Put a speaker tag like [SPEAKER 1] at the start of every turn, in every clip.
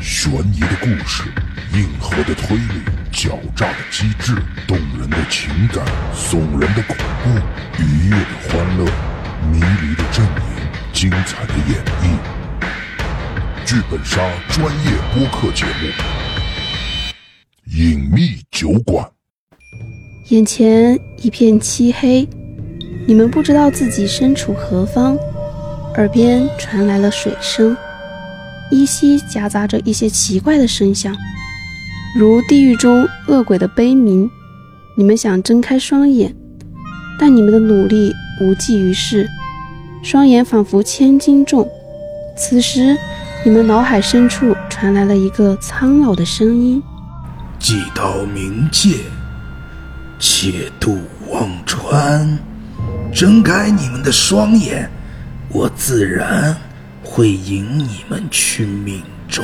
[SPEAKER 1] 悬疑的故事，硬核的推理，狡诈的机智，动人的情感，耸人的恐怖，愉悦的欢乐，迷离的阵营，精彩的演绎。剧本杀专业播客节目《隐秘酒馆》。
[SPEAKER 2] 眼前一片漆黑，你们不知道自己身处何方，耳边传来了水声，依稀夹杂着一些奇怪的声响，如地狱中恶鬼的悲鸣。你们想睁开双眼，但你们的努力无济于事，双眼仿佛千斤重。此时，你们脑海深处传来了一个苍老的声音。
[SPEAKER 3] 既到冥界，且渡忘川。睁开你们的双眼，我自然会引你们去命州。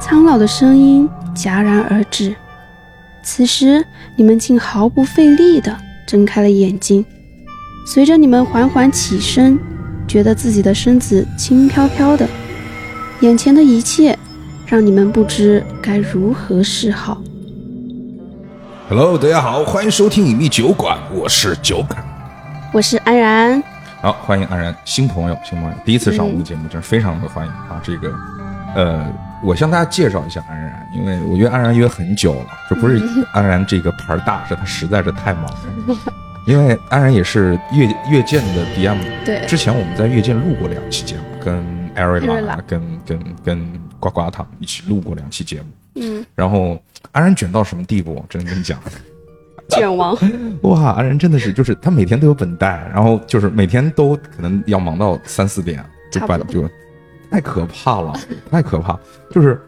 [SPEAKER 2] 苍老的声音戛然而止。此时，你们竟毫不费力地睁开了眼睛。随着你们缓缓起身，觉得自己的身子轻飘飘的，眼前的一切让你们不知该如何是好。
[SPEAKER 4] Hello，大家好，欢迎收听《隐秘酒馆》，我是酒馆。
[SPEAKER 2] 我是安然，
[SPEAKER 4] 好，欢迎安然，新朋友，新朋友，第一次上我们的节目，真是非常的欢迎啊！这个，呃，我向大家介绍一下安然，因为我约安然约很久了，这不 是安然这个牌儿大，是他实在是太忙了。因为安然也是越越见的 DM，
[SPEAKER 2] 对
[SPEAKER 4] 之前我们在越见录过两期节目，跟艾瑞
[SPEAKER 2] 艾瑞拉
[SPEAKER 4] 拉、跟跟跟呱呱糖一起录过两期节目，
[SPEAKER 2] 嗯，
[SPEAKER 4] 然后安然卷到什么地步，真的跟你讲。
[SPEAKER 2] 卷 王，
[SPEAKER 4] 哇，安然真的是，就是他每天都有本带，然后就是每天都可能要忙到三四点，就
[SPEAKER 2] 差
[SPEAKER 4] 把
[SPEAKER 2] 不多
[SPEAKER 4] 就太可怕了， 太可怕。就是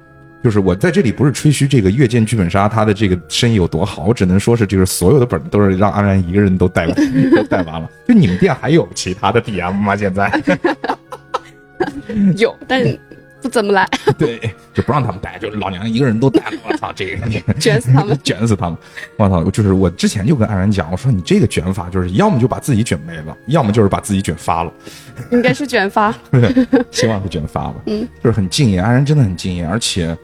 [SPEAKER 4] 就是我在这里不是吹嘘这个《越见剧本杀》它的这个生意有多好，我只能说是就是所有的本都是让安然一个人都带完， 都带完了。就你们店还有其他的 DM 吗？现在
[SPEAKER 2] 有，但不怎么来，
[SPEAKER 4] 对，就不让他们带，就老娘一个人都带了。我操，这个。。
[SPEAKER 2] 卷死他们
[SPEAKER 4] 卷死他们！我操，就是我之前就跟安然讲，我说你这个卷法就是要么就把自己卷没了，要么就是把自己卷发了，
[SPEAKER 2] 应该是卷发，
[SPEAKER 4] 希望是卷发吧。嗯，就是很敬业，安然真的很敬业，而且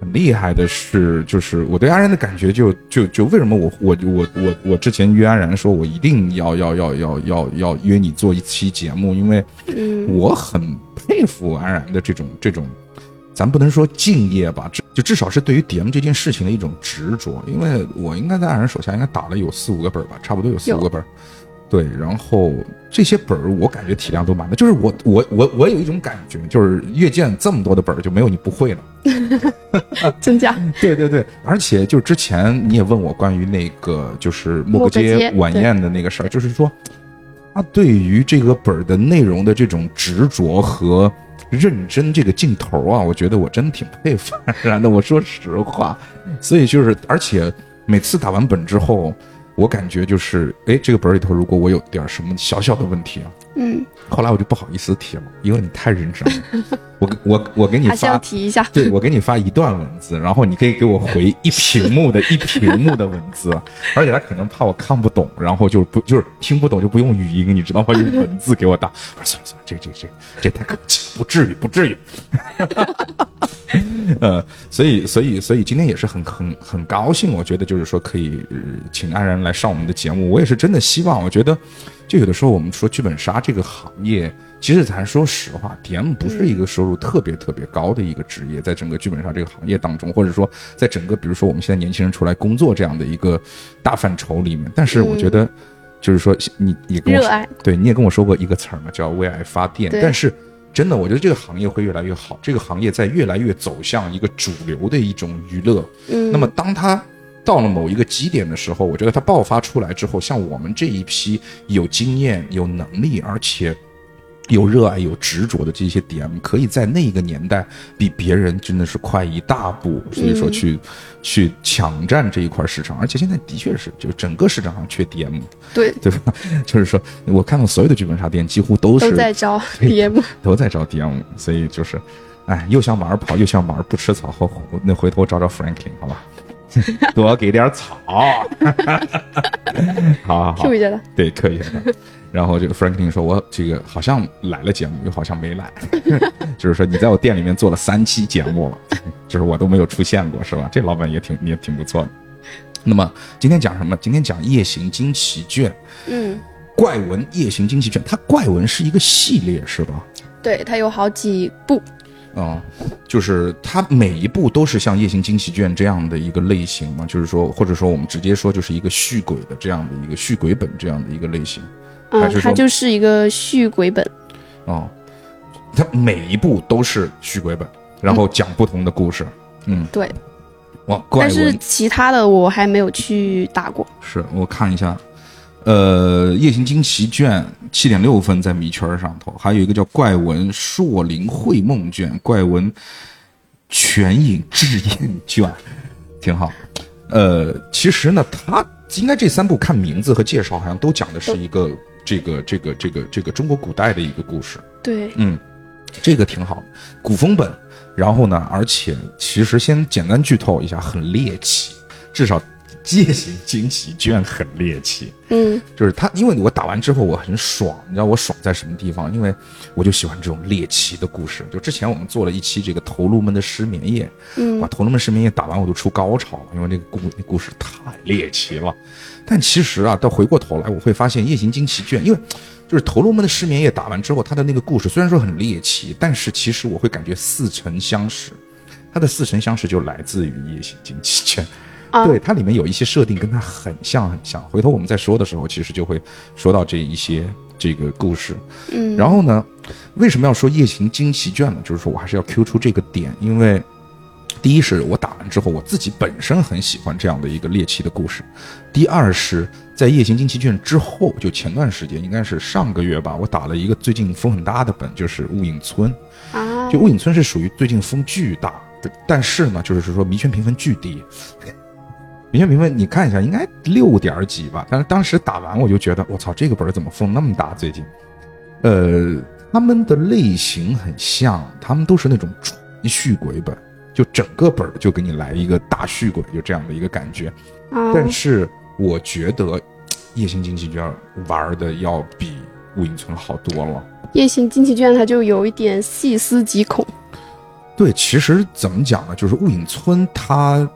[SPEAKER 4] 很厉害的是，就是我对安然的感觉就就就为什么我我我我我之前约安然说我一定要要要要要要约你做一期节目，因为我很佩服安然的这种这种。咱不能说敬业吧，至就至少是对于 DM 这件事情的一种执着。因为我应该在安然手下应该打了有四五个本儿吧，差不多有四
[SPEAKER 2] 有
[SPEAKER 4] 五个本儿。对，然后这些本儿我感觉体量都蛮大，就是我我我我有一种感觉，就是越见这么多的本儿就没有你不会了。
[SPEAKER 2] 真假？
[SPEAKER 4] 对对对，而且就是之前你也问我关于那个就是莫
[SPEAKER 2] 莫
[SPEAKER 4] 格
[SPEAKER 2] 格街
[SPEAKER 4] 街晚
[SPEAKER 2] 对
[SPEAKER 4] 宴的那个事儿，就是说他对于这个本儿的内容的这种执着和认真这个劲头啊，我觉得我真挺佩服安然的。我说实 话，所以就是而且每次打完本之后，我感觉就是哎，这个本儿里头如果我有点儿什么小小的问题啊，
[SPEAKER 2] 嗯，
[SPEAKER 4] 后来我就不好意思提了，因为你太认真了。我我我给你
[SPEAKER 2] 还是要
[SPEAKER 4] 发
[SPEAKER 2] 提一下。
[SPEAKER 4] 对，我给你发一段文字，然后你可以给我回一屏幕的一屏幕的文字， 而且他可能怕我看不懂，然后就不就是听不懂就不用语音，你知道吗？用文字给我打。我说算了算了，这个这个这个这个太客气了，不至于不至于。呃，所以所以所以今天也是很很很高兴，我觉得就是说可以、呃请安然来上我们的节目，我也是真的希望，我觉得就有的时候我们说剧本杀这个行业，其实咱说实话，DM 不是一个收入特别特别高的一个职业，在整个剧本杀这个行业当中，或者说在整个比如说我们现在年轻人出来工作这样的一个大范畴里面，但是我觉得就是说你也跟我
[SPEAKER 2] 热
[SPEAKER 4] 说
[SPEAKER 2] 爱
[SPEAKER 4] 对你也跟我说过一个词儿嘛，叫为爱发电，
[SPEAKER 2] 对
[SPEAKER 4] 但是。真的，我觉得这个行业会越来越好，这个行业在越来越走向一个主流的一种娱乐。
[SPEAKER 2] 嗯
[SPEAKER 4] 那么当它到了某一个基点的时候，我觉得它爆发出来之后，像我们这一批有经验、有能力，而且有热爱、有执着的这些 DM，可以在那个年代比别人真的是快一大步，所以
[SPEAKER 2] 嗯
[SPEAKER 4] 说去、去抢占这一块市场，而且现在的确是，就是整个市场上缺 DM，
[SPEAKER 2] 对，
[SPEAKER 4] 对吧？就是说我看到所有的剧本杀店几乎都是
[SPEAKER 2] 都在招 DM。
[SPEAKER 4] 都在找 DM，所以就是，哎，又向马儿跑，又向马儿不吃草，后那回头找找 Franklin 好吧？ 多给点草。 好好好
[SPEAKER 2] ，Q，一下他。
[SPEAKER 4] 对，特意的。 然后这个 Franklin 说：“我这个好像来了节目，又好像没来， 就是说你在我店里面做了三期节目了，就是我都没有出现过，是吧？这老板也挺也挺不错的。那么今天讲什么？今天讲《夜行惊奇卷》
[SPEAKER 2] 嗯，
[SPEAKER 4] 怪文，《夜行惊奇卷》它怪文是一个系列，是吧？
[SPEAKER 2] 对，它有好几部。
[SPEAKER 4] 啊、就是它每一部都是像《夜行惊奇卷》这样的一个类型嘛，就是说，或者说我们直接说，就是一个续鬼的这样的一个续鬼本这样的一个类型。还
[SPEAKER 2] 嗯，
[SPEAKER 4] 是
[SPEAKER 2] 它
[SPEAKER 4] 说
[SPEAKER 2] 就是一个续鬼本。
[SPEAKER 4] 哦，它每一部都是续鬼本，然后讲不同的故事。嗯，
[SPEAKER 2] 对，
[SPEAKER 4] 哇，
[SPEAKER 2] 嗯
[SPEAKER 4] 怪
[SPEAKER 2] 但是
[SPEAKER 4] 文
[SPEAKER 2] 其他的我还没有去打过。
[SPEAKER 4] 是我看一下，呃，《夜行惊奇卷》七点六分在迷圈上头，还有一个叫《怪文硕林会梦卷》《怪文全影志印卷》，挺好。呃，其实呢，它应该这三部看名字和介绍，好像都讲的是一个这个这个这个这个中国古代的一个故事。
[SPEAKER 2] 对，
[SPEAKER 4] 嗯，这个挺好，古风本。然后呢，而且其实先简单剧透一下，很猎奇，至少《夜行惊喜卷》很猎奇。
[SPEAKER 2] 嗯，
[SPEAKER 4] 就是它，因为我打完之后我很爽，你知道我爽在什么地方？因为我就喜欢这种猎奇的故事。就之前我们做了一期这个《头颅们的失眠夜》，嗯，把《头颅们失眠夜》打完我都出高潮了，因为那个故那故事太猎奇了。但其实啊，到回过头来，我会发现《夜行惊奇卷》，因为就是《头颅们的失眠夜》打完之后，它的那个故事虽然说很猎奇，但是其实我会感觉似曾相识。它的似曾相识就来自于《夜行惊奇卷》。对，它里面有一些设定跟它很像很像。回头我们再说的时候，其实就会说到这一些这个故事。嗯，然后呢，为什么要说《夜行惊奇卷》呢？就是说我还是要 Q 出这个点，因为第一是我打完之后，我自己本身很喜欢这样的一个猎奇的故事；第二是在《夜行惊奇卷》之后，就前段时间应该是上个月吧，我打了一个最近风很大的本，就是《雾影村》。
[SPEAKER 2] 啊，
[SPEAKER 4] 就《雾影村》是属于最近风巨大，但是呢，就是说迷圈评分巨低。 迷圈评分你看一下，应该六点儿几吧？但是当时打完我就觉得，我操，这个本儿怎么风那么大？最近，呃，他们的类型很像，他们都是那种纯续鬼本，就整个本儿就给你来一个大续鬼，就这样的一个感觉。
[SPEAKER 2] 啊，
[SPEAKER 4] 但是我觉得《夜行经济圈》玩的要比《雾影村》好多了。
[SPEAKER 2] 夜行惊奇卷它就有一点细思极恐。
[SPEAKER 4] 对，其实怎么讲呢？就是雾隐村它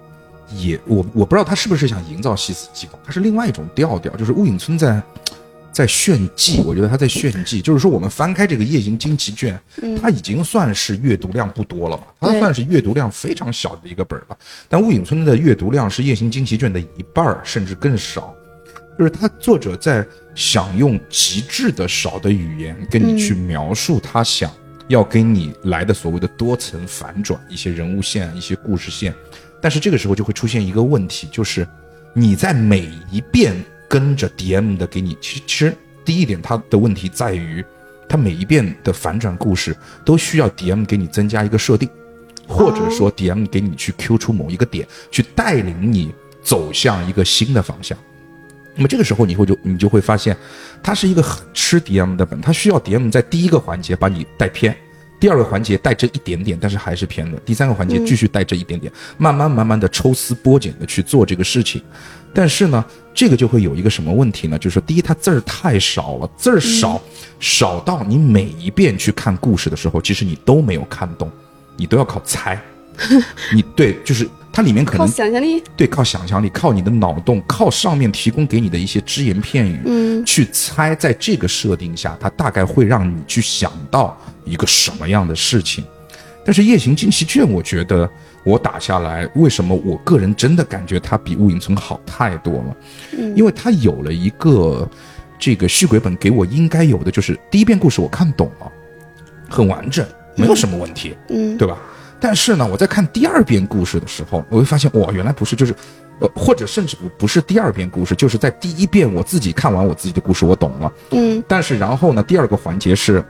[SPEAKER 4] 也我我不知道它是不是想营造细思极恐，它是另外一种调调。就是雾隐村在在炫技，我觉得它在炫技。就是说，我们翻开这个《夜行惊奇卷》它已经算是阅读量不多了嘛，它
[SPEAKER 2] 对
[SPEAKER 4] 算是阅读量非常小的一个本儿了。但雾隐村的阅读量是《夜行惊奇卷》的一半儿，甚至更少。就是他作者在想用极致的少的语言跟你去描述他想要跟你来的所谓的多层反转，一些人物线、一些故事线。但是这个时候就会出现一个问题，就是你在每一遍跟着 DM 的给你，其实其实第一点，它的问题在于，它每一遍的反转故事都需要 DM 给你增加一个设定，或者说 DM 给你去 Q 出某一个点，去带领你走向一个新的方向。那么这个时候你会就你就会发现，它是一个很吃 DM 的本，它需要 DM 在第一个环节把你带偏，第二个环节带这一点点，但是还是偏的，第三个环节继续带这一点点，慢慢慢慢的抽丝剥茧的去做这个事情。但是呢，这个就会有一个什么问题呢？就是说，第一，它字儿太少了，字儿少、
[SPEAKER 2] 嗯
[SPEAKER 4] 少到你每一遍去看故事的时候，其实你都没有看懂，你都要靠猜。你对，就是它里面可
[SPEAKER 2] 靠
[SPEAKER 4] 能
[SPEAKER 2] 想象力，
[SPEAKER 4] 对，靠想象力，靠你的脑洞，靠上面提供给你的一些只言片语，嗯，去猜在这个设定下，它大概会让你去想到一个什么样的事情。但是《夜行惊奇卷》，我觉得我打下来，为什么我个人真的感觉它比《雾影村》好太多了？因为它有了一个这个续鬼本给我应该有的，就是第一遍故事我看懂了，很完整，没有什么问题，
[SPEAKER 2] 嗯
[SPEAKER 4] 对吧？但是呢，我在看第二遍故事的时候，我会发现，哇，原来不是，就是，呃，或者甚至不不是第二遍故事，就是在第一遍我自己看完我自己的故事，我懂了。
[SPEAKER 2] 嗯，
[SPEAKER 4] 但是然后呢，第二个环节是。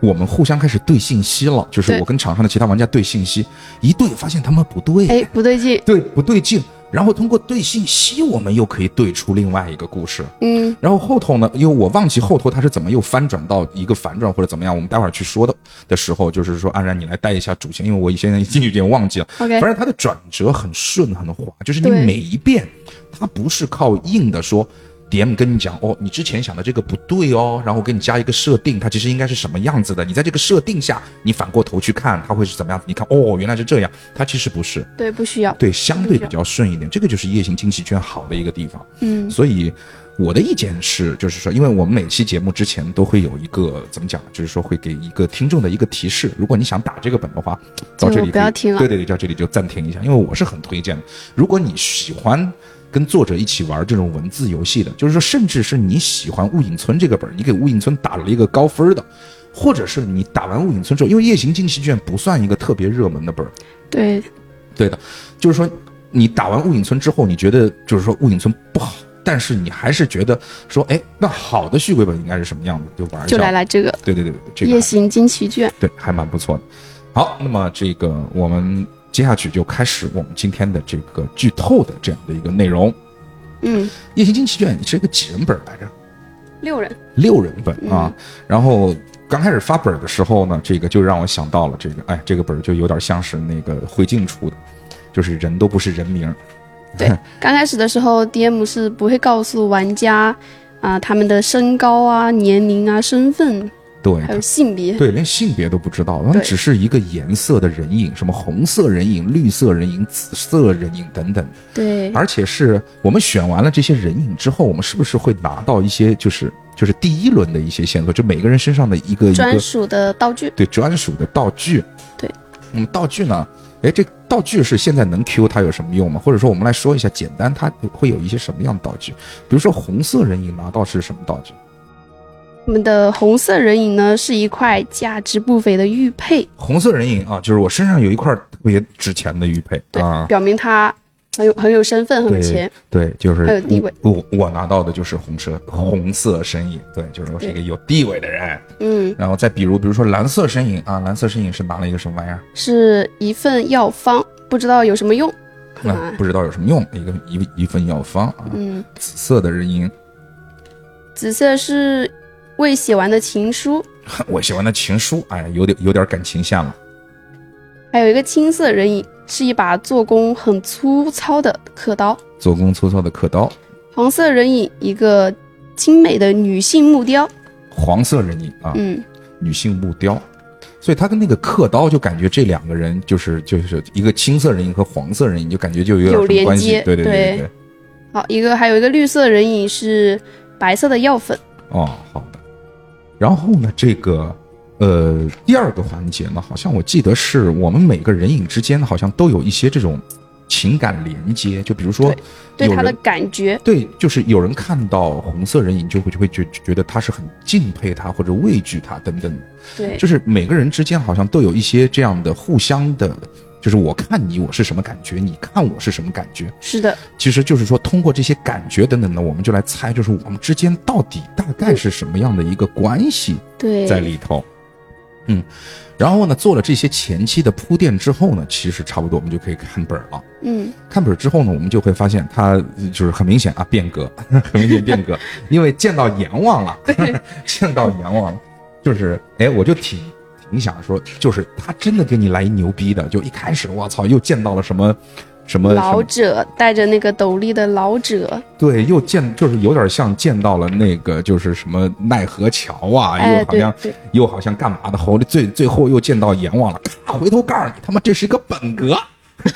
[SPEAKER 4] 我们互相开始对信息了，就是
[SPEAKER 2] 对
[SPEAKER 4] 我跟场上的其他玩家对信息，一对发现他们不对，
[SPEAKER 2] 哎，不对劲，
[SPEAKER 4] 对不对劲？然后通过对信息，我们又可以对出另外一个故事。
[SPEAKER 2] 嗯
[SPEAKER 4] 然后后头呢，因为我忘记后头他是怎么又翻转到一个反转或者怎么样，我们待会儿去说的的时候，就是说安然你来带一下主线，因为我现在已经有点忘记了。
[SPEAKER 2] ，OK，
[SPEAKER 4] 反正它的转折很顺很滑，就是你
[SPEAKER 2] 对
[SPEAKER 4] 每一遍，它不是靠硬的说。DM 跟你讲哦，你之前想的这个不对哦，然后给你加一个设定，它其实应该是什么样子的。你在这个设定下，你反过头去看，它会是怎么样子？你看哦，原来是这样，它其实不是。
[SPEAKER 2] 对，不需要。
[SPEAKER 4] 对，相对比较顺一点，这个就是夜行经济圈好的一个地方。
[SPEAKER 2] 嗯
[SPEAKER 4] 所以我的意见是，就是说，因为我们每期节目之前都会有一个怎么讲，就是说会给一个听众的一个提示。如果你想打这个本的话，到
[SPEAKER 2] 就
[SPEAKER 4] 这里
[SPEAKER 2] 不
[SPEAKER 4] 可以
[SPEAKER 2] 要听了
[SPEAKER 4] 对对对，到这里就暂停一下，因为我是很推荐的。如果你喜欢。跟作者一起玩这种文字游戏的，就是说，甚至是你喜欢《雾隐村》这个本儿，你给《雾隐村》打了一个高分的，或者是你打完《雾隐村》之后，因为《夜行进行卷》不算一个特别热门的本儿，
[SPEAKER 2] 对，
[SPEAKER 4] 对的，就是说你打完雾隐村之后，你觉得就是说雾隐村不好，但是你还是觉得说，哎，那好的续规本应该是什么样子，就玩一下。
[SPEAKER 2] 就来来这个
[SPEAKER 4] 对对对对，这个
[SPEAKER 2] 夜
[SPEAKER 4] 还
[SPEAKER 2] 行惊奇卷。
[SPEAKER 4] 对还蛮不错的。好，那么这个我们接下去就开始我们今天的这个剧透的这样的一个内容。
[SPEAKER 2] 嗯，
[SPEAKER 4] 夜行惊奇卷是一个几人本来着？
[SPEAKER 2] 六人。
[SPEAKER 4] 六人本
[SPEAKER 2] 嗯
[SPEAKER 4] 啊。然后刚开始发本儿的时候呢，这个就让我想到了这个，哎，这个本儿就有点像是那个灰烬出的，就是人都不是人名儿。
[SPEAKER 2] 对，刚开始的时候，DM 是不会告诉玩家啊、他们的身高啊、年龄啊、身份，
[SPEAKER 4] 对，
[SPEAKER 2] 还有性别。
[SPEAKER 4] 对，连性别都不知道，他们
[SPEAKER 2] 对
[SPEAKER 4] 只是一个颜色的人影，什么红色人影、绿色人影、紫色人影等等。
[SPEAKER 2] 对，
[SPEAKER 4] 而且是我们选完了这些人影之后，我们是不是会拿到一些就是就是第一轮的一些线索，就每个人身上的一个一
[SPEAKER 2] 专
[SPEAKER 4] 个
[SPEAKER 2] 属的道具。
[SPEAKER 4] 对专属的道具。
[SPEAKER 2] 对，
[SPEAKER 4] 嗯，道具呢？哎，这道具是现在能 Q 它有什么用吗？或者说我们来说一下，简单它会有一些什么样的道具？比如说红色人影拿到是什么道具？
[SPEAKER 2] 我们的红色人影呢，是一块价值不菲的玉佩，
[SPEAKER 4] 红色人影啊，就是我身上有一块特别值钱的玉佩
[SPEAKER 2] 对，
[SPEAKER 4] 啊，
[SPEAKER 2] 表明他很有很有身份，很有钱。
[SPEAKER 4] 对，就是
[SPEAKER 2] 还有地位
[SPEAKER 4] 我我我拿到的就是红色红色身影，对，就是我是一个有地位的人。
[SPEAKER 2] 嗯，
[SPEAKER 4] 然后再比如，比如说蓝色身影啊，蓝色身影是拿了一个什么玩意儿？
[SPEAKER 2] 是一份药方，不知道有什么用。啊看
[SPEAKER 4] 那
[SPEAKER 2] 来，
[SPEAKER 4] 不知道有什么用，一个一一份药方啊。
[SPEAKER 2] 嗯，
[SPEAKER 4] 紫色的人影，
[SPEAKER 2] 紫色是未写完的情书，
[SPEAKER 4] 我喜欢的情书，哎，有点有点感情线了。
[SPEAKER 2] 还有一个青色人影，是一把做工很粗糙的刻刀。
[SPEAKER 4] 做工粗糙的刻刀，
[SPEAKER 2] 黄色人影，一个精美的女性木
[SPEAKER 4] 啊
[SPEAKER 2] 雕。
[SPEAKER 4] 黄色人影啊，
[SPEAKER 2] 嗯，
[SPEAKER 4] 女性木雕，所以他跟那个刻刀就感觉这两个人就是就是一个青色人影和黄色人影，就感觉就有点
[SPEAKER 2] 有
[SPEAKER 4] 什么关
[SPEAKER 2] 连
[SPEAKER 4] 系
[SPEAKER 2] 接。
[SPEAKER 4] 对对对
[SPEAKER 2] 对
[SPEAKER 4] 对，
[SPEAKER 2] 好，一个还有一个绿色人影是白色的药粉。
[SPEAKER 4] 哦，好的。然后呢，这个呃第二个环节呢，好像我记得是我们每个人影之间好像都有一些这种情感连接，就比如说
[SPEAKER 2] 对
[SPEAKER 4] 有
[SPEAKER 2] 他的
[SPEAKER 4] 人
[SPEAKER 2] 感觉，
[SPEAKER 4] 对，就是有人看到红色人影就会就会觉觉得他是很敬佩他或者畏惧他等等，
[SPEAKER 2] 对，
[SPEAKER 4] 就是每个人之间好像都有一些这样的互相的，就是我看你我是什么感觉，你看我是什么感觉，
[SPEAKER 2] 是的，
[SPEAKER 4] 其实就是说通过这些感觉等等呢，我们就来猜，就是我们之间到底大概是什么样的一个关系
[SPEAKER 2] 对，
[SPEAKER 4] 在里头。嗯，然后呢，做了这些前期的铺垫之后呢，其实差不多我们就可以看本儿了。
[SPEAKER 2] 嗯，
[SPEAKER 4] 看本儿之后呢，我们就会发现它呃就是很明显啊，变革， 很明显变革，因为见到阎王了，见到阎王了，就是哎，我就挺挺想说，就是他真的给你来一牛逼的，就一开始我操，又见到了什么什呃么什
[SPEAKER 2] 老
[SPEAKER 4] 么，
[SPEAKER 2] 者带着那个斗笠的老者，
[SPEAKER 4] 对，又见就是有点像见到了那个就是什么奈何桥啊，
[SPEAKER 2] 哎，
[SPEAKER 4] 又好
[SPEAKER 2] 对
[SPEAKER 4] 像、
[SPEAKER 2] 对，
[SPEAKER 4] 又好像干嘛的，后来最最后又见到阎王了，咔，回头告诉你，他妈这是一个本格。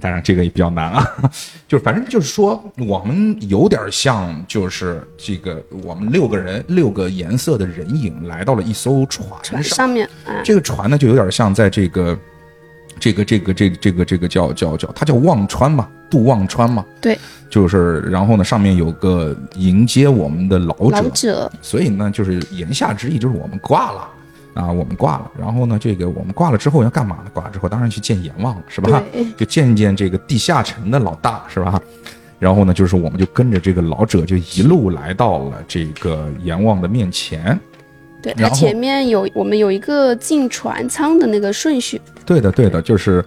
[SPEAKER 4] 当然，这个也比较难啊， 就是反正就是说，我们有点像，就是这个我们六个人六个颜色的人影来到了一艘船上，
[SPEAKER 2] 船上面，哎，
[SPEAKER 4] 这个船呢就有点像在这个这个这个这个这个这个叫叫叫，它叫忘川嘛，渡忘川嘛，
[SPEAKER 2] 对，
[SPEAKER 4] 就是然后呢上面有个迎接我们的老
[SPEAKER 2] 老者，
[SPEAKER 4] 所以呢，就是言下之意就是我们挂了啊，我们挂了。然后呢，这个我们挂了之后要干嘛呢？挂了之后当然去见阎王了，是吧
[SPEAKER 2] 对？
[SPEAKER 4] 就见见这个地下城的老大，是吧？然后呢，就是我们就跟着这个老者就一路来到了这个阎王的面前。
[SPEAKER 2] 对，它
[SPEAKER 4] 然后
[SPEAKER 2] 前面有我们有一个进船舱的那个顺序，
[SPEAKER 4] 对的，对的，就是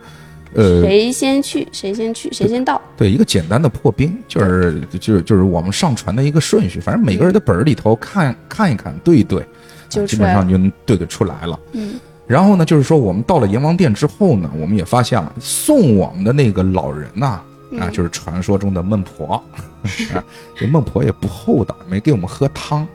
[SPEAKER 4] 呃，
[SPEAKER 2] 谁先去谁先去谁先到，
[SPEAKER 4] 对，一个简单的破冰，就是就是就是我们上传的一个顺序，反正每个人的本儿里头看看一看，对一对，啊
[SPEAKER 2] 就
[SPEAKER 4] 基
[SPEAKER 2] 出
[SPEAKER 4] 本
[SPEAKER 2] 来
[SPEAKER 4] 上
[SPEAKER 2] 了。
[SPEAKER 4] 就能对得出来了。
[SPEAKER 2] 嗯，
[SPEAKER 4] 然后呢，就是说我们到了阎王殿之后呢，我们也发现了送我们的那个老人呐、啊，
[SPEAKER 2] 嗯
[SPEAKER 4] 就是传说中的孟婆， 啊，这孟婆也不厚道，没给我们喝汤，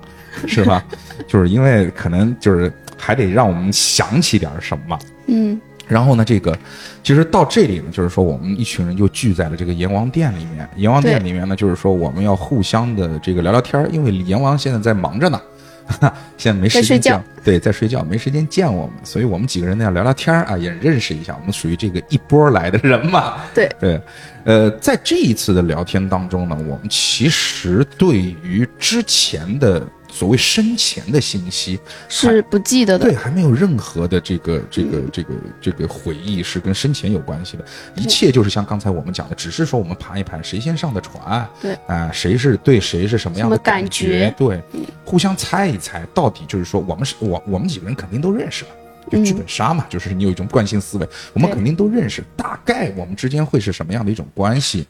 [SPEAKER 4] 是吧？ 就是因为可能就是还得让我们想起点儿什么。
[SPEAKER 2] 嗯
[SPEAKER 4] 然后呢，这个其实到这里呢，就是说我们一群人就聚在了这个阎王殿里面。阎王殿
[SPEAKER 2] 对
[SPEAKER 4] 里面呢，就是说我们要互相的这个聊聊天儿，因为阎王现在在忙着呢， 哈哈，现在没时
[SPEAKER 2] 在睡
[SPEAKER 4] 间见
[SPEAKER 2] 觉
[SPEAKER 4] 对，在睡觉没时间见我们，所以我们几个人呢要聊聊天儿啊，也认识一下，我们属于这个一波儿来的人嘛。
[SPEAKER 2] 对
[SPEAKER 4] 对，呃，在这一次的聊天当中呢，我们其实对于之前的所谓生前的信息，
[SPEAKER 2] 是不记得的
[SPEAKER 4] 对，。还没有任何的这个这个这个这个回忆是跟生前有关系的，一切就是像刚才我们讲的，只是说我们盘一盘谁先上的船，
[SPEAKER 2] 对
[SPEAKER 4] 啊、谁是对谁是什么样的
[SPEAKER 2] 什么感
[SPEAKER 4] 觉
[SPEAKER 2] 觉，嗯
[SPEAKER 4] 对，互相猜一猜，到底就是说我们是我我们几个人肯定都认识了。就
[SPEAKER 2] 嗯
[SPEAKER 4] 剧本杀嘛，就是你有一种惯性思维，我们
[SPEAKER 2] 对
[SPEAKER 4] 肯定都认识，大概我们之间会是什么样的一种关系？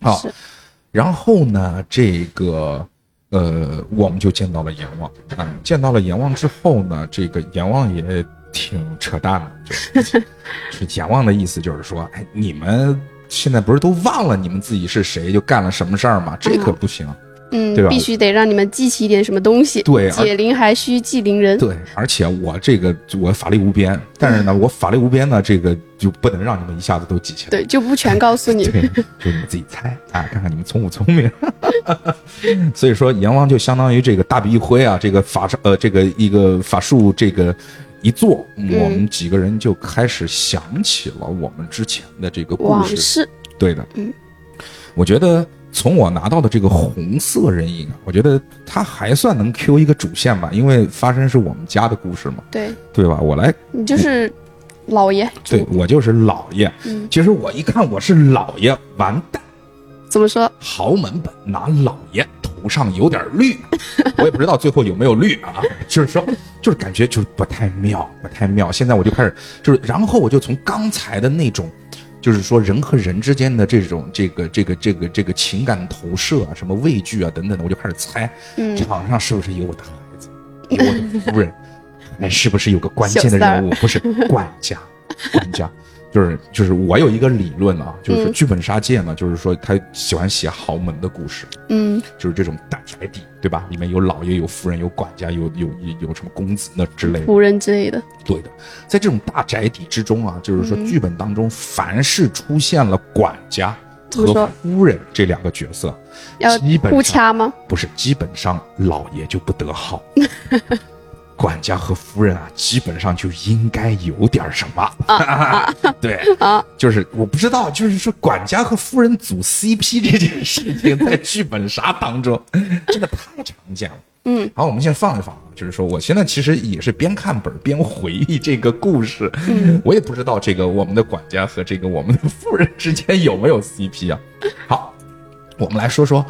[SPEAKER 4] 好、
[SPEAKER 2] 是
[SPEAKER 4] 然后呢，这个呃，我们就见到了阎王啊、见到了阎王之后呢，这个阎王也挺扯淡的，就是 是阎王的意思就是说，哎，你们现在不是都忘了你们自己是谁，就干了什么事儿吗？这可不行。
[SPEAKER 2] 嗯
[SPEAKER 4] 对吧，
[SPEAKER 2] 必须得让你们记起一点什么东西。
[SPEAKER 4] 对而
[SPEAKER 2] 解铃还须系铃人。
[SPEAKER 4] 对，而且我这个我法力无边，但是呢，我法力无边呢，这个就不能让你们一下子都记起来。
[SPEAKER 2] 对，就不全告诉你。
[SPEAKER 4] 对，就你们自己猜啊，看看你们聪不聪明。 所以说，阎王就相当于这个大笔一挥啊，这个法呃，这个一个法术这个一做，我们几个人就开始想起了我们之前的这个故
[SPEAKER 2] 往
[SPEAKER 4] 事。
[SPEAKER 2] 事，
[SPEAKER 4] 对的，
[SPEAKER 2] 嗯，
[SPEAKER 4] 我觉得从我拿到的这个红色人影啊，我觉得它还算能 Q 一个主线吧，因为发生是我们家的故事嘛，
[SPEAKER 2] 对
[SPEAKER 4] 对吧？我来
[SPEAKER 2] 你就是老爷。
[SPEAKER 4] 对我就是老爷。
[SPEAKER 2] 嗯，
[SPEAKER 4] 其实我一看我是老爷，完蛋，
[SPEAKER 2] 怎么说？
[SPEAKER 4] 豪门本拿老爷头上有点绿， 我也不知道最后有没有绿啊，就是说，就是感觉就是不太妙，不太妙。现在我就开始就是，然后我就从刚才的那种。就是说，人和人之间的这种这个这个这个这个情感投射啊，什么畏惧啊等等的，我就开始猜，
[SPEAKER 2] 嗯
[SPEAKER 4] 场上是不是有我的孩子，有我的 夫人，哎，是不是有个关键
[SPEAKER 2] 小
[SPEAKER 4] 的
[SPEAKER 2] 三儿
[SPEAKER 4] 人物？不是管家，管家就是就是我有一个理论啊，就是说
[SPEAKER 2] 嗯
[SPEAKER 4] 剧本杀界呢，就是说他喜欢写豪门的故事，
[SPEAKER 2] 嗯，
[SPEAKER 4] 就是这种大宅邸，对吧？里面有老爷，有夫人，有管家，有有有有什么公子那之类的。
[SPEAKER 2] 仆人之类的。
[SPEAKER 4] 对的，在这种大宅邸之中啊，就是说
[SPEAKER 2] 嗯
[SPEAKER 4] 剧本当中，凡是出现了管家
[SPEAKER 2] 怎么
[SPEAKER 4] 和
[SPEAKER 2] 说
[SPEAKER 4] 夫人这两个角色，
[SPEAKER 2] 要
[SPEAKER 4] 基本
[SPEAKER 2] 互
[SPEAKER 4] 上
[SPEAKER 2] 掐吗？
[SPEAKER 4] 不是基本上老爷就不得好， 管家和夫人啊，基本上就应该有点什么。 对，
[SPEAKER 2] 啊，
[SPEAKER 4] 就是我不知道，就是说管家和夫人组 CP 这件事情，在剧本杀当 中真的太常见了。
[SPEAKER 2] 嗯，
[SPEAKER 4] 好，我们先放一放啊，就是说我现在其实也是边看本儿边回忆这个故事，
[SPEAKER 2] 嗯
[SPEAKER 4] 我也不知道这个我们的管家和这个我们的夫人之间 有没有 CP 啊。好，我们来说说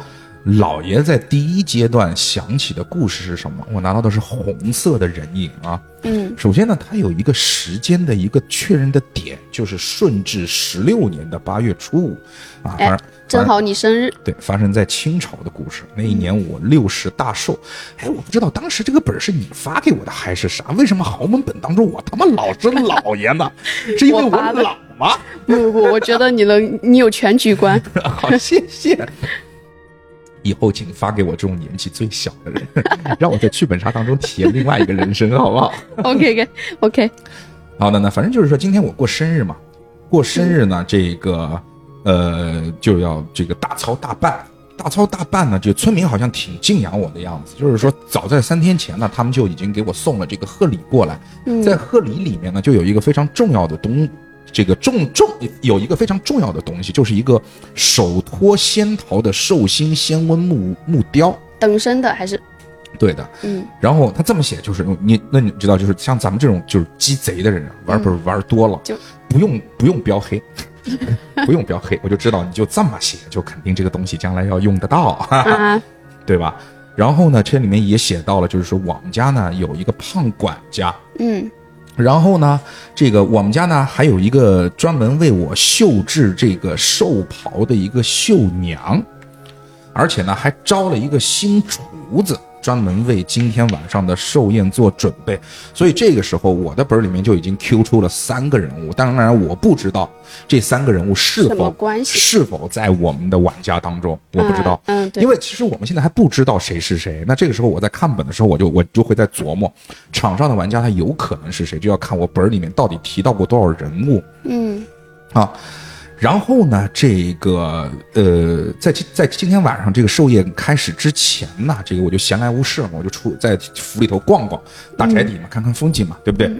[SPEAKER 4] 老爷在第一阶段想起的故事是什么？我拿到的是红色的人影啊。
[SPEAKER 2] 嗯，
[SPEAKER 4] 首先呢，它有一个时间的一个确认的点，就是顺治十六年的八月初五啊，反
[SPEAKER 2] 哎
[SPEAKER 4] 正
[SPEAKER 2] 正好你生日。
[SPEAKER 4] 对，发生在清朝的故事。那一年我六十大寿，哎，我不知道当时这个本儿是你发给我的还是啥？为什么豪门本当中我他妈老是老爷呢？是因为
[SPEAKER 2] 我
[SPEAKER 4] 我
[SPEAKER 2] 发的
[SPEAKER 4] 老吗？
[SPEAKER 2] 不不不，我觉得你能，你有全局 观。
[SPEAKER 4] 好，谢谢。以后请发给我这种年纪最小的人，让我在剧本杀当中体验另外一个人生，好不好？
[SPEAKER 2] OK OK OK，
[SPEAKER 4] 好的呢，反正就是说今天我过生日嘛，过生日呢，这个呃就要这个大操大办。大操大办呢，这村民好像挺敬仰我的样子，就是说早在三天前呢，他们就已经给我送了这个贺礼过来。
[SPEAKER 2] 嗯
[SPEAKER 4] 在贺礼里面呢，就有一个非常重要的东，这个重重有一个非常重要的东西，就是一个手托仙桃的寿星仙翁木木雕。
[SPEAKER 2] 等生的还是
[SPEAKER 4] 对的，
[SPEAKER 2] 嗯
[SPEAKER 4] 然后他这么写，就是你那你知道，就是像咱们这种就是鸡贼的人啊，玩本玩多了，
[SPEAKER 2] 就
[SPEAKER 4] 不用不用标黑， 不用标黑，我就知道你就这么写，就肯定这个东西将来要用得到， 哈哈
[SPEAKER 2] 啊，
[SPEAKER 4] 对吧？然后呢，这里面也写到了，就是说我们家呢有一个胖管家，
[SPEAKER 2] 嗯
[SPEAKER 4] 然后呢，这个我们家呢还有一个专门为我绣制这个寿袍的一个绣娘，而且呢还招了一个新厨子，专门为今天晚上的寿宴做准备。所以这个时候，我的本儿里面就已经 Q 出了三个人物。当然，我不知道这三个人物是
[SPEAKER 2] 什么
[SPEAKER 4] 否
[SPEAKER 2] 关系
[SPEAKER 4] 是否在我们的玩家当中，我不知道。
[SPEAKER 2] 嗯嗯对
[SPEAKER 4] 因为其实我们现在还不知道谁是谁。那这个时候我在看本的时候，我就我就会在琢磨，场上的玩家他有可能是谁，就要看我本儿里面到底提到过多少人物。
[SPEAKER 2] 嗯
[SPEAKER 4] 啊。然后呢，这个呃，在今在今天晚上这个寿宴开始之前呢，这个我就闲来无事嘛，我就出在府里头逛逛，打宅邸嘛，看看风景嘛，对不对？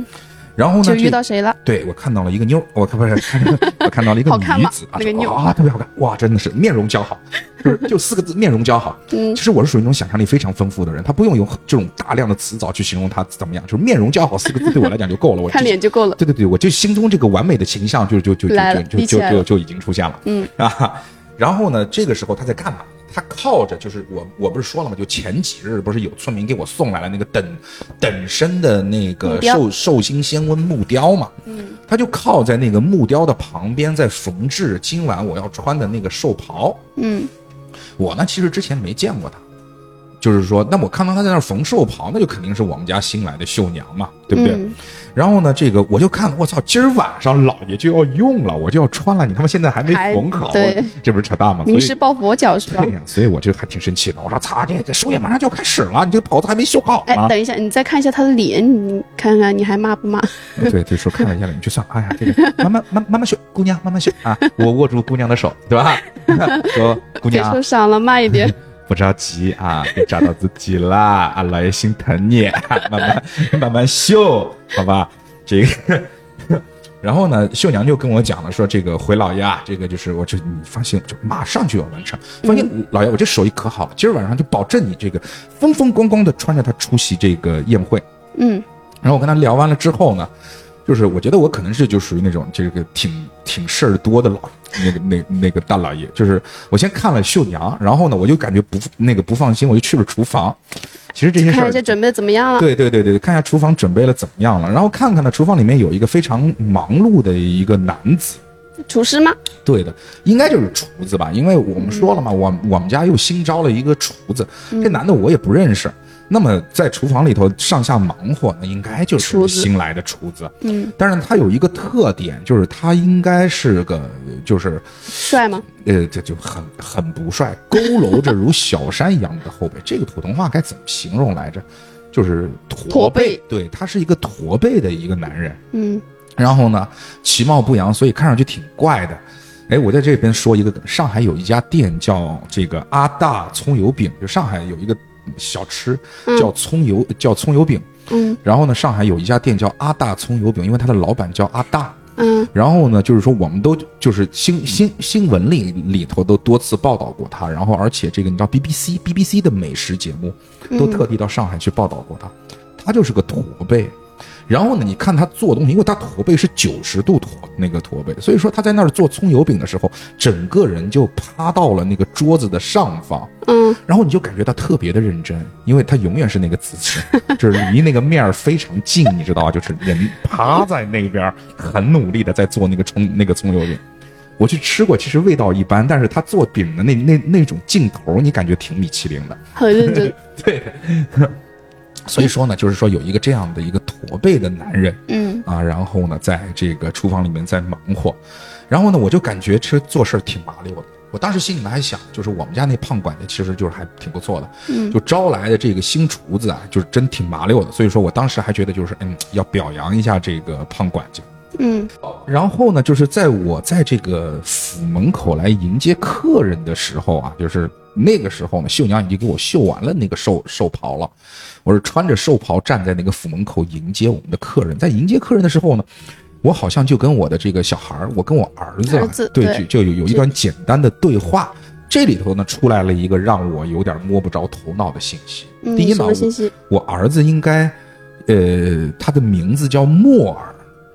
[SPEAKER 4] 然后
[SPEAKER 2] 嗯
[SPEAKER 4] 呢，
[SPEAKER 2] 就
[SPEAKER 4] 这
[SPEAKER 2] 遇到谁了？
[SPEAKER 4] 对我看到了一个妞儿，我看不是， 我看到了一个
[SPEAKER 2] 好
[SPEAKER 4] 女
[SPEAKER 2] 看吗
[SPEAKER 4] 子啊，
[SPEAKER 2] 那个妞
[SPEAKER 4] 啊，特别好看，哇，真的是面容姣好， 就是就四个字，面容姣好。
[SPEAKER 2] 嗯
[SPEAKER 4] 其实我是属于那种想象力非常丰富的人，他不用用这种大量的词藻去形容她怎么样，就是面容姣好四个字对我来讲就够了。我
[SPEAKER 2] 看
[SPEAKER 4] 就
[SPEAKER 2] 脸就够了。
[SPEAKER 4] 对对对，我就心中这个完美的形象就就就就
[SPEAKER 2] 来了
[SPEAKER 4] 就就
[SPEAKER 2] 立起
[SPEAKER 4] 就
[SPEAKER 2] 来了
[SPEAKER 4] 就就已经出现了，
[SPEAKER 2] 嗯
[SPEAKER 4] 啊，然后呢，这个时候他在干嘛？他靠着就是我我不是说了吗？就前几日不是有村民给我送来了那个等等身的那
[SPEAKER 2] 木
[SPEAKER 4] 个
[SPEAKER 2] 雕
[SPEAKER 4] 寿寿星仙翁木雕嘛，嗯，他就靠在那个木雕的旁边在缝制今晚我要穿的那个寿袍，
[SPEAKER 2] 嗯，
[SPEAKER 4] 我呢，其实之前没见过她，就是说，那我看到她在那儿缝寿袍，那就肯定是我们家新来的绣娘嘛，对不对？
[SPEAKER 2] 嗯
[SPEAKER 4] 然后呢，这个我就看，我操，今儿晚上老爷就要用了，我就要穿了，你他妈现在还没
[SPEAKER 2] 还
[SPEAKER 4] 缝好，
[SPEAKER 2] 对
[SPEAKER 4] 这不是扯淡啊吗？所
[SPEAKER 2] 临
[SPEAKER 4] 以
[SPEAKER 2] 时抱佛脚是吧
[SPEAKER 4] 对？呀、所以我就还挺生气的。我说，操，这这寿宴马上就要开始了，你这个袍子还没绣好
[SPEAKER 2] 哎，
[SPEAKER 4] 呢。
[SPEAKER 2] 等一下，你再看一下他的脸，你看看你还骂不骂？
[SPEAKER 4] 对，这时候看了一下脸，就算，哎呀，这个慢慢慢慢慢绣，姑娘慢慢绣啊，我握住姑娘的手，对吧？ 说姑
[SPEAKER 2] 别
[SPEAKER 4] 娘啊
[SPEAKER 2] 受伤了，慢一点。
[SPEAKER 4] 不着急啊，别扎到自己啦， 啊，老爷心疼你， 慢慢慢慢绣，好吧？这个， 然后呢，绣娘就跟我讲了，说这个回老爷啊，这个就是我这你放心，就马上就要完成，放心，老爷我这手艺可好了，今儿晚上就保证你这个风风光光的穿着它出席这个宴会。
[SPEAKER 2] 嗯
[SPEAKER 4] 然后我跟他聊完了之后呢，就是我觉得我可能是就属于那种这个挺挺事儿多的老那个那那个大老爷，就是我先看了绣娘，然后呢我就感觉不那个不放心，我就去了厨房。其实这些事
[SPEAKER 2] 看
[SPEAKER 4] 儿
[SPEAKER 2] 一下准备怎么样了？
[SPEAKER 4] 对对对对，看一下厨房准备了怎么样了，然后看看呢厨房里面有一个非常忙碌的一个男子，
[SPEAKER 2] 厨师吗？
[SPEAKER 4] 对的，应该就是厨子吧，因为我们说了
[SPEAKER 2] 嗯
[SPEAKER 4] 嘛，我我们家又新招了一个厨子，这男的我也不认识。那么在厨房里头上下忙活，那应该就
[SPEAKER 2] 厨
[SPEAKER 4] 是
[SPEAKER 2] 子
[SPEAKER 4] 新来的厨子。
[SPEAKER 2] 嗯，
[SPEAKER 4] 但是他有一个特点，就是他应该是个，就是
[SPEAKER 2] 帅吗？
[SPEAKER 4] 呃，这就很很不帅，佝偻着如小山一样的后背。这个普通话该怎么形容来着？就是驼
[SPEAKER 2] 驼背
[SPEAKER 4] 对他是一个驼背的一个男人。
[SPEAKER 2] 嗯，
[SPEAKER 4] 然后呢，其貌不扬，所以看上去挺怪的。哎，我在这边说一个梗，上海有一家店叫这个阿大葱油饼，就上海有一个小吃叫葱油、叫葱油饼。
[SPEAKER 2] 嗯，
[SPEAKER 4] 然后呢，上海有一家店叫阿大葱油饼，因为它的老板叫阿大。
[SPEAKER 2] 嗯，
[SPEAKER 4] 然后呢，就是说我们都就是新新新闻里里头都多次报道过他，然后而且这个你知道 BBC BBC 的美食节目
[SPEAKER 2] 嗯
[SPEAKER 4] 都特地到上海去报道过他，他就是个驼背。然后呢，你看他做东西，因为他驼背是九十度驼那个驼背，所以说他在那儿做葱油饼的时候，整个人就趴到了那个桌子的上方，
[SPEAKER 2] 嗯，
[SPEAKER 4] 然后你就感觉他特别的认真，因为他永远是那个姿势，就是离那个面儿非常近，你知道吧？就是人趴在那边儿，很努力的在做那个葱那个葱油饼。我去吃过，其实味道一般，但是他做饼的那那那种劲头，你感觉挺米其林的。
[SPEAKER 2] 很认真。
[SPEAKER 4] 对，所以说呢，就是说有一个这样的一个驼背的男人
[SPEAKER 2] 嗯，
[SPEAKER 4] 啊，然后呢，在这个厨房里面在忙活，然后呢，我就感觉这做事儿挺麻溜的。我当时心里面还想，就是我们家那胖管家其实就是还挺不错的，就招来的这个新厨子啊，就是真挺麻溜的。所以说我当时还觉得就是，嗯，要表扬一下这个胖管家。
[SPEAKER 2] 嗯，
[SPEAKER 4] 然后呢，就是在我在这个府门口来迎接客人的时候啊，就是那个时候呢，绣娘已经给我绣完了那个寿寿袍了。我是穿着寿袍站在那个府门口迎接我们的客人。在迎接客人的时候呢，我好像就跟我的这个小孩儿，我跟我儿子啊，
[SPEAKER 2] 儿子
[SPEAKER 4] 对，
[SPEAKER 2] 对
[SPEAKER 4] 就就有有一段简单的对话。这里头呢，出来了一个让我有点摸不着头脑的信息。
[SPEAKER 2] 嗯
[SPEAKER 4] 第一
[SPEAKER 2] 什
[SPEAKER 4] 呢，
[SPEAKER 2] 么
[SPEAKER 4] 我
[SPEAKER 2] 信息
[SPEAKER 4] 我儿子应该，呃，他的名字叫莫尔。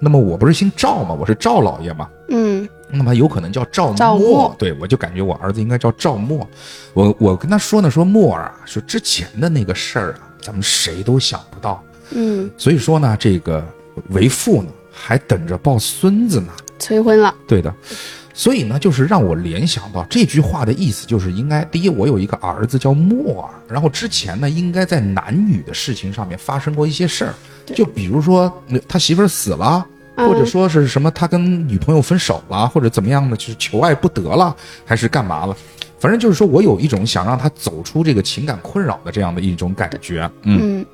[SPEAKER 4] 那么我不是姓赵吗？我是赵老爷嘛。
[SPEAKER 2] 嗯，
[SPEAKER 4] 那么有可能叫赵
[SPEAKER 2] 赵
[SPEAKER 4] 默
[SPEAKER 2] 默，
[SPEAKER 4] 对我就感觉我儿子应该叫赵默。我我跟他说呢，说默儿啊，说之前的那个事儿啊，咱们谁都想不到。
[SPEAKER 2] 嗯，
[SPEAKER 4] 所以说呢，这个为父呢，还等着抱孙子呢。
[SPEAKER 2] 催婚了，
[SPEAKER 4] 对的，所以呢，就是让我联想到这句话的意思，就是应该第一，我有一个儿子叫莫尔，然后之前呢，应该在男女的事情上面发生过一些事儿，就比如说呃他媳妇儿死了。
[SPEAKER 2] 嗯
[SPEAKER 4] 或者说是什么，他跟女朋友分手了，或者怎么样呢？就是求爱不得了，还是干嘛了？反正就是说我有一种想让他走出这个情感困扰的这样的一种感觉。嗯，
[SPEAKER 2] 嗯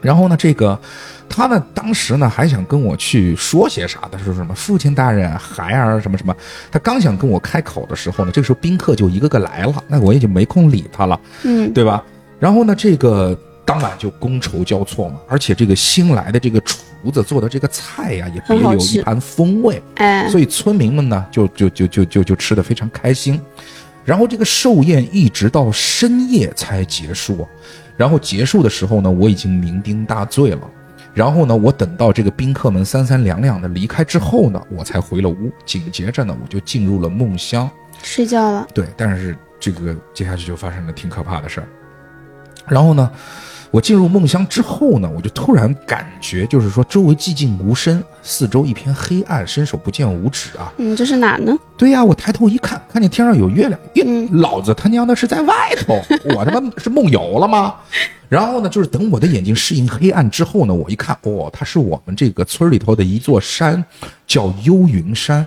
[SPEAKER 4] 然后呢，这个他呢，当时呢还想跟我去说些啥的，说什么父亲大人、孩儿啊什么什么。他刚想跟我开口的时候呢，这个时候宾客就一个个来了，那我也就没空理他了，
[SPEAKER 2] 嗯，
[SPEAKER 4] 对吧？然后呢，这个当晚就觥筹交错嘛，而且这个新来的这个厨子做的这个菜呀、也别
[SPEAKER 2] 很好
[SPEAKER 4] 有
[SPEAKER 2] 吃
[SPEAKER 4] 一盘风味。
[SPEAKER 2] 哎，
[SPEAKER 4] 所以村民们呢，就就就就就就吃的非常开心。然后这个寿宴一直到深夜才结束，然后结束的时候呢，我已经酩酊大醉了。然后呢，我等到这个宾客们三三两两的离开之后呢，我才回了屋。紧接着呢，我就进入了梦乡。
[SPEAKER 2] 睡觉了，
[SPEAKER 4] 对，但是这个接下去就发生了挺可怕的事儿。然后呢，我进入梦乡之后呢，我就突然感觉，就是说周围寂静无声，四周一片黑暗，伸手不见五指啊。
[SPEAKER 2] 嗯，这是哪呢？
[SPEAKER 4] 对呀、我抬头一看，看见天上有月亮，耶，
[SPEAKER 2] 嗯
[SPEAKER 4] 老子他娘的是在外 头，我他妈是梦游了吗？然后呢，就是等我的眼睛适应黑暗之后呢，我一看，哦，它是我们这个村里头的一座山，叫幽云山。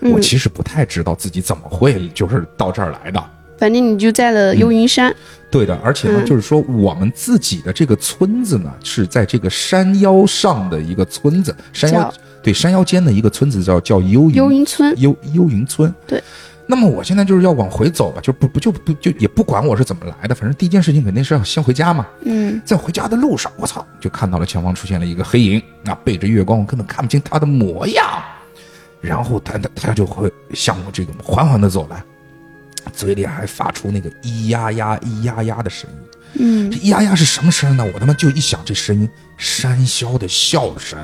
[SPEAKER 2] 嗯
[SPEAKER 4] 我其实不太知道自己怎么会就是到这儿来的。
[SPEAKER 2] 反正你就在了幽云山，
[SPEAKER 4] 对的，而且
[SPEAKER 2] 嗯
[SPEAKER 4] 呢，就是说我们自己的这个村子呢，是在这个山腰上的一个村子，山腰
[SPEAKER 2] 叫
[SPEAKER 4] 对山腰间的一个村子叫叫幽云
[SPEAKER 2] 幽云村，
[SPEAKER 4] 幽幽云村。
[SPEAKER 2] 对。
[SPEAKER 4] 那么我现在就是要往回走吧，就不不就不就也不管我是怎么来的，反正第一件事情肯定是要先回家嘛。
[SPEAKER 2] 嗯，
[SPEAKER 4] 在回家的路上，我操，就看到了前方出现了一个黑影，那背着月光，我根本看不清他的模样。然后他他他就会向我这个缓缓的走来，嘴里还发出那个咿呀呀咿呀呀的声音。
[SPEAKER 2] 嗯
[SPEAKER 4] 这咿呀呀是什么声呢？我他妈就一想，这声音山魈的笑声，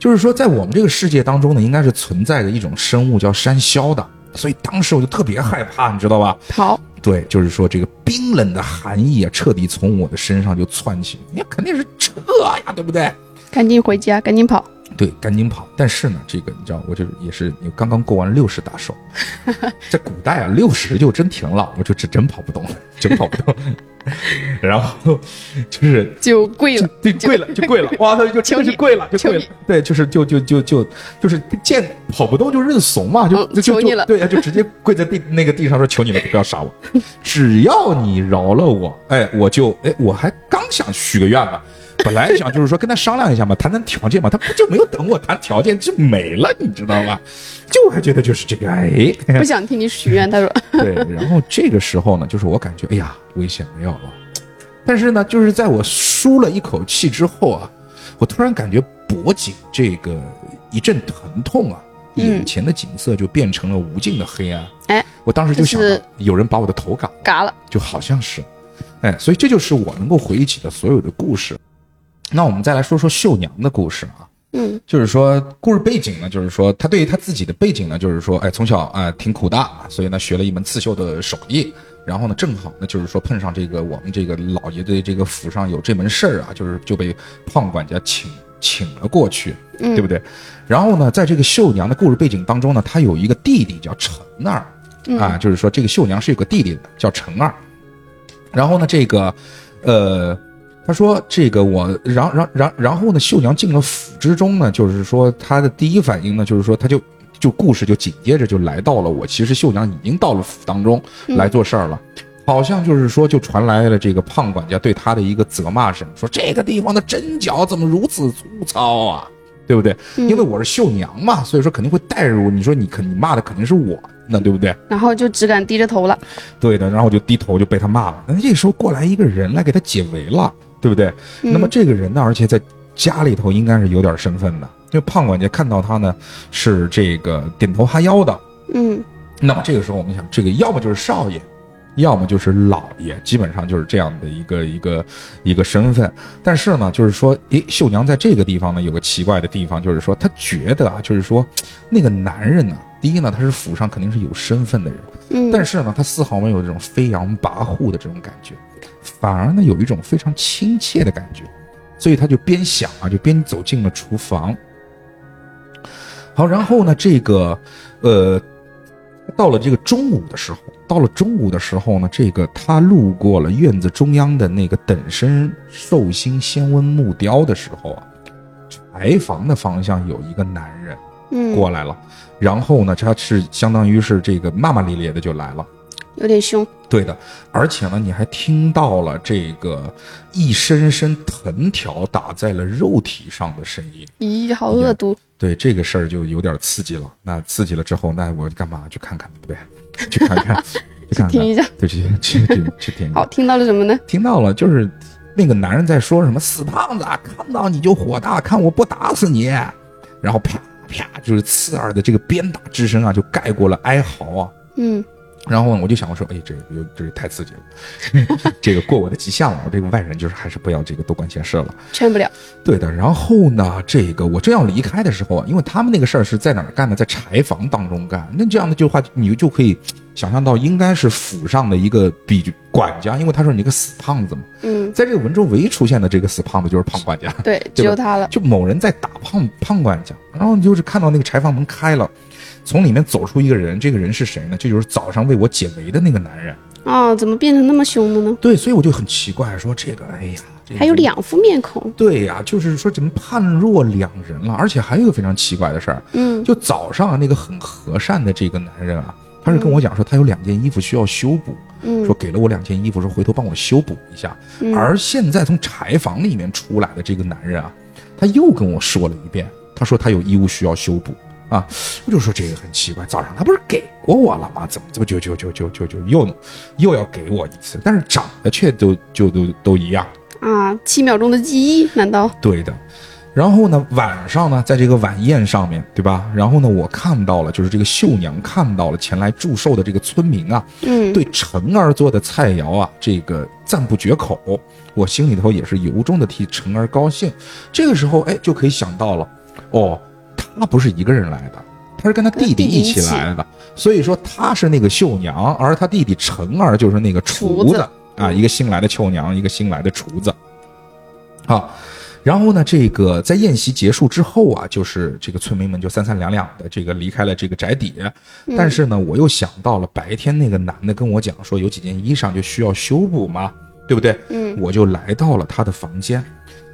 [SPEAKER 4] 就是说，在我们这个世界当中呢，应该是存在着一种生物叫山魈的，所以当时我就特别害怕，你知道吧？
[SPEAKER 2] 跑，
[SPEAKER 4] 对，就是说这个冰冷的寒意啊，彻底从我的身上就窜起，你肯定是撤呀，对不对？
[SPEAKER 2] 赶紧回家，赶紧跑，
[SPEAKER 4] 对，赶紧跑！但是呢，这个你知道，我就是也是刚刚过完六十大寿，在古代啊，六十就真停了，我就真真跑不动了，真跑不动。 然后就是
[SPEAKER 2] 就跪了，
[SPEAKER 4] 对，跪了就跪了，哇，他就真是跪了，就
[SPEAKER 2] 求
[SPEAKER 4] 跪
[SPEAKER 2] 你
[SPEAKER 4] 了，对，就是就就就就就是见跑不动就认怂嘛，就、
[SPEAKER 2] 嗯
[SPEAKER 4] 就
[SPEAKER 2] 求
[SPEAKER 4] 就
[SPEAKER 2] 你了
[SPEAKER 4] 对呀，就直接跪在地那个地上说求你了，不要杀我，只要你饶了我，哎，我就哎，我还刚想许个愿呢。本来想就是说跟他商量一下嘛，谈谈条件嘛，他不就没有等我谈条件就没了，你知道吧？就我还觉得就是这嗯个，哎，
[SPEAKER 2] 不想听你许愿。他说，
[SPEAKER 4] 对，然后这个时候呢，就是我感觉，哎呀，危险没有了。但是呢，就是在我舒了一口气之后啊，我突然感觉脖颈这个一阵疼痛啊，眼前的景色就变成了无尽的黑暗。
[SPEAKER 2] 哎，
[SPEAKER 4] 我当时就想到啊
[SPEAKER 2] 就是
[SPEAKER 4] 有人把我的头嘎了，
[SPEAKER 2] 嘎了，
[SPEAKER 4] 就好像是，哎，所以这就是我能够回忆起的所有的故事。那我们再来说说绣娘的故事啊。
[SPEAKER 2] 嗯，
[SPEAKER 4] 就是说，故事背景呢，就是说，他对于他自己的背景呢，就是说，哎，从小啊、呃挺苦的，所以呢学了一门刺绣的手艺，然后呢正好呢就是说碰上这个我们这个老爷的这个府上有这门事儿啊，就是就被胖管家请请了过去，对不对？然后呢，在这个绣娘的故事背景当中呢，她有一个弟弟叫陈二，啊，就是说这个绣娘是有个弟弟的，叫陈二。然后呢，这个，呃，他说这个我，然然然然后呢，绣娘进了府之中呢，就是说她的第一反应呢，就是说她就就故事就紧接着就来到了我，其实绣娘已经到了府当中来做事儿了。好像就是说，就传来了这个胖管家对她的一个责骂声，说这个地方的针脚怎么如此粗糙啊，对不对？因为我是绣娘嘛，所以说肯定会带入。你说你肯你骂的肯定是我，那对不对？
[SPEAKER 2] 然后就只敢低着头了，
[SPEAKER 4] 对的，然后我就低头就被他骂了。那这时候过来一个人来给他解围了，对不对？那么这个人呢，而且在家里头应该是有点身份的，因为胖管家看到他呢是这个点头哈腰的。
[SPEAKER 2] 嗯，
[SPEAKER 4] 那么这个时候我们想，这个要么就是少爷，要么就是老爷，基本上就是这样的一个一个一个身份。但是呢，就是说，诶，秀娘在这个地方呢有个奇怪的地方，就是说她觉得啊，就是说那个男人呢，第一呢，他是府上肯定是有身份的人。
[SPEAKER 2] 嗯，
[SPEAKER 4] 但是呢，他丝毫没有这种飞扬跋扈的这种感觉，反而呢有一种非常亲切的感觉。所以他就边想啊，就边走进了厨房。好，然后呢，这个，呃，到了这个中午的时候，到了中午的时候呢，这个他路过了院子中央的那个等身寿星仙翁木雕的时候啊，柴房的方向有一个男人
[SPEAKER 2] 嗯，
[SPEAKER 4] 过来了，然后呢，他是相当于是这个骂骂咧咧的就来了。
[SPEAKER 2] 有点凶，
[SPEAKER 4] 对的，而且呢，你还听到了这个一声声藤条打在了肉体上的声音。
[SPEAKER 2] 咦，好恶毒，
[SPEAKER 4] 对这个事儿就有点刺激了。那刺激了之后，那我干嘛去看看，对不对？去看 看，去看看，
[SPEAKER 2] 听一下
[SPEAKER 4] 对，去去去去听。
[SPEAKER 2] 好，，听到了什么呢？
[SPEAKER 4] 听到了，就是那个男人在说什么“死胖子，啊看到你就火大，看我不打死你”，然后啪啪，就是刺耳的这个鞭打之声啊，就盖过了哀嚎啊。
[SPEAKER 2] 嗯，
[SPEAKER 4] 然后呢，我就想我说，哎，这个有这个太刺激了， 这个过我的极限了。我这个外人就是还是不要这个多管闲事了。
[SPEAKER 2] 劝不了，
[SPEAKER 4] 对的。然后呢，这个我正要离开的时候啊，因为他们那个事儿是在哪儿干的，在柴房当中干。那这样的就话，你就可以想象到，应该是府上的一个比管家，因为他说你个死胖子嘛，
[SPEAKER 2] 嗯，
[SPEAKER 4] 在这个文中唯一出现的这个死胖子就是胖管家。
[SPEAKER 2] 对，只
[SPEAKER 4] 对吧
[SPEAKER 2] 有他了，
[SPEAKER 4] 就某人在打胖胖管家，然后你就是看到那个柴房门开了，从里面走出一个人，这个人是谁呢？这就是早上为我解围的那个男人。
[SPEAKER 2] 啊，怎么变成那么凶的呢？
[SPEAKER 4] 对，所以我就很奇怪，说这个，哎呀，这个
[SPEAKER 2] 还有两副面孔，
[SPEAKER 4] 对呀、就是说怎么判若两人了？而且还有一个非常奇怪的事儿，
[SPEAKER 2] 嗯，
[SPEAKER 4] 就早上那个很和善的这个男人啊，他是跟我讲说他有两件衣服需要修补，
[SPEAKER 2] 嗯
[SPEAKER 4] 说给了我两件衣服，说回头帮我修补一下。而现在从柴房里面出来的这个男人啊，他又跟我说了一遍，他说他有衣物需要修补。啊，我就说这个很奇怪，早上他不是给过我了吗？怎么怎么就就就就就就又又要给我一次？但是长得却都就都都一样，
[SPEAKER 2] 啊，七秒钟的记忆，难道
[SPEAKER 4] 对的。然后呢，晚上呢，在这个晚宴上面，对吧？然后呢，我看到了，就是这个秀娘看到了前来祝寿的这个村民啊，
[SPEAKER 2] 嗯
[SPEAKER 4] 对陈儿做的菜肴啊，这个赞不绝口。我心里头也是由衷的替陈儿高兴。这个时候，哎，就可以想到了，哦，他不是一个人来的，他是跟他弟弟一起来的，所以说他是那个秀娘，而他弟弟陈儿就是那个厨
[SPEAKER 2] 厨
[SPEAKER 4] 子
[SPEAKER 2] 子嗯
[SPEAKER 4] 啊，一个新来的秀娘，一个新来的厨子。好，然后呢，这个在宴席结束之后啊，就是这个村民们就三三两两的这个离开了这个宅邸。
[SPEAKER 2] 嗯
[SPEAKER 4] 但是呢，我又想到了白天那个男的跟我讲说，有几件衣裳就需要修补嘛，对不对？
[SPEAKER 2] 嗯，
[SPEAKER 4] 我就来到了他的房间。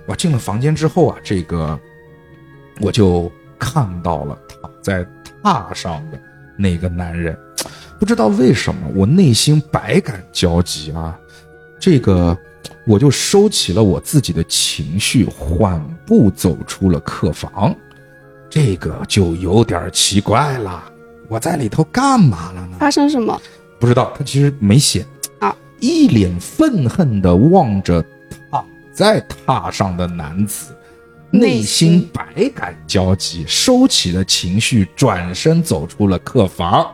[SPEAKER 4] 我进了房间之后啊，这个我就看到了躺在榻上的那个男人。不知道为什么，我内心百感交集啊。这个，我就收起了我自己的情绪，缓步走出了客房。这个就有点奇怪了，我在里头干嘛了呢？
[SPEAKER 2] 发生什么？
[SPEAKER 4] 不知道，他其实没写
[SPEAKER 2] 啊，
[SPEAKER 4] 一脸愤恨地望着躺在榻上的男子，内
[SPEAKER 2] 内心
[SPEAKER 4] 心百感交集，收起了情绪，转身走出了客房，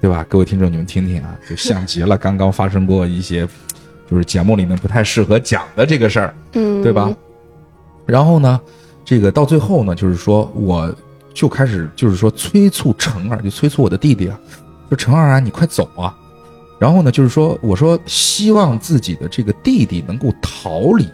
[SPEAKER 4] 对吧？各位听众，你们听听啊，就像极了刚刚发生过一些，就是节目里面不太适合讲的这个事儿，
[SPEAKER 2] 嗯，
[SPEAKER 4] 对吧？？然后呢，这个到最后呢，就是说我就开始就是说催促陈二，就催促我的弟弟啊，说陈二啊，你快走啊。然后呢，就是说我说希望自己的这个弟弟能够逃离，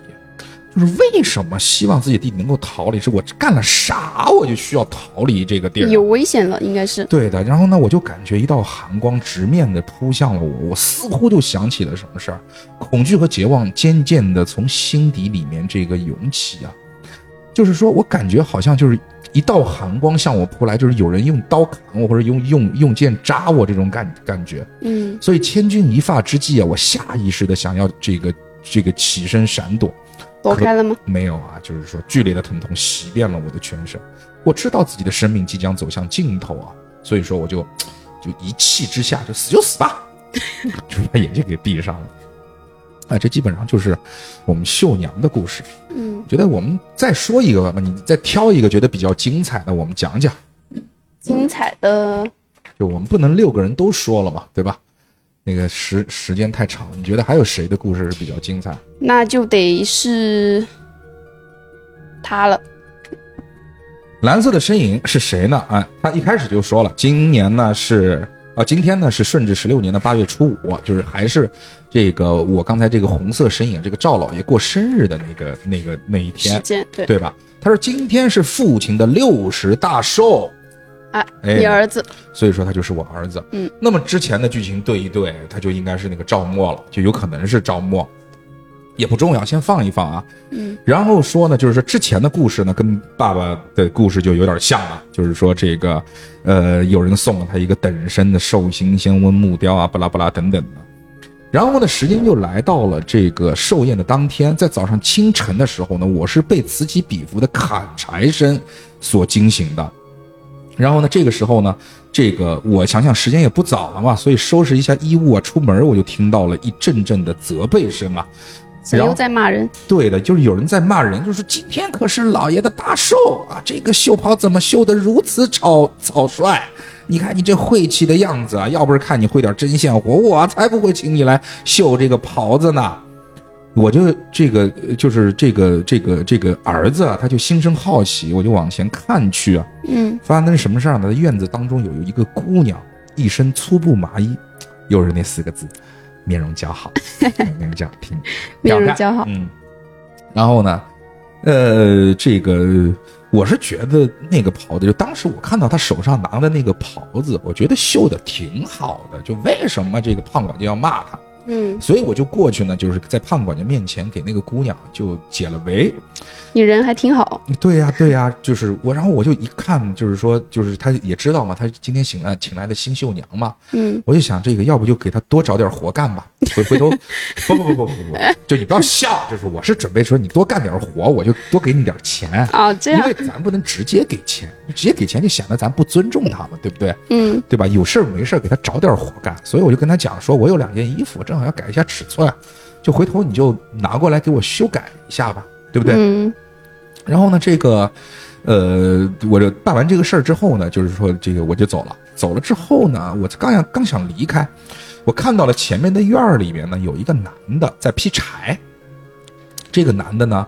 [SPEAKER 4] 就是为什么希望自己的弟弟能够逃离？是我干了啥我就需要逃离这个地儿？啊
[SPEAKER 2] 有危险了，应该是，
[SPEAKER 4] 对的，然后呢，我就感觉一道寒光直面的扑向了我，我似乎就想起了什么事儿，恐惧和绝望渐渐的从心底里面这个涌起啊，就是说我感觉好像就是一道寒光向我扑来，就是有人用刀砍我，或者用用用剑扎我这种感感觉，
[SPEAKER 2] 嗯
[SPEAKER 4] 所以千钧一发之际啊，我下意识的想要这个这个起身闪躲，
[SPEAKER 2] 躲开了吗？
[SPEAKER 4] 没有啊，就是说剧烈的疼痛袭遍了我的全身。我知道自己的生命即将走向尽头啊，所以说我就就一气之下就死就死吧， 就把眼睛给闭上了。啊，这基本上就是我们秀娘的故事。
[SPEAKER 2] 嗯，
[SPEAKER 4] 觉得我们再说一个吧，你再挑一个觉得比较精彩的，我们讲讲。
[SPEAKER 2] 精彩的，
[SPEAKER 4] 就我们不能六个人都说了嘛，对吧？那个时时间太长，你觉得还有谁的故事是比较精彩？
[SPEAKER 2] 那就得是他了。
[SPEAKER 4] 蓝色的身影是谁呢？啊，他一开始就说了，今年呢是啊，今天呢是顺治十六年的八月初五，就是还是这个我刚才这个红色身影这个赵老爷过生日的那个那个那一
[SPEAKER 2] 时
[SPEAKER 4] 天，
[SPEAKER 2] 间对
[SPEAKER 4] 对吧？他说今天是父亲的六十大寿，
[SPEAKER 2] 啊，
[SPEAKER 4] 哎
[SPEAKER 2] 你儿子
[SPEAKER 4] 所以说他就是我儿子。
[SPEAKER 2] 嗯，
[SPEAKER 4] 那么之前的剧情对一对，他就应该是那个赵默了，就有可能是赵默，也不重要，先放一放啊。
[SPEAKER 2] 嗯，
[SPEAKER 4] 然后说呢，就是说之前的故事呢，跟爸爸的故事就有点像了，就是说这个，呃，有人送了他一个等身的寿星、仙翁、木雕啊，巴拉巴拉等等的。然后呢，时间就来到了这个寿宴的当天，在早上清晨的时候呢，我是被此起彼伏的砍柴声所惊醒的。然后呢，这个时候呢，这个我想想时间也不早了嘛，所以收拾一下衣物啊，出门我就听到了一阵阵的责备声啊。
[SPEAKER 2] 谁
[SPEAKER 4] 然
[SPEAKER 2] 又
[SPEAKER 4] 后
[SPEAKER 2] 在骂人？
[SPEAKER 4] 对的，就是有人在骂人，就是今天可是老爷的大寿啊，这个袖袍怎么绣得如此草草率？你看你这晦气的样子啊，要不是看你会点针线活，我才不会请你来绣这个袍子呢。我就这个呃就是这个这个这个儿子啊，他就心生好奇，我就往前看去啊，
[SPEAKER 2] 嗯，
[SPEAKER 4] 发生什么事儿呢？院子当中有一个姑娘，一身粗布麻衣，又是那四个字，面容姣 好，嗯面容姣好，挺
[SPEAKER 2] 面容
[SPEAKER 4] 漂亮
[SPEAKER 2] 姣好
[SPEAKER 4] 嗯，然后呢，呃，这个我是觉得那个袍子，就当时我看到他手上拿的那个袍子，我觉得绣的挺好的，就为什么这个胖管就要骂他？
[SPEAKER 2] 嗯，
[SPEAKER 4] 所以我就过去呢，就是在胖管家面前给那个姑娘就解了围，
[SPEAKER 2] 你人还挺好，
[SPEAKER 4] 对呀、对呀、就是我，然后我就一看，就是说，就是他也知道嘛，他今天请来请来的新秀娘嘛，
[SPEAKER 2] 嗯，
[SPEAKER 4] 我就想这个，要不就给他多找点活干吧，回回头，不不不不不不，就你不要笑，就是我是准备说你多干点活，我就多给你点钱，
[SPEAKER 2] 啊，这
[SPEAKER 4] 因
[SPEAKER 2] 样
[SPEAKER 4] 为，咱不能直接给钱，直接给钱就显得咱不尊重他嘛，对不对？
[SPEAKER 2] 嗯
[SPEAKER 4] 对吧？有事儿没事儿给他找点活干。所以我就跟他讲说，我有两件衣服，正好要改一下尺寸，就回头你就拿过来给我修改一下吧，对不对？
[SPEAKER 2] 嗯
[SPEAKER 4] 然后呢，这个，呃，我就办完这个事儿之后呢，就是说这个我就走了。走了之后呢，我刚想刚想离开，我看到了前面的院儿里面呢有一个男的在劈柴。这个男的呢，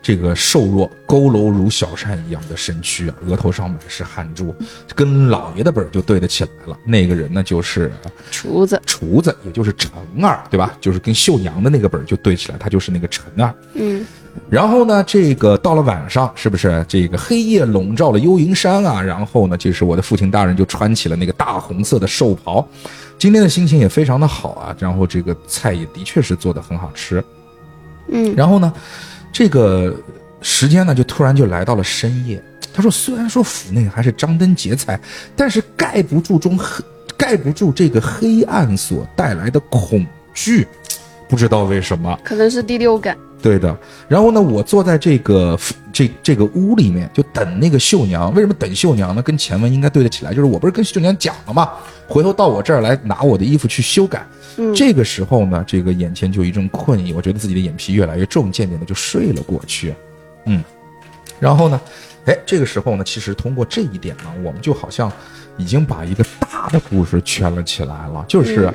[SPEAKER 4] 这个瘦弱、佝偻如小扇一样的身躯啊，额头上满是汗珠，跟老爷的本儿就对得起来了。那个人呢，就是
[SPEAKER 2] 厨子，
[SPEAKER 4] 厨子，也就是陈二，对吧？就是跟秀娘的那个本儿就对起来，他就是那个陈二。
[SPEAKER 2] 嗯
[SPEAKER 4] 然后呢，这个到了晚上，是不是这个黑夜笼罩了幽云山啊？然后呢，就是我的父亲大人就穿起了那个大红色的寿袍。今天的心情也非常的好啊，然后这个菜也的确是做的很好吃。
[SPEAKER 2] 嗯，
[SPEAKER 4] 然后呢，这个时间呢就突然就来到了深夜。他说，虽然说府内还是张灯结彩，但是盖不住中黑，盖不住这个黑暗所带来的恐惧。不知道为什么，
[SPEAKER 2] 可能是第六感，
[SPEAKER 4] 对的。然后呢，我坐在这个这这个屋里面，就等那个秀娘。为什么等秀娘呢？跟前文应该对得起来，就是我不是跟秀娘讲了吗？回头到我这儿来拿我的衣服去修改。
[SPEAKER 2] 嗯
[SPEAKER 4] 这个时候呢，这个眼前就一阵困意，我觉得自己的眼皮越来越重，渐渐的就睡了过去。嗯，然后呢，哎，这个时候呢，其实通过这一点呢，我们就好像已经把一个大的故事圈了起来了，就是。
[SPEAKER 2] 嗯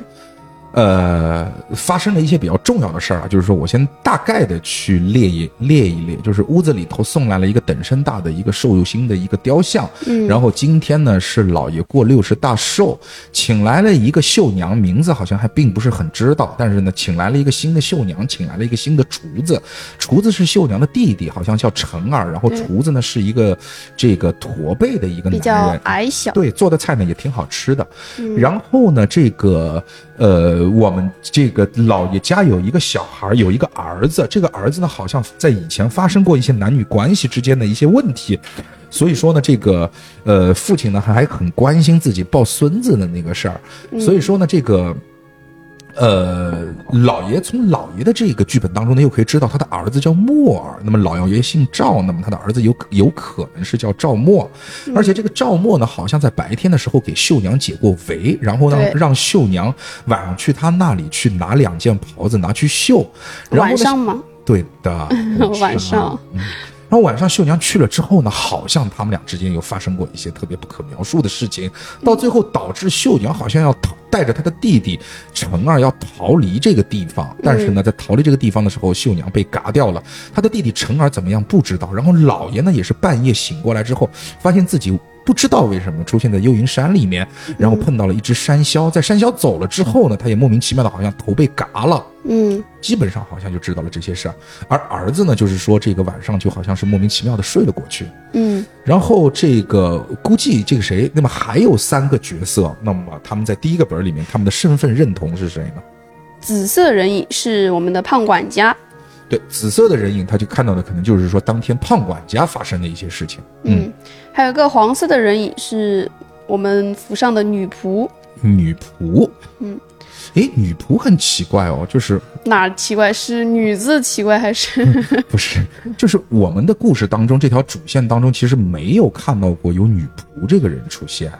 [SPEAKER 4] 呃，发生了一些比较重要的事儿啊，就是说我先大概的去列一列一列，就是屋子里头送来了一个等身大的一个寿星的一个雕像，
[SPEAKER 2] 嗯
[SPEAKER 4] 然后今天呢是老爷过六十大寿，请来了一个绣娘，名字好像还并不是很知道，但是呢，请来了一个新的绣娘，请来了一个新的厨子，厨子是绣娘的弟弟，好像叫陈二，然后
[SPEAKER 2] 对
[SPEAKER 4] 厨子呢是一个这个驼背的一个
[SPEAKER 2] 比
[SPEAKER 4] 男
[SPEAKER 2] 较
[SPEAKER 4] 人，
[SPEAKER 2] 矮小，
[SPEAKER 4] 对，做的菜呢也挺好吃的。
[SPEAKER 2] 嗯
[SPEAKER 4] 然后呢，这个呃，我们这个老爷家有一个小孩儿，有一个儿子。这个儿子呢，好像在以前发生过一些男女关系之间的一些问题，所以说呢，这个呃，父亲呢还很关心自己抱孙子的那个事儿。所以说呢，这个。呃，老爷从老爷的这个剧本当中呢，又可以知道他的儿子叫莫尔。那么老爷姓赵，那么他的儿子有可有可能是叫赵默，
[SPEAKER 2] 嗯
[SPEAKER 4] 而且这个赵默呢，好像在白天的时候给秀娘解过
[SPEAKER 2] 嗯
[SPEAKER 4] 围，然后呢
[SPEAKER 2] 对
[SPEAKER 4] 让秀娘晚上去他那里去拿两件袍子拿去绣。然后
[SPEAKER 2] 晚
[SPEAKER 4] 呢嗯
[SPEAKER 2] 上嘛，，
[SPEAKER 4] 对 的啊
[SPEAKER 2] 晚上。
[SPEAKER 4] 然后晚上秀娘去了之后呢，好像他们俩之间有发生过一些特别不可描述的事情，到最后导致秀娘好像要逃，带着她的弟弟程二要逃离这个地方。但是呢，在逃离这个地方的时候，秀娘被嘎掉了。她的弟弟程儿怎么样不知道。然后老爷呢也是半夜醒过来之后，发现自己不知道为什么出现在幽银山里面，然后碰到了一只山魈，在山魈走了之后呢，他也莫名其妙的好像头被嘎了。
[SPEAKER 2] 嗯
[SPEAKER 4] 基本上好像就知道了这些事儿，而儿子呢，就是说这个晚上就好像是莫名其妙的睡了过去，
[SPEAKER 2] 嗯
[SPEAKER 4] 然后这个估计这个谁，那么还有三个角色，那么他们在第一个本儿里面，他们的身份认同是谁呢？
[SPEAKER 2] 紫色人影是我们的胖管家，
[SPEAKER 4] 对，紫色的人影，他就看到的可能就是说当天胖管家发生的一些事情。
[SPEAKER 2] 嗯，还有一个黄色的人影是我们府上的女仆，
[SPEAKER 4] 女仆，
[SPEAKER 2] 嗯，
[SPEAKER 4] 诶，女仆很奇怪哦，就是
[SPEAKER 2] 哪儿奇怪是女字奇怪还是？
[SPEAKER 4] 不是， 就是我们的故事当中这条主线当中，其实没有看到过有女仆这个人出现，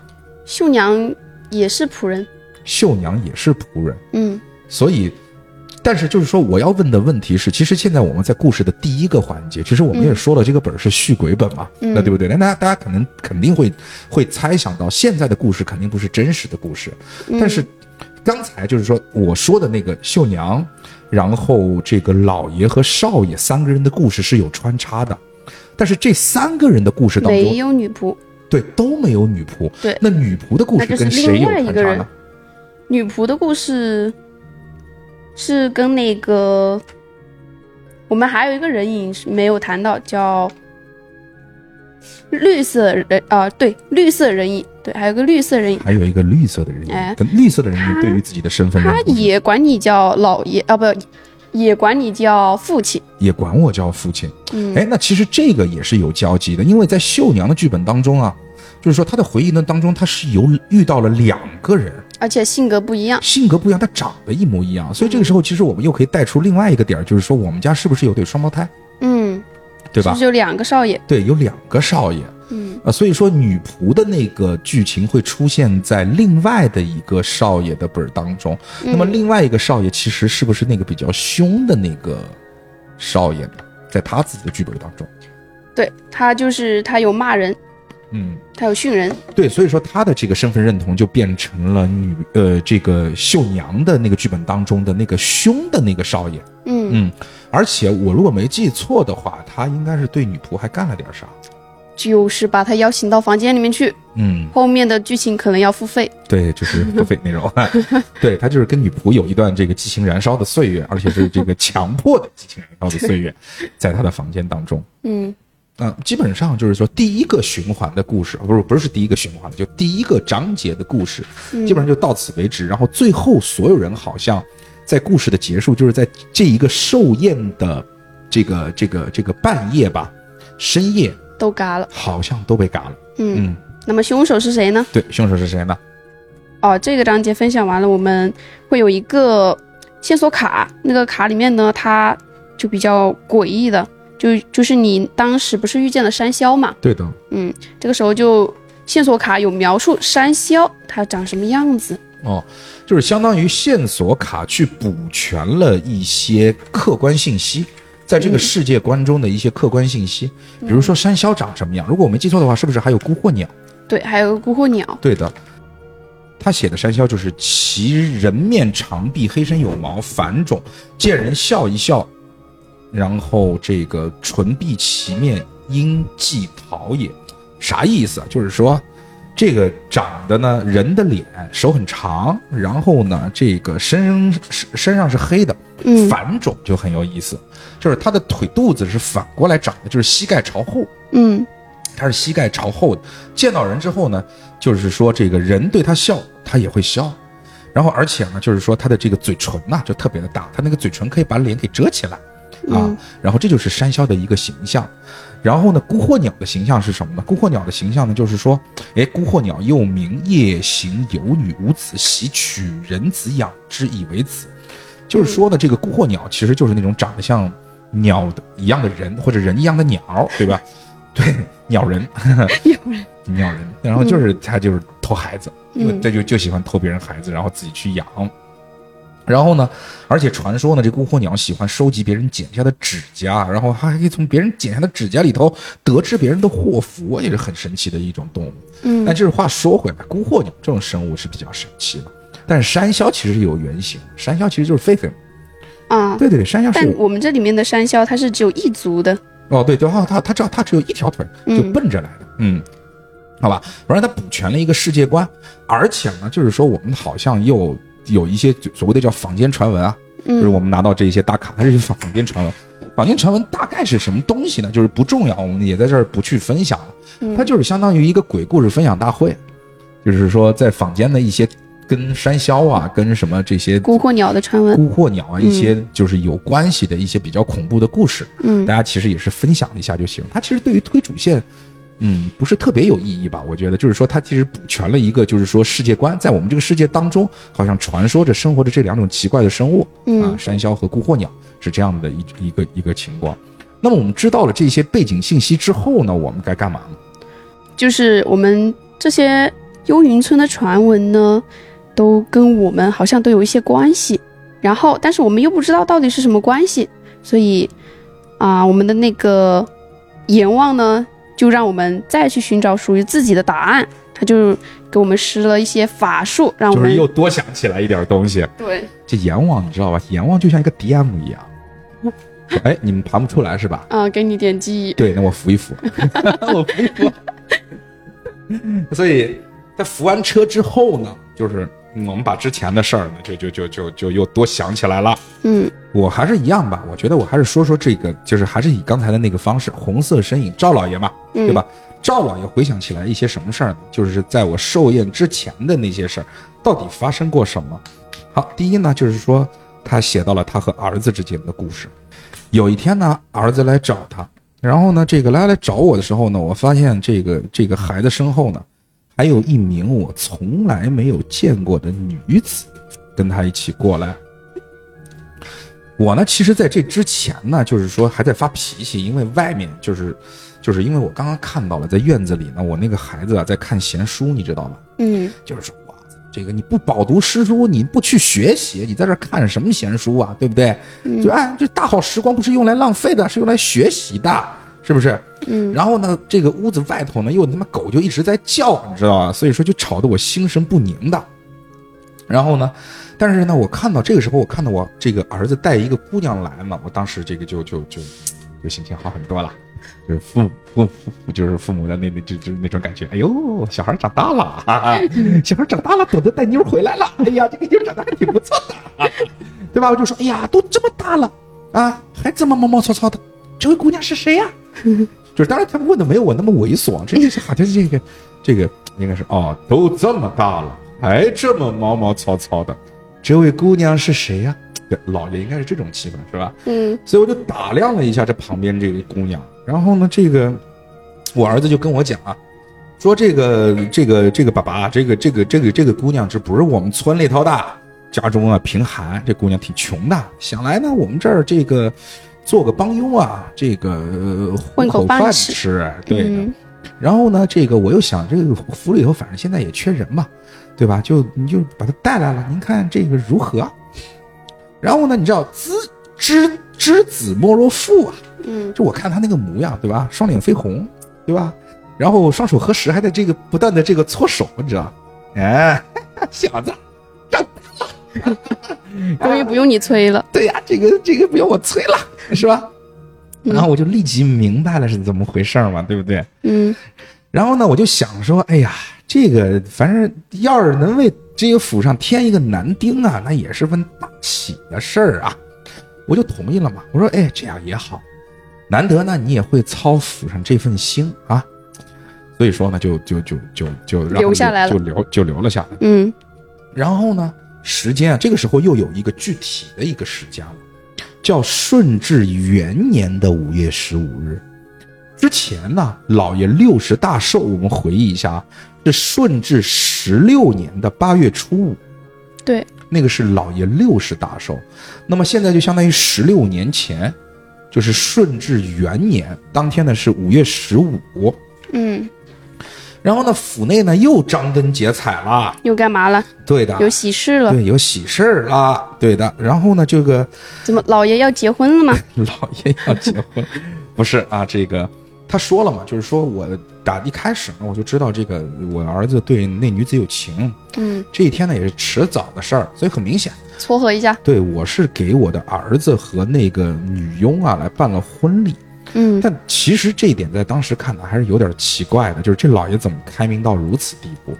[SPEAKER 2] 绣娘也是仆人，
[SPEAKER 4] 绣娘也是仆人。
[SPEAKER 2] 嗯
[SPEAKER 4] 所以，但是就是说，我要问的问题是，其实现在我们在故事的第一个环节，其实我们也说了，这个本儿是续鬼本嘛，
[SPEAKER 2] 嗯
[SPEAKER 4] 那对不对？那大家大家可能肯定会会猜想到，现在的故事肯定不是真实的故事，
[SPEAKER 2] 嗯
[SPEAKER 4] 但是刚才就是说我说的那个绣娘，然后这个老爷和少爷三个人的故事是有穿插的。但是这三个人的故事当
[SPEAKER 2] 没
[SPEAKER 4] 中，
[SPEAKER 2] 有女仆，
[SPEAKER 4] 对都没有女仆。
[SPEAKER 2] 对
[SPEAKER 4] 那女仆的故
[SPEAKER 2] 那
[SPEAKER 4] 事
[SPEAKER 2] 就是
[SPEAKER 4] 跟谁
[SPEAKER 2] 另
[SPEAKER 4] 有
[SPEAKER 2] 外一
[SPEAKER 4] 穿
[SPEAKER 2] 个
[SPEAKER 4] 插
[SPEAKER 2] 人
[SPEAKER 4] 呢？
[SPEAKER 2] 女仆的故事是跟那个我们还有一个人影是没有谈到，叫绿色人啊、对，绿色人影，对，还有个绿色人影，
[SPEAKER 4] 还有一个绿色的人影
[SPEAKER 2] 哎，
[SPEAKER 4] 跟绿色的人影
[SPEAKER 2] 他
[SPEAKER 4] 对于自己的身份认
[SPEAKER 2] 他
[SPEAKER 4] 同
[SPEAKER 2] 也管你叫老爷啊，不，也管你叫父亲，
[SPEAKER 4] 也管我叫父亲。
[SPEAKER 2] 嗯
[SPEAKER 4] 哎，那其实这个也是有交集的，因为在绣娘的剧本当中啊，就是说她的回忆呢当中，她是有遇到了两个人，
[SPEAKER 2] 而且性格不一样，
[SPEAKER 4] 性格不一样，但长得一模一样，所以这个时候其实我们又可以带出另外一个点儿，就是说我们家是不是有对双胞胎，
[SPEAKER 2] 嗯，
[SPEAKER 4] 对
[SPEAKER 2] 是
[SPEAKER 4] 吧
[SPEAKER 2] 不？是有两个少爷？
[SPEAKER 4] 对，有两个少爷。
[SPEAKER 2] 嗯，
[SPEAKER 4] 啊，所以说女仆的那个剧情会出现在另外的一个少爷的本儿当中。那么另外一个少爷其实是不是那个比较凶的那个少爷呢？在他自己的剧本当中，
[SPEAKER 2] 对他就是他有骂人，
[SPEAKER 4] 嗯，
[SPEAKER 2] 他有训人，
[SPEAKER 4] 对，所以说他的这个身份认同就变成了女呃这个绣娘的那个剧本当中的那个凶的那个少爷。
[SPEAKER 2] 嗯，
[SPEAKER 4] 嗯，而且我如果没记错的话，他应该是对女仆还干了点啥。
[SPEAKER 2] 就是把他邀请到房间里面去，
[SPEAKER 4] 嗯，
[SPEAKER 2] 后面的剧情可能要付费。
[SPEAKER 4] 对，就是付费内 容。对他就是跟女仆有一段这个激情燃烧的岁月，而且是这个强迫的激情燃烧的岁月，在他的房间当中。
[SPEAKER 2] 嗯
[SPEAKER 4] 嗯、基本上就是说第一个循环的故事，不是不是第一个循环的，就第一个章节的故事，基本上就到此为止。然后最后所有人好像在故事的结束，就是在这一个寿宴的这个这个这个半夜吧，深夜，
[SPEAKER 2] 都嘎了。
[SPEAKER 4] 好像都被嘎了。
[SPEAKER 2] 嗯，
[SPEAKER 4] 嗯，
[SPEAKER 2] 那么凶手是谁呢？
[SPEAKER 4] 对，凶手是谁呢？
[SPEAKER 2] 哦，这个章节分享完了，我们会有一个线索卡，那个卡里面呢，它就比较诡异的，就就是你当时不是遇见了山魈嘛？
[SPEAKER 4] 对的，
[SPEAKER 2] 嗯，这个时候就线索卡有描述山魈它长什么样子。
[SPEAKER 4] 哦，就是相当于线索卡去补全了一些客观信息，在这个世界观中的一些客观信息，比如说山魈长什么样，如果我没记错的话，是不是还有孤惑鸟？
[SPEAKER 2] 对，还有个孤惑鸟。
[SPEAKER 4] 对的，他写的山魈就是其人面长臂，黑身有毛，繁种，见人笑一笑，然后这个唇闭其面，应即逃也。啥意思啊？就是说，这个长得呢人的脸，手很长，然后呢这个身身身上是黑的，
[SPEAKER 2] 嗯
[SPEAKER 4] 反种就很有意思，就是他的腿肚子是反过来长的，就是膝盖朝后。
[SPEAKER 2] 嗯
[SPEAKER 4] 他是膝盖朝后的。见到人之后呢，就是说这个人对他笑，他也会笑。然后而且呢，就是说他的这个嘴唇呐、就特别的大，他那个嘴唇可以把脸给遮起来啊。然后这就是山魈的一个形象。然后呢，孤惑鸟的形象是什么呢？孤惑鸟的形象呢，就是说，哎，孤惑鸟又名夜行游女，无子喜娶人子养之以为子。
[SPEAKER 2] 嗯
[SPEAKER 4] 就是说呢，这个孤惑鸟其实就是那种长得像鸟的一样的人，或者人一样的鸟，对吧？ 对，鸟 人，鸟人，然后就是他就是偷孩子，因为
[SPEAKER 2] 嗯
[SPEAKER 4] 他就就喜欢偷别人孩子，然后自己去养。然后呢，而且传说呢，这孤火鸟喜欢收集别人剪下的指甲，然后它还可以从别人剪下的指甲里头得知别人的祸福，也是很神奇的一种动物。
[SPEAKER 2] 嗯
[SPEAKER 4] 但就是话说回来，孤火鸟这种生物是比较神奇的，但是山魈其实有原型，山魈其实就是狒狒。
[SPEAKER 2] 啊，
[SPEAKER 4] 对对对，山魈是
[SPEAKER 2] 但
[SPEAKER 4] 有
[SPEAKER 2] 我们这里面的山魈它是只有一族的。
[SPEAKER 4] 哦，对对，它它它只它只有一条腿，就
[SPEAKER 2] 嗯
[SPEAKER 4] 蹦着来的。嗯，好吧，我让他补全了一个世界观，而且呢，就是说我们好像又有一些所谓的叫坊间传闻啊，就是我们拿到这些大卡，它是一坊坊间传闻。坊间传闻大概是什么东西呢？就是不重要，我们也在这儿不去分享了。它就是相当于一个鬼故事分享大会，就是说在坊间的一些跟山魈啊、跟什么这些
[SPEAKER 2] 孤惑鸟的传闻，
[SPEAKER 4] 孤惑鸟啊，一些就是有关系的一些比较恐怖的故事，
[SPEAKER 2] 嗯
[SPEAKER 4] 大家其实也是分享一下就行。它其实对于推主线，嗯，不是特别有意义吧？我觉得就是说，它其实补全了一个就是说世界观，在我们这个世界当中，好像传说着生活着这两种奇怪的生物，
[SPEAKER 2] 嗯
[SPEAKER 4] 啊，山魈和孤惑鸟是这样的一一个一个情况。那么我们知道了这些背景信息之后呢，我们该干嘛呢？
[SPEAKER 2] 就是我们这些幽云村的传闻呢，都跟我们好像都有一些关系，然后但是我们又不知道到底是什么关系，所以啊、我们的那个阎王呢，就让我们再去寻找属于自己的答案，他就给我们施了一些法术，让我
[SPEAKER 4] 就
[SPEAKER 2] 们
[SPEAKER 4] 是又多想起来一点东西。
[SPEAKER 2] 对
[SPEAKER 4] 这阎王你知道吧？阎王就像一个 DM 一样，
[SPEAKER 2] 嗯
[SPEAKER 4] 哎，你们盘不出来是吧？
[SPEAKER 2] 啊、给你点记忆，
[SPEAKER 4] 对，那我扶一 扶，我扶一扶。 所以在扶完车之后呢，就是嗯我们把之前的事儿呢，就就就就就又多想起来了。
[SPEAKER 2] 嗯
[SPEAKER 4] 我还是一样吧，我觉得我还是说说这个，就是还是以刚才的那个方式，红色身影赵老爷嘛，
[SPEAKER 2] 嗯
[SPEAKER 4] 对吧？赵老爷回想起来一些什么事儿呢？就是在我寿宴之前的那些事儿，到底发生过什么？好，第一呢，就是说他写到了他和儿子之间的故事。有一天呢，儿子来找他，然后呢，这个来来找我的时候呢，我发现这个这个孩子身后呢，还有一名我从来没有见过的女子跟他一起过来。我呢，其实在这之前呢，就是说还在发脾气，因为外面就是，就是因为我刚刚看到了，在院子里呢，我那个孩子啊在看闲书，你知道吗？
[SPEAKER 2] 嗯
[SPEAKER 4] 就是说，哇，这个你不饱读诗书，你不去学习，你在这儿看什么闲书啊？对不对？就哎，这大好时光不是用来浪费的，是用来学习的，是不是？嗯。然后呢，这个屋子外头呢，又他妈狗就一直在叫，你知道吧？所以说就吵得我心神不宁的。然后呢，但是呢，我看到这个时候，我看到我这个儿子带一个姑娘来嘛，我当时这个就就就就心情好很多了。就是父母父父就是父母的那那就就那种感觉，哎呦，小孩长大了，哈哈小孩长大了，懂得带妞回来了，哎呀，这个妞长得还挺不错的， 对吧？我就说，哎呀，都这么大了啊，还这么毛毛糙糙的，这位姑娘是谁呀、 就是当然他问的没有我那么猥琐，啊这就是好像是这个这个应该是哦，都这么大了还这么毛毛糙糙的，这位姑娘是谁呀、对，老爷应该是这种气氛是吧？
[SPEAKER 2] 嗯
[SPEAKER 4] 所以我就打量了一下这旁边这个姑娘，然后呢，这个我儿子就跟我讲啊，说这个这个这个爸爸，这个这个这个这个姑娘，这不是我们村里头的，家中啊贫寒，这姑娘挺穷的，想来呢我们这儿这个做个帮佣啊，这个呃
[SPEAKER 2] 混
[SPEAKER 4] 混
[SPEAKER 2] 口
[SPEAKER 4] 口
[SPEAKER 2] 饭
[SPEAKER 4] 饭
[SPEAKER 2] 吃
[SPEAKER 4] 吃，对的。
[SPEAKER 2] 嗯
[SPEAKER 4] 然后呢，这个我又想，这个府里头反正现在也缺人嘛，对吧？就你就把他带来了，您看这个如何？然后呢，你知道知知知子莫若父啊，
[SPEAKER 2] 嗯
[SPEAKER 4] 就我看他那个模样，对吧？双脸绯红，对吧？然后双手合十，还在这个不断的这个搓手，你知道？哎， 小子，
[SPEAKER 2] 终于不用你催了，
[SPEAKER 4] 对呀、这个这个不用我催了，是吧？然后我就立即明白了是怎么回事儿嘛，对不对？
[SPEAKER 2] 嗯
[SPEAKER 4] 然后呢，我就想说，哎呀，这个反正要是能为这个府上添一个男丁啊，那也是份大喜的事儿啊。我就同意了嘛，我说，哎，这样也好，难得呢你也会操府上这份心啊。所以说呢，就就就就就让他
[SPEAKER 2] 留下来了
[SPEAKER 4] 就留就留了下来。
[SPEAKER 2] 嗯
[SPEAKER 4] 然后呢，时间啊，这个时候又有一个具体的一个时间了，叫顺治元年的五月十五日。之前呢，老爷六十大寿，我们回忆一下啊，是顺治十六年的八月初五，
[SPEAKER 2] 对，
[SPEAKER 4] 那个是老爷六十大寿。那么现在就相当于十六年前，就是顺治元年，当天呢是五月十五。
[SPEAKER 2] 嗯
[SPEAKER 4] 然后呢，府内呢又张灯结彩了，
[SPEAKER 2] 又干嘛了？
[SPEAKER 4] 对的，
[SPEAKER 2] 有喜事了？
[SPEAKER 4] 对，有喜事儿啦，对的。然后呢，这个
[SPEAKER 2] 怎么老爷要结婚了 吗？
[SPEAKER 4] 老爷要结 婚，不是啊，这个他说了嘛，就是说我打一开始呢，我就知道这个我儿子对那女子有情，
[SPEAKER 2] 嗯，
[SPEAKER 4] 这一天呢也是迟早的事儿，所以很明显，
[SPEAKER 2] 撮合一下。
[SPEAKER 4] 对我是给我的儿子和那个女佣啊来办了婚礼。
[SPEAKER 2] 嗯
[SPEAKER 4] 但其实这一点在当时看来还是有点奇怪的，就是这老爷怎么开明到如此地 步，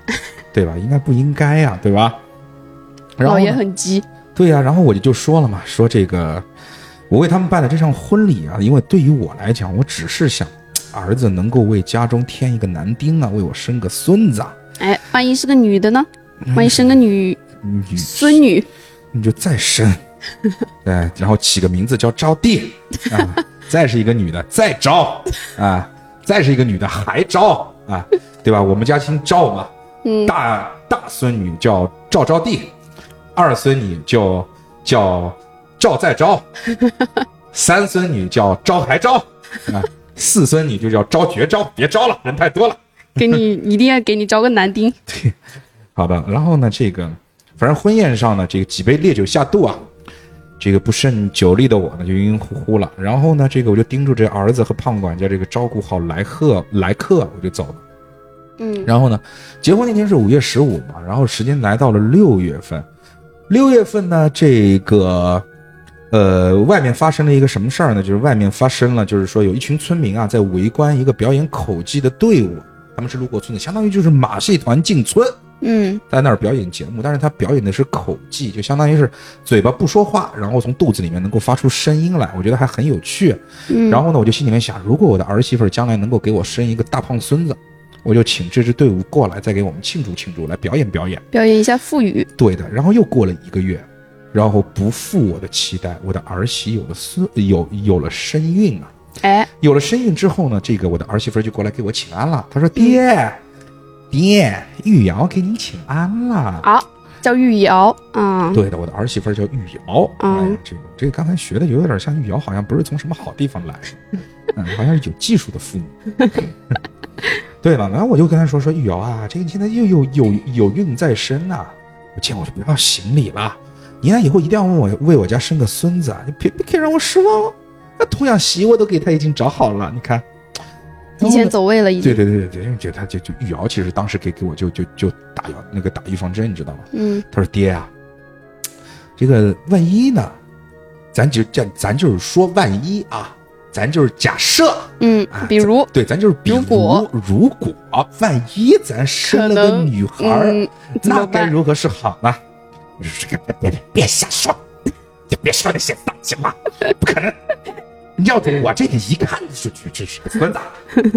[SPEAKER 4] 对吧？应该不应该呀、对吧？然后
[SPEAKER 2] 老
[SPEAKER 4] 呢
[SPEAKER 2] 爷很急，
[SPEAKER 4] 对呀、然后我就就说了嘛，说这个我为他们办的这场婚礼啊，因为对于我来讲，我只是想儿子能够为家中添一个男丁啊，为我生个孙子啊，
[SPEAKER 2] 哎，万一是个女的呢？
[SPEAKER 4] 嗯
[SPEAKER 2] 万一生个女
[SPEAKER 4] 你
[SPEAKER 2] 孙女，
[SPEAKER 4] 你就再生，哎，然后起个名字叫招娣啊，再是一个女的，再招啊，再是一个女的还招啊，对吧？我们家姓赵嘛，大大孙女叫赵招娣，二孙女就叫赵再招，三孙女叫招还招啊，四孙女就叫招绝招，别招了，人太多了。
[SPEAKER 2] 给你一定要给你招个男丁。
[SPEAKER 4] 好的，然后呢，这个反正婚宴上呢，这个几杯烈酒下肚啊，这个不胜酒力的我呢就晕晕乎乎了。然后呢，这个我就叮嘱这儿子和胖管家这个照顾好来客来客，我就走了。
[SPEAKER 2] 嗯
[SPEAKER 4] 然后呢，结婚那天是五月十五嘛，然后时间来到了六月份，六月份呢，这个呃，外面发生了一个什么事儿呢？就是外面发生了，就是说有一群村民啊在围观一个表演口技的队伍，他们是路过村子，相当于就是马戏团进村。
[SPEAKER 2] 嗯
[SPEAKER 4] 在那儿表演节目，但是他表演的是口技，就相当于是嘴巴不说话，然后从肚子里面能够发出声音来，我觉得还很有趣。
[SPEAKER 2] 嗯，
[SPEAKER 4] 然后呢，我就心里面想，如果我的儿媳妇儿将来能够给我生一个大胖孙子，我就请这支队伍过来，再给我们庆祝庆祝，来表演表演。
[SPEAKER 2] 表演一下腹语。
[SPEAKER 4] 对的，然后又过了一个月，然后不负我的期待，我的儿媳有了孙，有有了身孕啊。
[SPEAKER 2] 哎，
[SPEAKER 4] 有了身孕之后呢，这个我的儿媳妇儿就过来给我请安了，她说：“爹，爹，玉瑶给您请安了。”
[SPEAKER 2] 好，啊叫玉瑶啊。
[SPEAKER 4] 对的，我的儿媳妇儿叫玉瑶。
[SPEAKER 2] 嗯
[SPEAKER 4] 哎呀，这个这个刚才学的有点像玉瑶，好像不是从什么好地方来 的，嗯，好像是有技术的父母。 对吧？然后我就跟她说说玉瑶啊，这个你现在又有有有孕在身呐、我见我就不要行礼了。你呀，以后一定要为我为我家生个孙子啊，你别别可以让我失望哦。那童养媳我都给他已经找好了，你看。
[SPEAKER 2] 提前走位了已
[SPEAKER 4] 对
[SPEAKER 2] 经。
[SPEAKER 4] 对对对对，因为觉得他就就玉瑶，其实当时给给我就就就打药那个打预防针，你知道吗？
[SPEAKER 2] 嗯
[SPEAKER 4] 他说：“爹啊，这个万一呢？咱就咱咱就是说万一啊，咱就是假设，
[SPEAKER 2] 嗯
[SPEAKER 4] 啊，
[SPEAKER 2] 比如
[SPEAKER 4] 咱对，咱就是比如
[SPEAKER 2] 如果
[SPEAKER 4] 如果万一咱生了
[SPEAKER 2] 可
[SPEAKER 4] 个
[SPEAKER 2] 能
[SPEAKER 4] 女孩儿，
[SPEAKER 2] 嗯怎
[SPEAKER 4] 那
[SPEAKER 2] 么
[SPEAKER 4] 该
[SPEAKER 2] 办
[SPEAKER 4] 如何是好呢？我说这个别别别瞎说，就别说那些丧气话，不可能。你要我这个一看就就就是个孙子，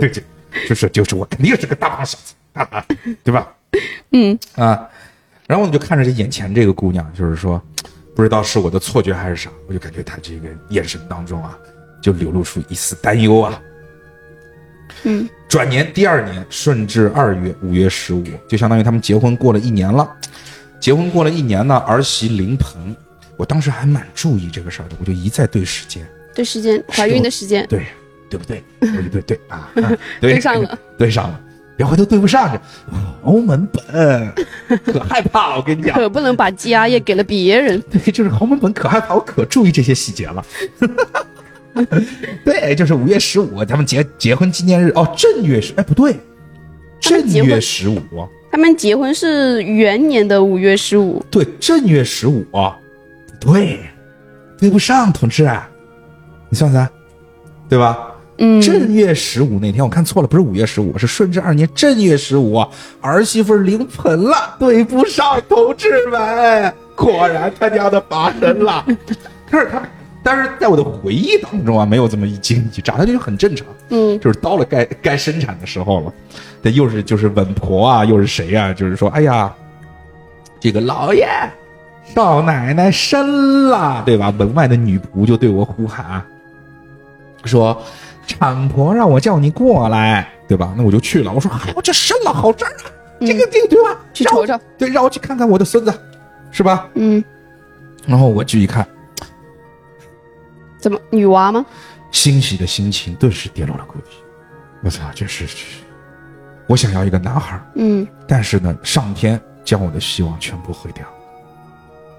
[SPEAKER 4] 对 就就是就是我肯定是个大胖小子， 哈哈对吧？
[SPEAKER 2] 嗯
[SPEAKER 4] 啊，然后我就看着这眼前这个姑娘，就是说，不知道是我的错觉还是啥，我就感觉她这个眼神当中啊，就流露出一丝担忧啊。
[SPEAKER 2] 嗯，
[SPEAKER 4] 转年第二年，顺至二月五月十五，就相当于他们结婚过了一年了。结婚过了一年呢，儿媳临盆，我当时还蛮注意这个事儿的，我就一再对时间，
[SPEAKER 2] 对时间，怀孕的时间，
[SPEAKER 4] 对对不对？我就对对啊，啊对
[SPEAKER 2] 嗯 对上了，
[SPEAKER 4] 对上了，别回头对不上去，侯门本可害怕了，我跟你讲，
[SPEAKER 2] 可不能把家业给了别人。
[SPEAKER 4] 对，就是豪门本可害怕，我可注意这些细节了。 对，就是五月十五，咱们结结婚纪念日哦，正月十哎不对，
[SPEAKER 2] 他们
[SPEAKER 4] 正
[SPEAKER 2] 结婚
[SPEAKER 4] 月十五，
[SPEAKER 2] 他们结婚是元年的五月十五，
[SPEAKER 4] 对，正月十五，啊对，对不上，同志，啊你算算，对吧？
[SPEAKER 2] 嗯
[SPEAKER 4] 正月十五那天我看错了，不是五月十五，是顺治二年正月十五，啊儿媳妇临盆了，对不上，同志们，果然他娘的发生了。 但是他，但是在我的回忆当中啊，没有这么一惊一乍，他就很正常。
[SPEAKER 2] 嗯
[SPEAKER 4] 就是到了该该生产的时候了，对，又是就是稳婆啊，又是谁啊，就是说，哎呀，这个老爷少奶奶生了，对吧？门外的女仆就对我呼喊，说产婆让我叫你过来，对吧？那我就去了，我说，哎，我这生了好事儿啊，这个这个对吧？
[SPEAKER 2] 去
[SPEAKER 4] 让我
[SPEAKER 2] 瞅瞅，
[SPEAKER 4] 对，让我去看看我的孙子，是吧？
[SPEAKER 2] 嗯，
[SPEAKER 4] 然后我去一看，
[SPEAKER 2] 怎么女娃吗？
[SPEAKER 4] 欣喜的心情顿时跌落了谷底。我操，这是，这是我想要一个男孩儿，
[SPEAKER 2] 嗯
[SPEAKER 4] 但是呢，上天将我的希望全部毁掉。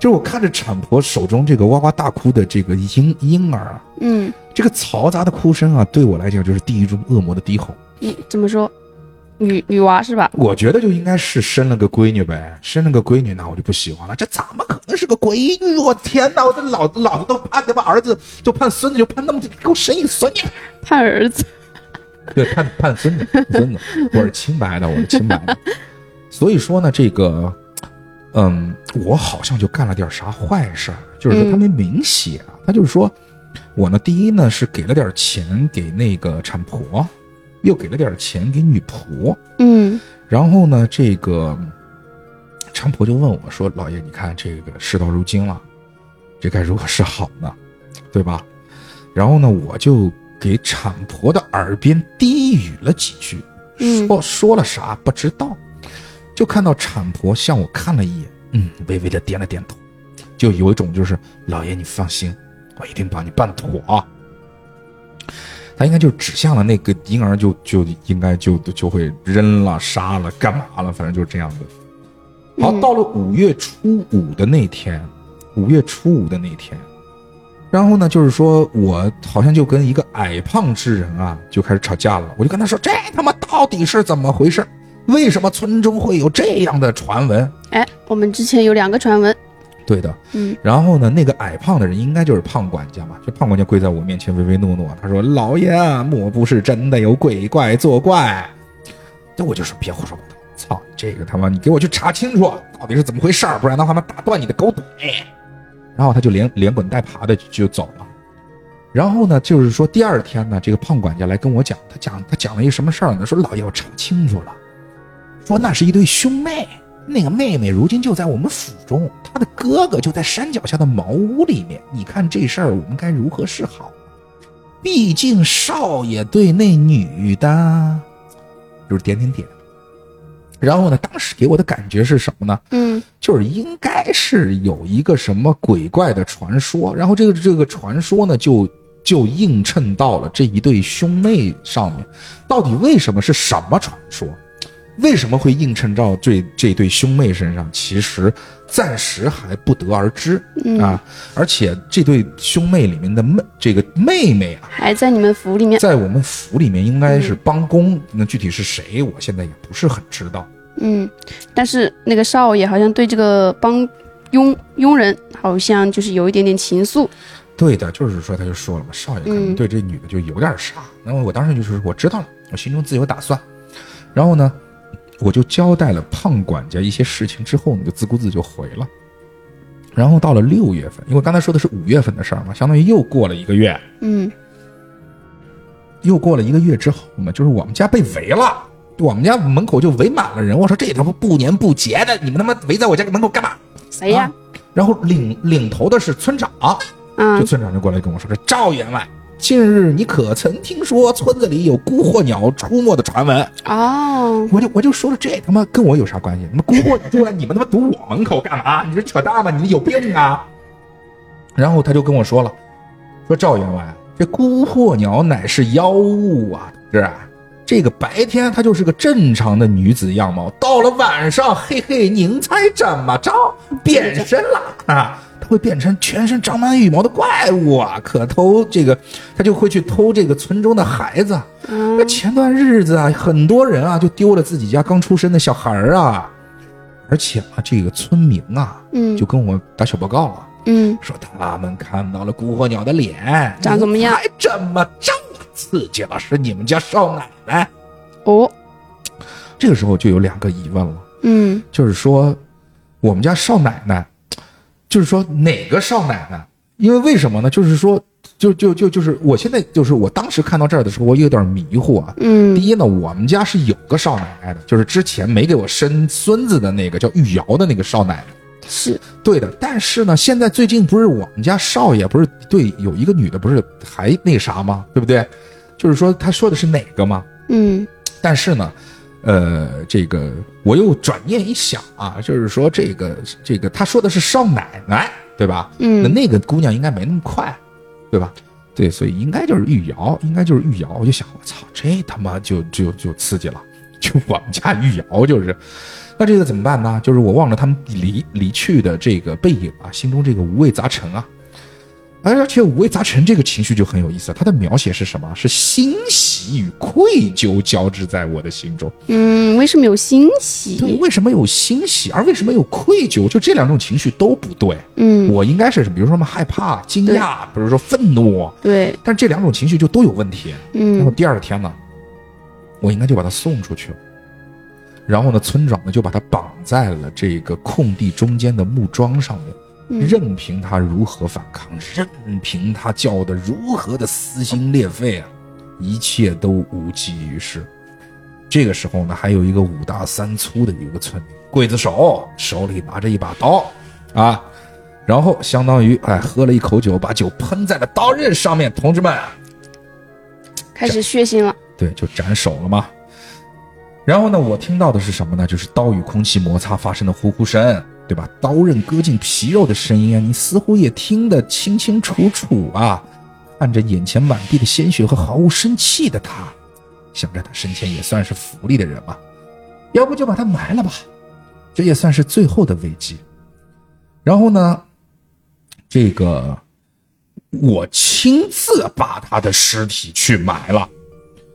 [SPEAKER 4] 就是我看着产婆手中这个哇哇大哭的这个婴婴儿啊，
[SPEAKER 2] 嗯，
[SPEAKER 4] 这个嘈杂的哭声啊，对我来讲就是地狱中恶魔的低吼。
[SPEAKER 2] 你怎么说？女女娃是吧？
[SPEAKER 4] 我觉得就应该是生了个闺女呗，生了个闺女，那我就不喜欢了。这怎么可能是个闺女？我天哪！我这老子老子都盼他妈儿子，就盼孙子，就盼那么给我生一个孙女。
[SPEAKER 2] 盼儿子，
[SPEAKER 4] 对，判判孙子，判孙子，我是清白的，我是清白的。所以说呢，这个，嗯，我好像就干了点啥坏事儿，就是说他没明写啊，他就是说我呢，第一呢是给了点钱给那个产婆，又给了点钱给女仆，
[SPEAKER 2] 嗯
[SPEAKER 4] 然后呢，这个产婆就问我说：“老爷，你看这个事到如今了，这该如何是好呢？对吧？”然后呢，我就给产婆的耳边低语了几句，
[SPEAKER 2] 嗯
[SPEAKER 4] 说说了啥不知道，就看到产婆向我看了一眼，嗯，微微的点了点头，就有一种就是老爷你放心，我一定帮你办妥啊。他应该就指向了那个婴儿就，就应该就就会扔了、杀了、干嘛了，反正就是这样的。好，到了五月初五的那天，五月初五的那天，然后呢，就是说我好像就跟一个矮胖之人啊，就开始吵架了。我就跟他说：“这他妈到底是怎么回事？为什么村中会有这样的传闻
[SPEAKER 2] 哎，我们之前有两个传闻，？”
[SPEAKER 4] 对的，
[SPEAKER 2] 嗯
[SPEAKER 4] 然后呢，那个矮胖的人应该就是胖管家嘛，这胖管家跪在我面前唯唯诺诺，啊他说：“老爷，啊莫不是真的有鬼怪作怪？”那我就说：“别胡说八道，操，这个他妈你给我去查清楚，到底是怎么回事儿，不然的话，他妈打断你的狗腿。”然后他就连连滚带爬的就走了。然后呢，就是说第二天呢，这个胖管家来跟我讲，他讲他讲了一个什么事儿呢？说老爷，我查清楚了，说那是一对兄妹，那个妹妹如今就在我们府中，她的哥哥就在山脚下的茅屋里面。你看这事儿，我们该如何是好？毕竟少爷对那女的，就是点点点。然后呢，当时给我的感觉是什么呢？
[SPEAKER 2] 嗯
[SPEAKER 4] 就是应该是有一个什么鬼怪的传说，然后这个这个传说呢，就就映衬到了这一对兄妹上面。到底为什么是什么传说？为什么会映衬到这这对兄妹身上？其实暂时还不得而知、
[SPEAKER 2] 嗯
[SPEAKER 4] 啊。而且这对兄妹里面的妹这个妹妹啊，
[SPEAKER 2] 还在你们府里面，
[SPEAKER 4] 在我们府里面应该是帮工，那具体是谁，我现在也不是很知道。
[SPEAKER 2] 嗯，但是那个少爷好像对这个帮佣佣人好像就是有一点点情愫，
[SPEAKER 4] 对的，就是说，他就说了嘛，少爷可能
[SPEAKER 2] 嗯
[SPEAKER 4] 对这女的就有点啥。那么我当时就是我知道了，我心中自有打算。然后呢，我就交代了胖管家一些事情之后，呢，就自顾自就回了。然后到了六月份，因为刚才说的是五月份的事儿嘛，相当于又过了一个月。
[SPEAKER 2] 嗯
[SPEAKER 4] 又过了一个月之后呢，就是我们家被围了，我们家门口就围满了人。我说这他妈不年不节的，你们他妈围在我家门口干嘛？
[SPEAKER 2] 谁哎呀
[SPEAKER 4] 啊？然后领领头的是村长。
[SPEAKER 2] 啊
[SPEAKER 4] 就，村长就过来跟我说：“这赵员外，近日你可曾听说村子里有孤鹤鸟出没的传闻
[SPEAKER 2] 哦？”，
[SPEAKER 4] 我就我就说了，这他妈跟我有啥关系？他妈孤鹤鸟出来，你们他妈堵我门口干嘛？你是扯淡吗？你们有病啊！然后他就跟我说了，说赵员外，这孤鹤鸟乃是妖物啊，是啊。这个白天她就是个正常的女子样貌，到了晚上，嘿嘿，您猜怎么着？变身了啊！她会变成全身长满羽毛的怪物啊，可偷这个，她就会去偷这个村中的孩子。
[SPEAKER 2] 啊
[SPEAKER 4] 那前段日子啊，很多人啊就丢了自己家刚出生的小孩儿啊，而且啊，这个村民啊，
[SPEAKER 2] 嗯
[SPEAKER 4] 就跟我打小报告了。
[SPEAKER 2] 嗯，
[SPEAKER 4] 说他们看到了孤火鸟的脸，
[SPEAKER 2] 长怎么样
[SPEAKER 4] 还怎么着？刺激了，是你们家少奶奶。
[SPEAKER 2] 哦，
[SPEAKER 4] 这个时候就有两个疑问了，
[SPEAKER 2] 嗯
[SPEAKER 4] 就是说，我们家少奶奶，就是说哪个少奶奶？因为为什么呢？就是说，就就就就是我现在就是我当时看到这儿的时候，我有点迷糊啊。第
[SPEAKER 2] 嗯
[SPEAKER 4] 一呢，我们家是有个少奶奶的，就是之前没给我生孙子的那个叫玉瑶的那个少奶奶。
[SPEAKER 2] 是，
[SPEAKER 4] 对的，但是呢，现在最近不是我们家少爷不是对有一个女的不是还那啥吗？对不对？就是说他说的是哪个吗？
[SPEAKER 2] 嗯
[SPEAKER 4] 但是呢，呃，这个我又转念一想啊，就是说这个这个他说的是少奶奶对吧？
[SPEAKER 2] 嗯
[SPEAKER 4] 那那个姑娘应该没那么快，对吧？对，所以应该就是玉瑶，应该就是玉瑶。我就想，我操，这他妈就就就刺激了， 就我们家玉瑶就是。那这个怎么办呢？就是我望着他们离离去的这个背影啊，心中这个五味杂陈啊。而且五味杂陈这个情绪就很有意思，它的描写是什么？是欣喜与愧疚交织在我的心中。
[SPEAKER 2] 嗯，为什么有欣
[SPEAKER 4] 对，
[SPEAKER 2] 喜？
[SPEAKER 4] 为什么有欣喜，而为什么有愧疚？就这两种情绪都不对。
[SPEAKER 2] 嗯，
[SPEAKER 4] 我应该是什么？比如说什么害怕、惊讶，比如说愤怒，
[SPEAKER 2] 对，
[SPEAKER 4] 但这两种情绪就都有问题。然后
[SPEAKER 2] 嗯
[SPEAKER 4] 第二天呢，我应该就把他送出去了。然后呢，村长呢就把他绑在了这个空地中间的木桩上面，任凭他如何反抗，任凭他叫的如何的撕心裂肺啊，一切都无济于事。这个时候呢，还有一个五大三粗的一个村民，刽子手手里拿着一把刀啊，然后相当于哎喝了一口酒，把酒喷在了刀刃上面。同志们，
[SPEAKER 2] 开始血腥了。
[SPEAKER 4] 对，就斩首了嘛。然后呢，我听到的是什么呢？就是刀与空气摩擦发生的呼呼声，对吧？刀刃割进皮肉的声音啊，你似乎也听得清清楚楚啊。看着眼前满地的鲜血和毫无生气的他，想着他生前也算是福利的人嘛，要不就把他埋了吧，这也算是最后的慰藉。然后呢，这个我亲自把他的尸体去埋了。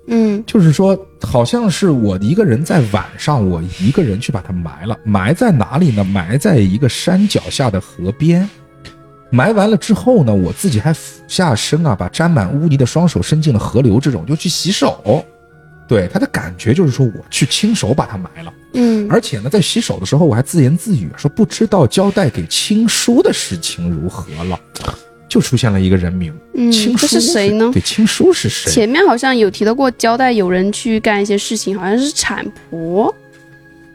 [SPEAKER 2] 嗯
[SPEAKER 4] 就是说，好像是我一个人在晚上，我一个人去把它埋了。埋在哪里呢？埋在一个山脚下的河边。埋完了之后呢，我自己还俯下身啊，把沾满污泥的双手伸进了河流之中，就去洗手。对他的感觉就是说，我去亲手把它埋了。
[SPEAKER 2] 嗯
[SPEAKER 4] 而且呢，在洗手的时候，我还自言自语说，不知道交代给亲叔的事情如何了，就出现了一个人名。
[SPEAKER 2] 嗯，
[SPEAKER 4] 亲叔
[SPEAKER 2] 这是谁呢？
[SPEAKER 4] 对，亲叔是谁？
[SPEAKER 2] 前面好像有提到过，交代有人去干一些事情，好像是产婆。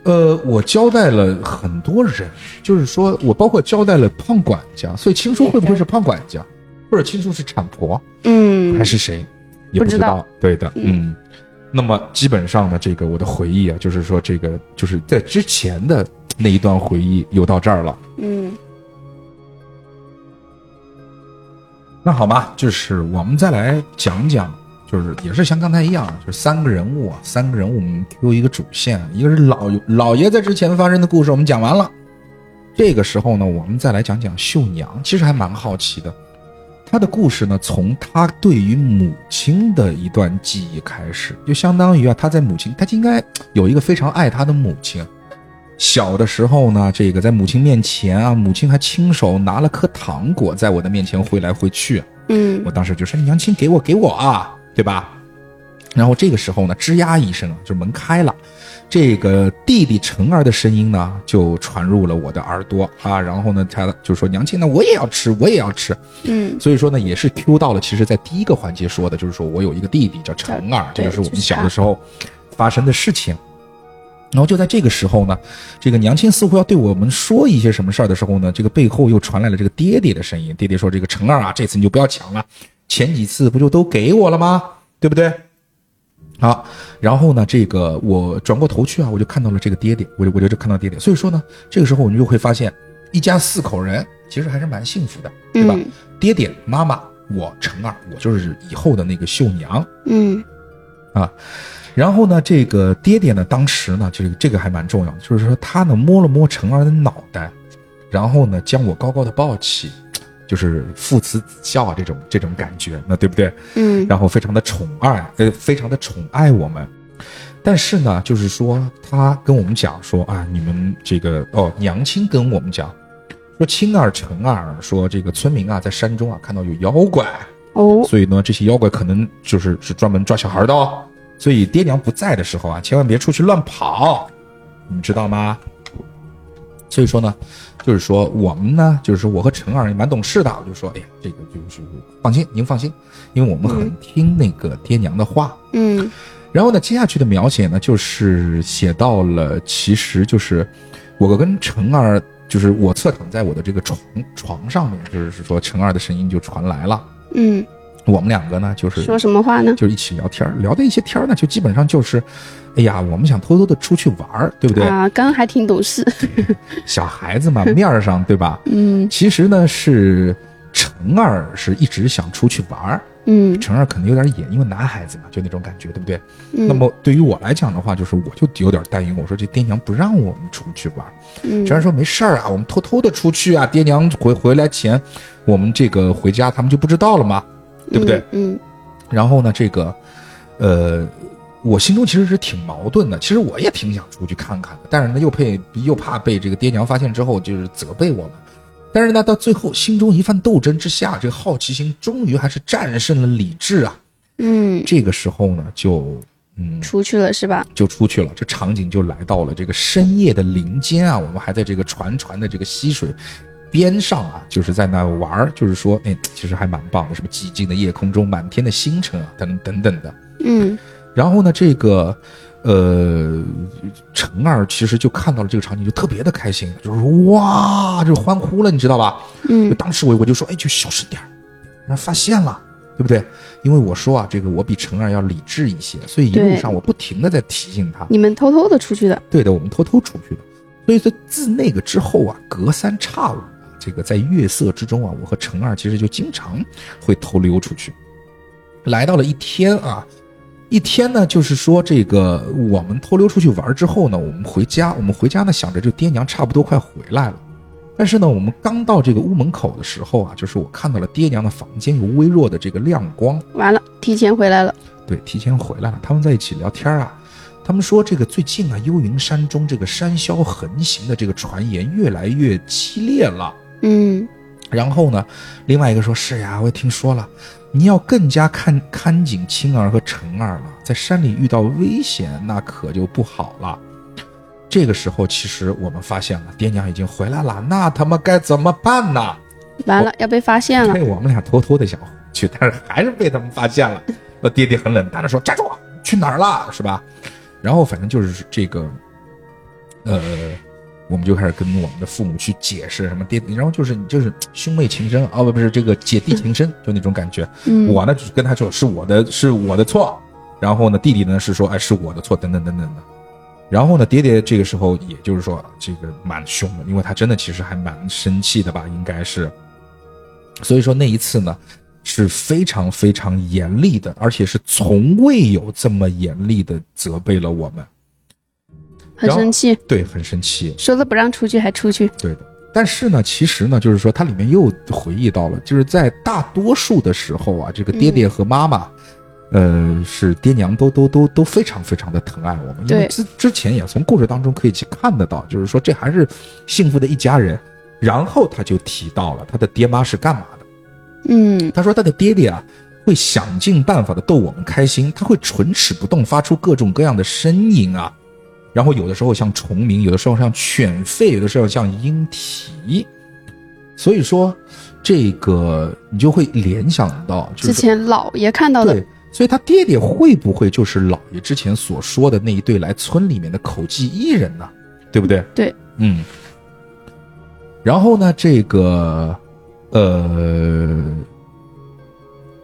[SPEAKER 4] 呃，我交代了很多人，就是说我包括交代了胖管家，所以亲叔会不会是胖管家，或者亲叔是产婆，
[SPEAKER 2] 嗯
[SPEAKER 4] 还是谁，也
[SPEAKER 2] 不
[SPEAKER 4] 知
[SPEAKER 2] 知道
[SPEAKER 4] 对的，嗯。那么基本上呢，这个我的回忆啊，就是说这个就是在之前的那一段回忆有到这儿了。
[SPEAKER 2] 嗯
[SPEAKER 4] 那好吧，就是我们再来讲讲，就是也是像刚才一样，就是三个人物啊，三个人物我们 Q 一个主线，一个是老老爷在之前发生的故事，我们讲完了。这个时候呢，我们再来讲讲秀娘，其实还蛮好奇的。她的故事呢，从她对于母亲的一段记忆开始，就相当于啊，她在母亲，她应该有一个非常爱啊她的母亲。小的时候呢，这个在母亲面前啊，母亲还亲手拿了颗糖果在我的面前挥来挥去。
[SPEAKER 2] 嗯
[SPEAKER 4] 我当时就说：“哎娘亲，给我，给我啊，对吧？”然后这个时候呢，吱呀一声啊，就门开了，这个弟弟成儿的声音呢就传入了我的耳朵啊。然后呢，他就说：“娘亲，那我也要吃，我也要吃。
[SPEAKER 2] 嗯”
[SPEAKER 4] 所以说呢，也是 Q 到了，其实在第一个环节说的就是说我有一个弟弟叫成儿，这
[SPEAKER 2] 对
[SPEAKER 4] 就是我们
[SPEAKER 2] 就是
[SPEAKER 4] 小
[SPEAKER 2] 他
[SPEAKER 4] 的时候发生的事情。然后就在这个时候呢，这个娘亲似乎要对我们说一些什么事儿的时候呢，这个背后又传来了这个爹爹的声音。爹爹说：“这个成儿啊，这次你就不要抢了，前几次不就都给我了吗？对不对？”好，然后呢，这个我转过头去啊，我就看到了这个爹爹，我就我就看到爹爹。所以说呢，这个时候我们就会发现，一家四口人其实还是蛮幸福的，对吧？
[SPEAKER 2] 嗯
[SPEAKER 4] 爹爹、妈妈，我成儿，我就是以后的那个秀娘。
[SPEAKER 2] 嗯
[SPEAKER 4] 然后呢，这个爹爹呢，当时呢，这个这个还蛮重要的，就是说他呢摸了摸成儿的脑袋，然后呢将我高高的抱起，就是父慈子孝啊这种这种感觉，那对不对？
[SPEAKER 2] 嗯
[SPEAKER 4] 然后非常的宠爱，呃，非常的宠爱我们。但是呢，就是说他跟我们讲说啊，你们这个哦，娘亲跟我们讲说，亲二成二说这个村民啊，在山中啊看到有妖怪，
[SPEAKER 2] 哦
[SPEAKER 4] 所以呢，这些妖怪可能就是是专门抓小孩的哦。所以爹娘不在的时候啊，千万别出去乱跑，你们知道吗？所以说呢，就是说我们呢，就是说我和陈二也蛮懂事的，我就说，哎呀，这个就是放心，您放心，因为我们很听那个爹娘的话。
[SPEAKER 2] 嗯
[SPEAKER 4] 然后呢，接下去的描写呢，就是写到了，其实就是我跟陈二，就是我侧躺在我的这个床床上面，就是说陈二的声音就传来了。
[SPEAKER 2] 嗯，
[SPEAKER 4] 我们两个呢，就是
[SPEAKER 2] 说什么话呢？
[SPEAKER 4] 就一起聊天儿，聊的一些天儿呢，就基本上就是，哎呀，我们想偷偷的出去玩儿，对不对？
[SPEAKER 2] 啊，刚刚还挺懂 事。
[SPEAKER 4] 小孩子嘛，面儿上对吧？
[SPEAKER 2] 嗯
[SPEAKER 4] 其实呢是成儿是一直想出去玩儿，
[SPEAKER 2] 嗯
[SPEAKER 4] 成二可能有点野，因为男孩子嘛，就那种感觉，对不对？
[SPEAKER 2] 嗯，
[SPEAKER 4] 那么对于我来讲的话，就是我就有点担忧，我说这爹娘不让我们出去玩。
[SPEAKER 2] 嗯
[SPEAKER 4] 陈二说没事儿啊，我们偷偷的出去啊，爹娘回回来前，我们这个回家他们就不知道了嘛，对不对？？
[SPEAKER 2] 嗯
[SPEAKER 4] 然后呢，这个，呃，我心中其实是挺矛盾的。其实我也挺想出去看看的，但是呢，又配又怕被这个爹娘发现之后就是责备我们。但是呢，到最后心中一番斗争之下，这个好奇心终于还是战胜了理智啊。
[SPEAKER 2] 嗯，
[SPEAKER 4] 这个时候呢，就嗯，
[SPEAKER 2] 出去了是吧？
[SPEAKER 4] 就出去了。这场景就来到了这个深夜的林间啊，我们还在这个船船的这个溪水边上啊，就是在那玩儿，就是说，哎，其实还蛮棒的，什么寂静的夜空中，满天的星辰啊，等等等的。
[SPEAKER 2] 嗯
[SPEAKER 4] 然后呢，这个呃，陈二其实就看到了这个场景，就特别的开心，就是哇，就欢呼了，你知道吧？就
[SPEAKER 2] 嗯
[SPEAKER 4] 当时我我就说，哎，就小声点儿，让人发现了，对不对？因为我说啊，这个我比陈二要理智一些，所以一路
[SPEAKER 2] 对
[SPEAKER 4] 上我不停的在提醒他，
[SPEAKER 2] 你们偷偷的出去的，
[SPEAKER 4] 对的，我们偷偷出去的。所以说，自那个之后啊，隔三差五，这个在月色之中啊，我和程二其实就经常会偷溜出去。来到了一天啊，一天呢，就是说这个我们偷溜出去玩之后呢，我们回家，我们回家呢想着这爹娘差不多快回来了。但是呢，我们刚到这个屋门口的时候啊，就是我看到了爹娘的房间有微弱的这个亮光，
[SPEAKER 2] 完了，提前回来了。
[SPEAKER 4] 对，提前回来了。他们在一起聊天啊，他们说这个最近啊，幽云山中这个山魈横行的这个传言越来越激烈了。
[SPEAKER 2] 嗯
[SPEAKER 4] 然后呢，另外一个说是呀，我也听说了，你要更加看看紧青儿和陈儿了，在山里遇到危险那可就不好了。这个时候，其实我们发现了爹娘已经回来了，那他妈该怎么办呢？
[SPEAKER 2] 完
[SPEAKER 4] 哦
[SPEAKER 2] 了，要被发现了
[SPEAKER 4] 对，。我们俩偷偷的想回去，但是还是被他们发现了。那爹爹很冷淡的说：“站住，啊去哪儿了？是吧？”然后反正就是这个，呃，我们就开始跟我们的父母去解释什么爹，然后就是就是兄妹情深啊，不不是这个姐弟情深，就那种感觉。
[SPEAKER 2] 嗯，
[SPEAKER 4] 我呢就是跟他说是我的是我的错，然后呢弟弟呢是说哎是我的错等等等等的。然后呢，爹爹这个时候也就是说这个蛮凶的，因为他真的其实还蛮生气的吧，应该是。所以说那一次呢是非常非常严厉的，而且是从未有这么严厉的责备了我们。
[SPEAKER 2] 很生气，
[SPEAKER 4] 对，很生气。
[SPEAKER 2] 说了不让出去还出去。
[SPEAKER 4] 对的。但是呢，其实呢，就是说它里面又回忆到了，就是在大多数的时候啊，这个爹爹和妈妈，呃，是爹娘都都都都非常非常的疼爱我们，因为
[SPEAKER 2] 对
[SPEAKER 4] 之之前也从故事当中可以去看得到，就是说这还是幸福的一家人。然后他就提到了他的爹妈是干嘛的，
[SPEAKER 2] 嗯
[SPEAKER 4] 他说他的爹爹啊会想尽办法的逗我们开心，他会唇齿不动，发出各种各样的呻吟啊，然后有的时候像虫鸣，有的时候像犬吠，有的时候像鹰啼，所以说这个你就会联想到，就
[SPEAKER 2] 之
[SPEAKER 4] 是说
[SPEAKER 2] 前姥爷看到的
[SPEAKER 4] 对。所以他爹爹会不会就是老爷之前所说的那一对来村里面的口技艺人呢？对不对？
[SPEAKER 2] 对，
[SPEAKER 4] 嗯。然后呢，这个，呃，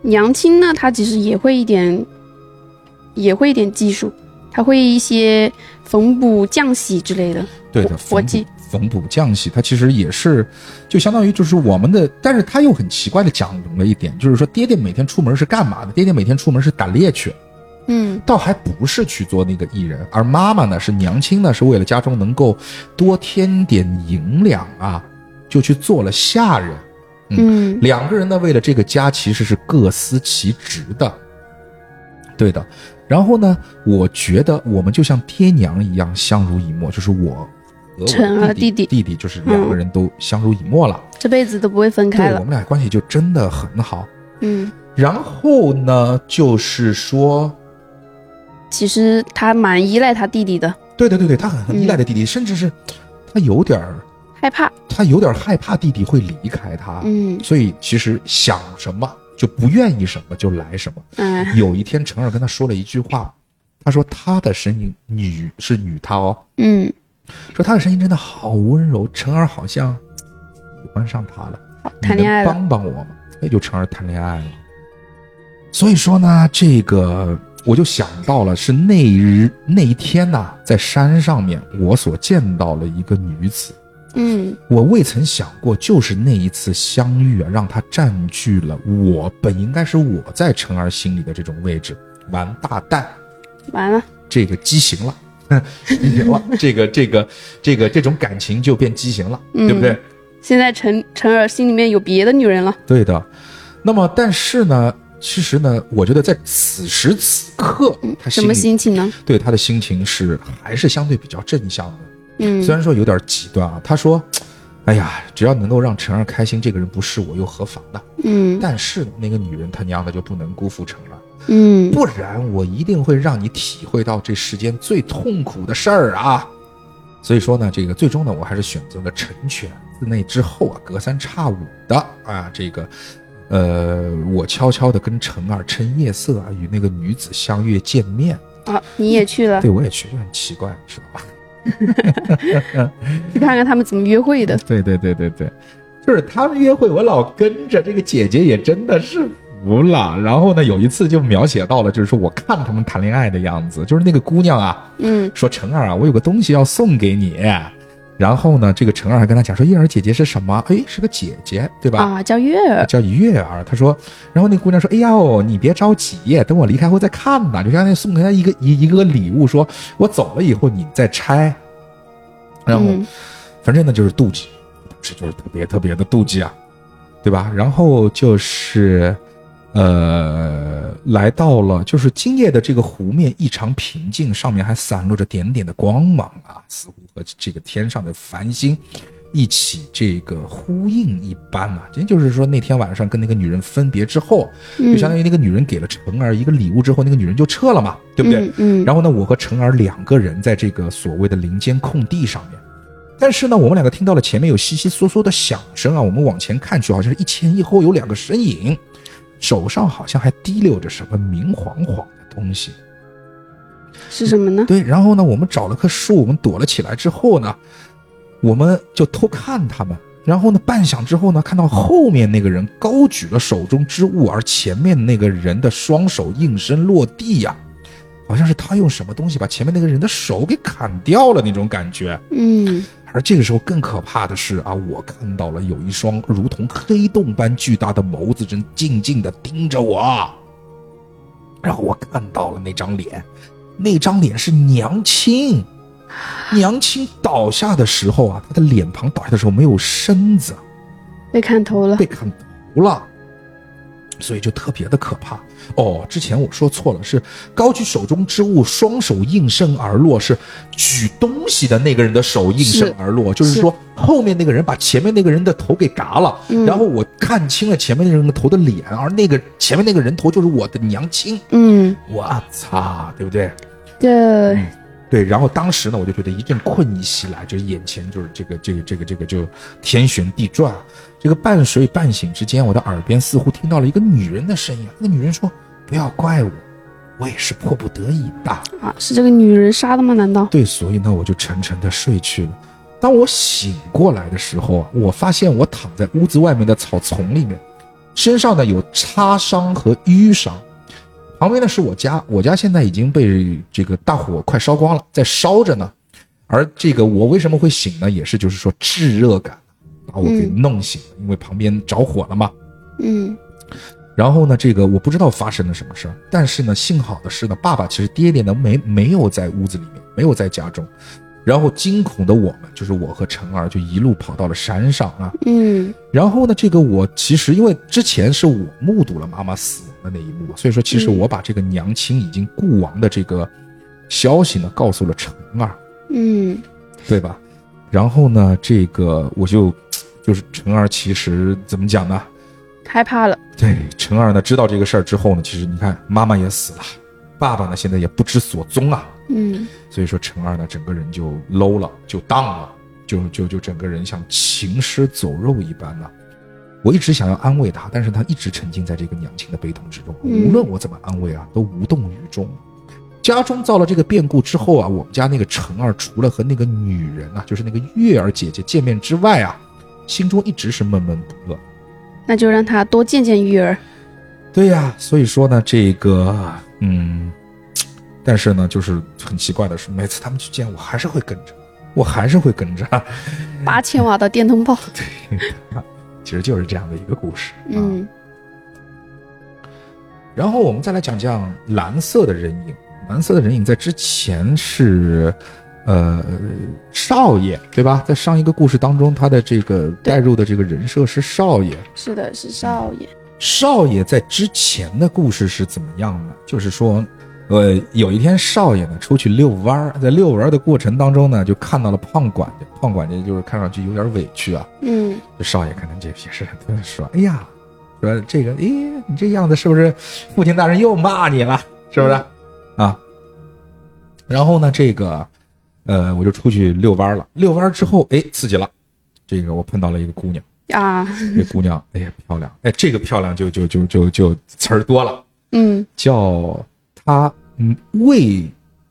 [SPEAKER 2] 娘亲呢，她其实也会一点，也会一点技术，她会一些缝补、浆洗之类的。
[SPEAKER 4] 对的，
[SPEAKER 2] 我我
[SPEAKER 4] 缝补
[SPEAKER 2] 记
[SPEAKER 4] 缝补匠系，它其实也是，就相当于就是我们的，但是他又很奇怪的讲明了一点，就是说爹爹每天出门是干嘛的？爹爹每天出门是打猎去，
[SPEAKER 2] 嗯
[SPEAKER 4] 倒还不是去做那个艺人，而妈妈呢是娘亲呢是为了家中能够多添点银两啊，就去做了下人。
[SPEAKER 2] 嗯
[SPEAKER 4] 两个人呢，为了这个家其实是各司其职的，对的。然后呢，我觉得我们就像爹娘一样相濡以沫，就是我和我
[SPEAKER 2] 陈
[SPEAKER 4] 的
[SPEAKER 2] 儿
[SPEAKER 4] 弟弟
[SPEAKER 2] 弟弟
[SPEAKER 4] 弟就是两个人都相濡以沫了，
[SPEAKER 2] 这辈子都不会分开
[SPEAKER 4] 对
[SPEAKER 2] 了。
[SPEAKER 4] 我们俩关系就真的很好。
[SPEAKER 2] 嗯，
[SPEAKER 4] 然后呢，就是说，
[SPEAKER 2] 其实她蛮依赖她弟弟的，
[SPEAKER 4] 对对对对，他很很依赖的弟
[SPEAKER 2] 嗯
[SPEAKER 4] 弟，甚至是他有点儿，
[SPEAKER 2] 害怕。
[SPEAKER 4] 他有点儿害怕弟弟会离开他，
[SPEAKER 2] 嗯
[SPEAKER 4] 所以其实想什么就不愿意什么就来什么。
[SPEAKER 2] 嗯
[SPEAKER 4] 有一天，陈二跟他说了一句话，他说他的声音女是女他哦，
[SPEAKER 2] 嗯，
[SPEAKER 4] 说他的声音真的好温柔，陈二好像喜欢上他了，你
[SPEAKER 2] 谈恋
[SPEAKER 4] 能
[SPEAKER 2] 爱了。
[SPEAKER 4] 帮帮我吗？那就陈二谈恋爱了。所以说呢，这个我就想到了，是那一日那一天呐、在山上面我所见到了一个女子，
[SPEAKER 2] 嗯
[SPEAKER 4] 我未曾想过，就是那一次相遇啊，让他占据了我本应该是我在陈儿心里的这种位置。完大蛋，
[SPEAKER 2] 完了，
[SPEAKER 4] 这个畸形了， 畸形了，这个这个这个这种感情就变畸形了，
[SPEAKER 2] 嗯
[SPEAKER 4] 对不对？
[SPEAKER 2] 现在陈陈儿心里面有别的女人了，
[SPEAKER 4] 对的。那么，但是呢，其实呢，我觉得在此时此刻，他
[SPEAKER 2] 什
[SPEAKER 4] 心
[SPEAKER 2] 么
[SPEAKER 4] 里
[SPEAKER 2] 心情呢？
[SPEAKER 4] 对他的心情是还是相对比较正向的。
[SPEAKER 2] 嗯
[SPEAKER 4] 虽然说有点极端啊，他说：“哎呀，只要能够让陈儿开心，这个人不是我又何妨呢？”
[SPEAKER 2] 嗯
[SPEAKER 4] 但是那个女人他娘的就不能辜负陈儿，
[SPEAKER 2] 嗯，
[SPEAKER 4] 不然我一定会让你体会到这世间最痛苦的事儿啊！所以说呢，这个最终呢，我还是选择了成全。自那之后啊，隔三差五的啊，这个，呃，我悄悄的跟陈儿趁夜色啊，与那个女子相约见面。
[SPEAKER 2] 啊，你也去了，
[SPEAKER 4] 对我也觉得很奇怪，你知道吧？
[SPEAKER 2] 去看看他们怎么约会的。
[SPEAKER 4] 对对对对对，就是他们约会，我老跟着这个姐姐也真的是服了。然后呢，有一次就描写到了，就是说我看他们谈恋爱的样子，就是那个姑娘啊，
[SPEAKER 2] 嗯
[SPEAKER 4] 说陈二啊，我有个东西要送给你。然后呢，这个陈二还跟她讲说，月儿姐姐是什么？哎，是个姐姐，对吧？
[SPEAKER 2] 啊，叫月儿，
[SPEAKER 4] 叫月儿，她说，然后那姑娘说，哎呀哦，你别着急，等我离开后再看吧，就相当于送给她一个一一个礼物，说我走了以后你再拆。然后，
[SPEAKER 2] 嗯
[SPEAKER 4] 反正呢就是妒忌，这就是特别特别的妒忌啊，对吧？然后就是，呃，来到了就是今夜的这个湖面异常平静，上面还散落着点点的光芒啊，似乎和这个天上的繁星一起这个呼应一般啊。也就是说，那天晚上跟那个女人分别之后，就相当于那个女人给了成儿一个礼物之后，那个女人就撤了嘛，对不对？
[SPEAKER 2] 嗯嗯，
[SPEAKER 4] 然后呢，我和陈儿两个人在这个所谓的林间空地上面，但是呢，我们两个听到了前面有窸窸窣窣的响声啊，我们往前看去，好像是一前一后有两个身影，手上好像还提溜着什么明晃晃的东西。
[SPEAKER 2] 是什么呢？
[SPEAKER 4] 对，然后呢，我们找了棵树，我们躲了起来之后呢，我们就偷看他们。然后呢，半晌之后呢，看到后面那个人高举了手中之物，而前面那个人的双手应声落地呀、好像是他用什么东西把前面那个人的手给砍掉了那种感觉。
[SPEAKER 2] 嗯
[SPEAKER 4] 而这个时候更可怕的是啊，我看到了有一双如同黑洞般巨大的眸子正静静地盯着我，啊然后我看到了那张脸，那张脸是娘亲。娘亲倒下的时候啊，她的脸庞倒下的时候没有身子，
[SPEAKER 2] 被看头了
[SPEAKER 4] 被。砍头了，所以就特别的可怕。哦，之前我说错了，是高举手中之物，双手应声而落，是举东西的那个人的手应声而落，就是说后面那个人把前面那个人的头给嘎了，然后我看清了前面那个人的头的脸，而那个前面那个人头就是我的娘亲，
[SPEAKER 2] 嗯，
[SPEAKER 4] 我操，对不对？
[SPEAKER 2] 对，
[SPEAKER 4] 对，然后当时呢，我就觉得一阵困意袭来，就是眼前就是这个这个这个这个就天旋地转。啊这个半睡半醒之间，我的耳边似乎听到了一个女人的声音。那个女人说：“不要怪我，我也是迫不得已的。
[SPEAKER 2] 啊，是这个女人杀的吗？难道”？
[SPEAKER 4] 对，所以呢，我就沉沉的睡去了。当我醒过来的时候啊，我发现我躺在屋子外面的草丛里面，身上呢有擦伤和淤伤。旁边呢是我家，我家现在已经被这个大火快烧光了，在烧着呢。而这个我为什么会醒呢？也是就是说炙热感把我给弄醒了，因为旁边着火了嘛。
[SPEAKER 2] 嗯
[SPEAKER 4] 然后呢，这个我不知道发生了什么事儿，但是呢，幸好的是呢，爸爸其实爹爹呢没没有在屋子里面，没有在家中。然后惊恐的我们，就是我和陈儿，就一路跑到了山上啊。
[SPEAKER 2] 嗯
[SPEAKER 4] 然后呢，这个我其实因为之前是我目睹了妈妈死亡的那一幕，所以说其实
[SPEAKER 2] 嗯
[SPEAKER 4] 我把这个娘亲已经故亡的这个消息呢告诉了陈儿，
[SPEAKER 2] 嗯
[SPEAKER 4] 对吧？然后呢，这个我就就是陈儿其实怎么讲呢？
[SPEAKER 2] 害怕了。
[SPEAKER 4] 对，陈二呢知道这个事儿之后呢，其实你看妈妈也死了，爸爸呢现在也不知所踪啊，
[SPEAKER 2] 嗯
[SPEAKER 4] 所以说陈二呢整个人就 low 了，就 down 了，就就就整个人像行尸走肉一般了。我一直想要安慰他，但是他一直沉浸在这个娘亲的悲痛之中，
[SPEAKER 2] 嗯
[SPEAKER 4] 无论我怎么安慰啊，都无动于衷。家中遭了这个变故之后啊，我们家那个陈二除了和那个女人啊，就是那个月儿姐姐见面之外啊，心中一直是闷闷不乐。
[SPEAKER 2] 那就让她多见见玉儿。
[SPEAKER 4] 对呀、所以说呢，这个，嗯，但是呢，就是很奇怪的是，每次他们去见我还是会跟着，我还是会跟着。
[SPEAKER 2] 八千瓦的电灯泡，
[SPEAKER 4] 其实就是这样的一个故事。啊、
[SPEAKER 2] 嗯，
[SPEAKER 4] 然后我们再来讲讲蓝色的人影。蓝色的人影在之前是，呃，少爷对吧？在上一个故事当中，他的这个带入的这个人设是少爷。
[SPEAKER 2] 是的，是少爷。
[SPEAKER 4] 少爷在之前的故事是怎么样呢？就是说，呃，有一天少爷呢出去遛弯儿，在遛弯儿的过程当中呢，就看到了胖管家。胖管家就是看上去有点委屈啊。
[SPEAKER 2] 嗯
[SPEAKER 4] 这少爷可能这也是很多人说，哎呀，说这个，诶，你这样子是不是父亲大人又骂你了？是不是？啊，然后呢，这个，呃，我就出去遛弯了。遛弯之后，哎，刺激了，这个我碰到了一个姑娘。
[SPEAKER 2] 啊，
[SPEAKER 4] 这姑娘，哎呀，漂亮，哎，这个漂亮就就就就就词儿多了，
[SPEAKER 2] 嗯
[SPEAKER 4] 叫她嗯未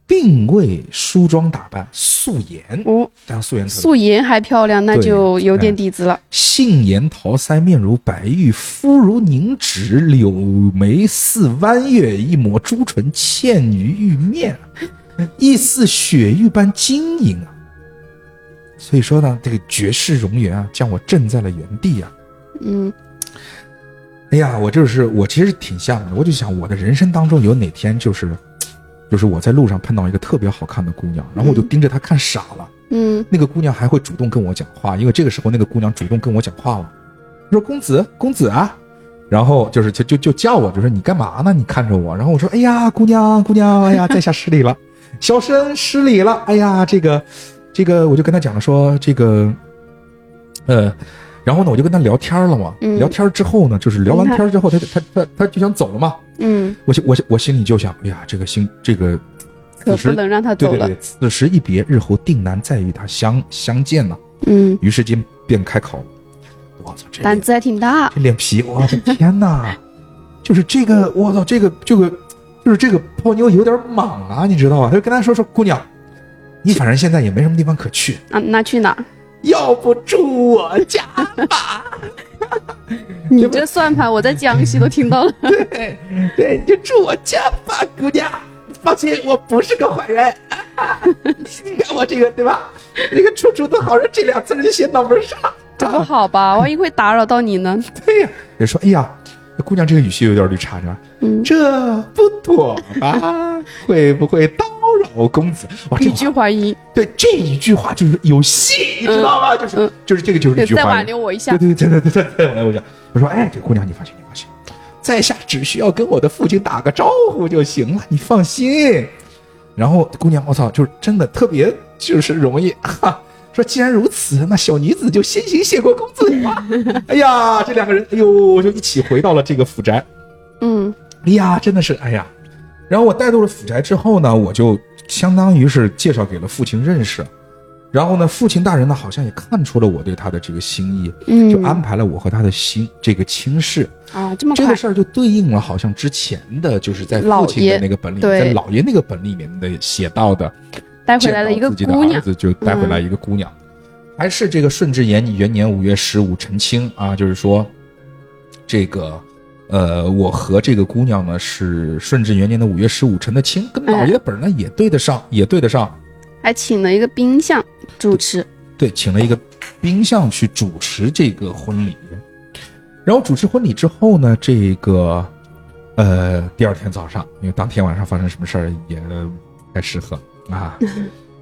[SPEAKER 4] 并未梳妆打扮，素颜，
[SPEAKER 2] 哦，
[SPEAKER 4] 但素颜特别
[SPEAKER 2] 素颜还漂亮，那
[SPEAKER 4] 对
[SPEAKER 2] 就有点
[SPEAKER 4] 哎
[SPEAKER 2] 底子了。
[SPEAKER 4] 杏颜桃腮，面如白玉，肤如凝脂，柳眉似弯月，一抹朱唇嵌于玉面，亦似雪玉般晶莹啊。所以说呢，这个绝世容颜啊，将我震在了原地啊。
[SPEAKER 2] 嗯
[SPEAKER 4] 哎呀，我就是我，其实挺向往的。我就想，我的人生当中有哪天就是，就是我在路上碰到一个特别好看的姑娘，然后我就盯着她看傻了。
[SPEAKER 2] 嗯
[SPEAKER 4] 那个姑娘还会主动跟我讲话，因为这个时候那个姑娘主动跟我讲话了，说公子公子啊，然后就是就就就叫我，就说你干嘛呢？你看着我，然后我说哎呀姑娘姑娘，哎呀在下失礼了， 小生失礼了，哎呀这个这个我就跟他讲了说这个，呃。然后呢，我就跟他聊天了嘛。
[SPEAKER 2] 嗯
[SPEAKER 4] 聊天之后呢，就是聊完
[SPEAKER 2] 那
[SPEAKER 4] 天之后，他他他他就想走了嘛。
[SPEAKER 2] 嗯，
[SPEAKER 4] 我心我心我心里就想，哎呀，这个心这个，
[SPEAKER 2] 可
[SPEAKER 4] 此时
[SPEAKER 2] 不能让他
[SPEAKER 4] 对
[SPEAKER 2] 走
[SPEAKER 4] 对
[SPEAKER 2] 了
[SPEAKER 4] 对。，此时一别，日后定难再与他相相见呐。
[SPEAKER 2] 嗯，
[SPEAKER 4] 于是间便开口：“我操，这
[SPEAKER 2] 胆
[SPEAKER 4] 脸
[SPEAKER 2] 子还挺大。
[SPEAKER 4] 这脸皮，我的天哪！就是这个，我操，这个这个，就是这个泡妞有点莽啊，你知道吧？他就跟他说说，姑娘，你反正现在也没什么地方可去，
[SPEAKER 2] 啊，那去哪儿？
[SPEAKER 4] 要不住我家吧？
[SPEAKER 2] 你这算盘我在江西都听到了。
[SPEAKER 4] 对，对，你就住我家吧，姑娘。放心，我不是个坏人。你看我这个，对吧？这个处处都好人，这俩字就写脑门上。”
[SPEAKER 2] 这不好吧？万一会打扰到你呢？
[SPEAKER 4] 对呀、人说，哎呀，这姑娘这个语气有点绿茶，是吧？
[SPEAKER 2] 嗯
[SPEAKER 4] 这不妥吧？ 会不会叨扰公子？哇，这
[SPEAKER 2] 语
[SPEAKER 4] 句
[SPEAKER 2] 句怀疑，
[SPEAKER 4] 对这一句话就是有戏，你知道吗？就是、
[SPEAKER 2] 嗯
[SPEAKER 4] 就是这个就是一句
[SPEAKER 2] 再
[SPEAKER 4] 话
[SPEAKER 2] 挽。留我一下
[SPEAKER 4] 对。对对对对对对，我讲，我说，哎，这姑娘你放心，你放心，在下只需要跟我的父亲打个招呼就行了，你放心。然后姑娘，我操，就是真的特别就是容易哈。说既然如此，那小女子就先行谢过公子吧。哎呀，这两个人，哎呦，就一起回到了这个府宅。
[SPEAKER 2] 嗯
[SPEAKER 4] 哎呀，真的是哎呀。然后我带入了府宅之后呢，我就相当于是介绍给了父亲认识。然后呢，父亲大人呢好像也看出了我对他的这个心意，就
[SPEAKER 2] 嗯
[SPEAKER 4] 安排了我和他的亲这个亲事。
[SPEAKER 2] 啊，这么
[SPEAKER 4] 这
[SPEAKER 2] 快
[SPEAKER 4] 个？事儿就对应了好像之前的，就是在父亲的那个本里，
[SPEAKER 2] 老爷
[SPEAKER 4] 在
[SPEAKER 2] 对
[SPEAKER 4] 老爷那个本里面的写到的，
[SPEAKER 2] 带回来了一个
[SPEAKER 4] 见到自己的
[SPEAKER 2] 姑
[SPEAKER 4] 儿
[SPEAKER 2] 娘。
[SPEAKER 4] 子就带回来一个姑娘，还是这个顺治延元年五月十五成亲啊，就是说，这个，呃，我和这个姑娘呢是顺治元年的五月十五成的亲，跟老
[SPEAKER 2] 嗯
[SPEAKER 4] 爷的本儿呢也对得上，也对得上，
[SPEAKER 2] 还请了一个宾相主持。
[SPEAKER 4] 对，请了一个宾相去主持这个婚礼，然后主持婚礼之后呢，这个，呃，第二天早上，因为当天晚上发生什么事儿也不太适合啊。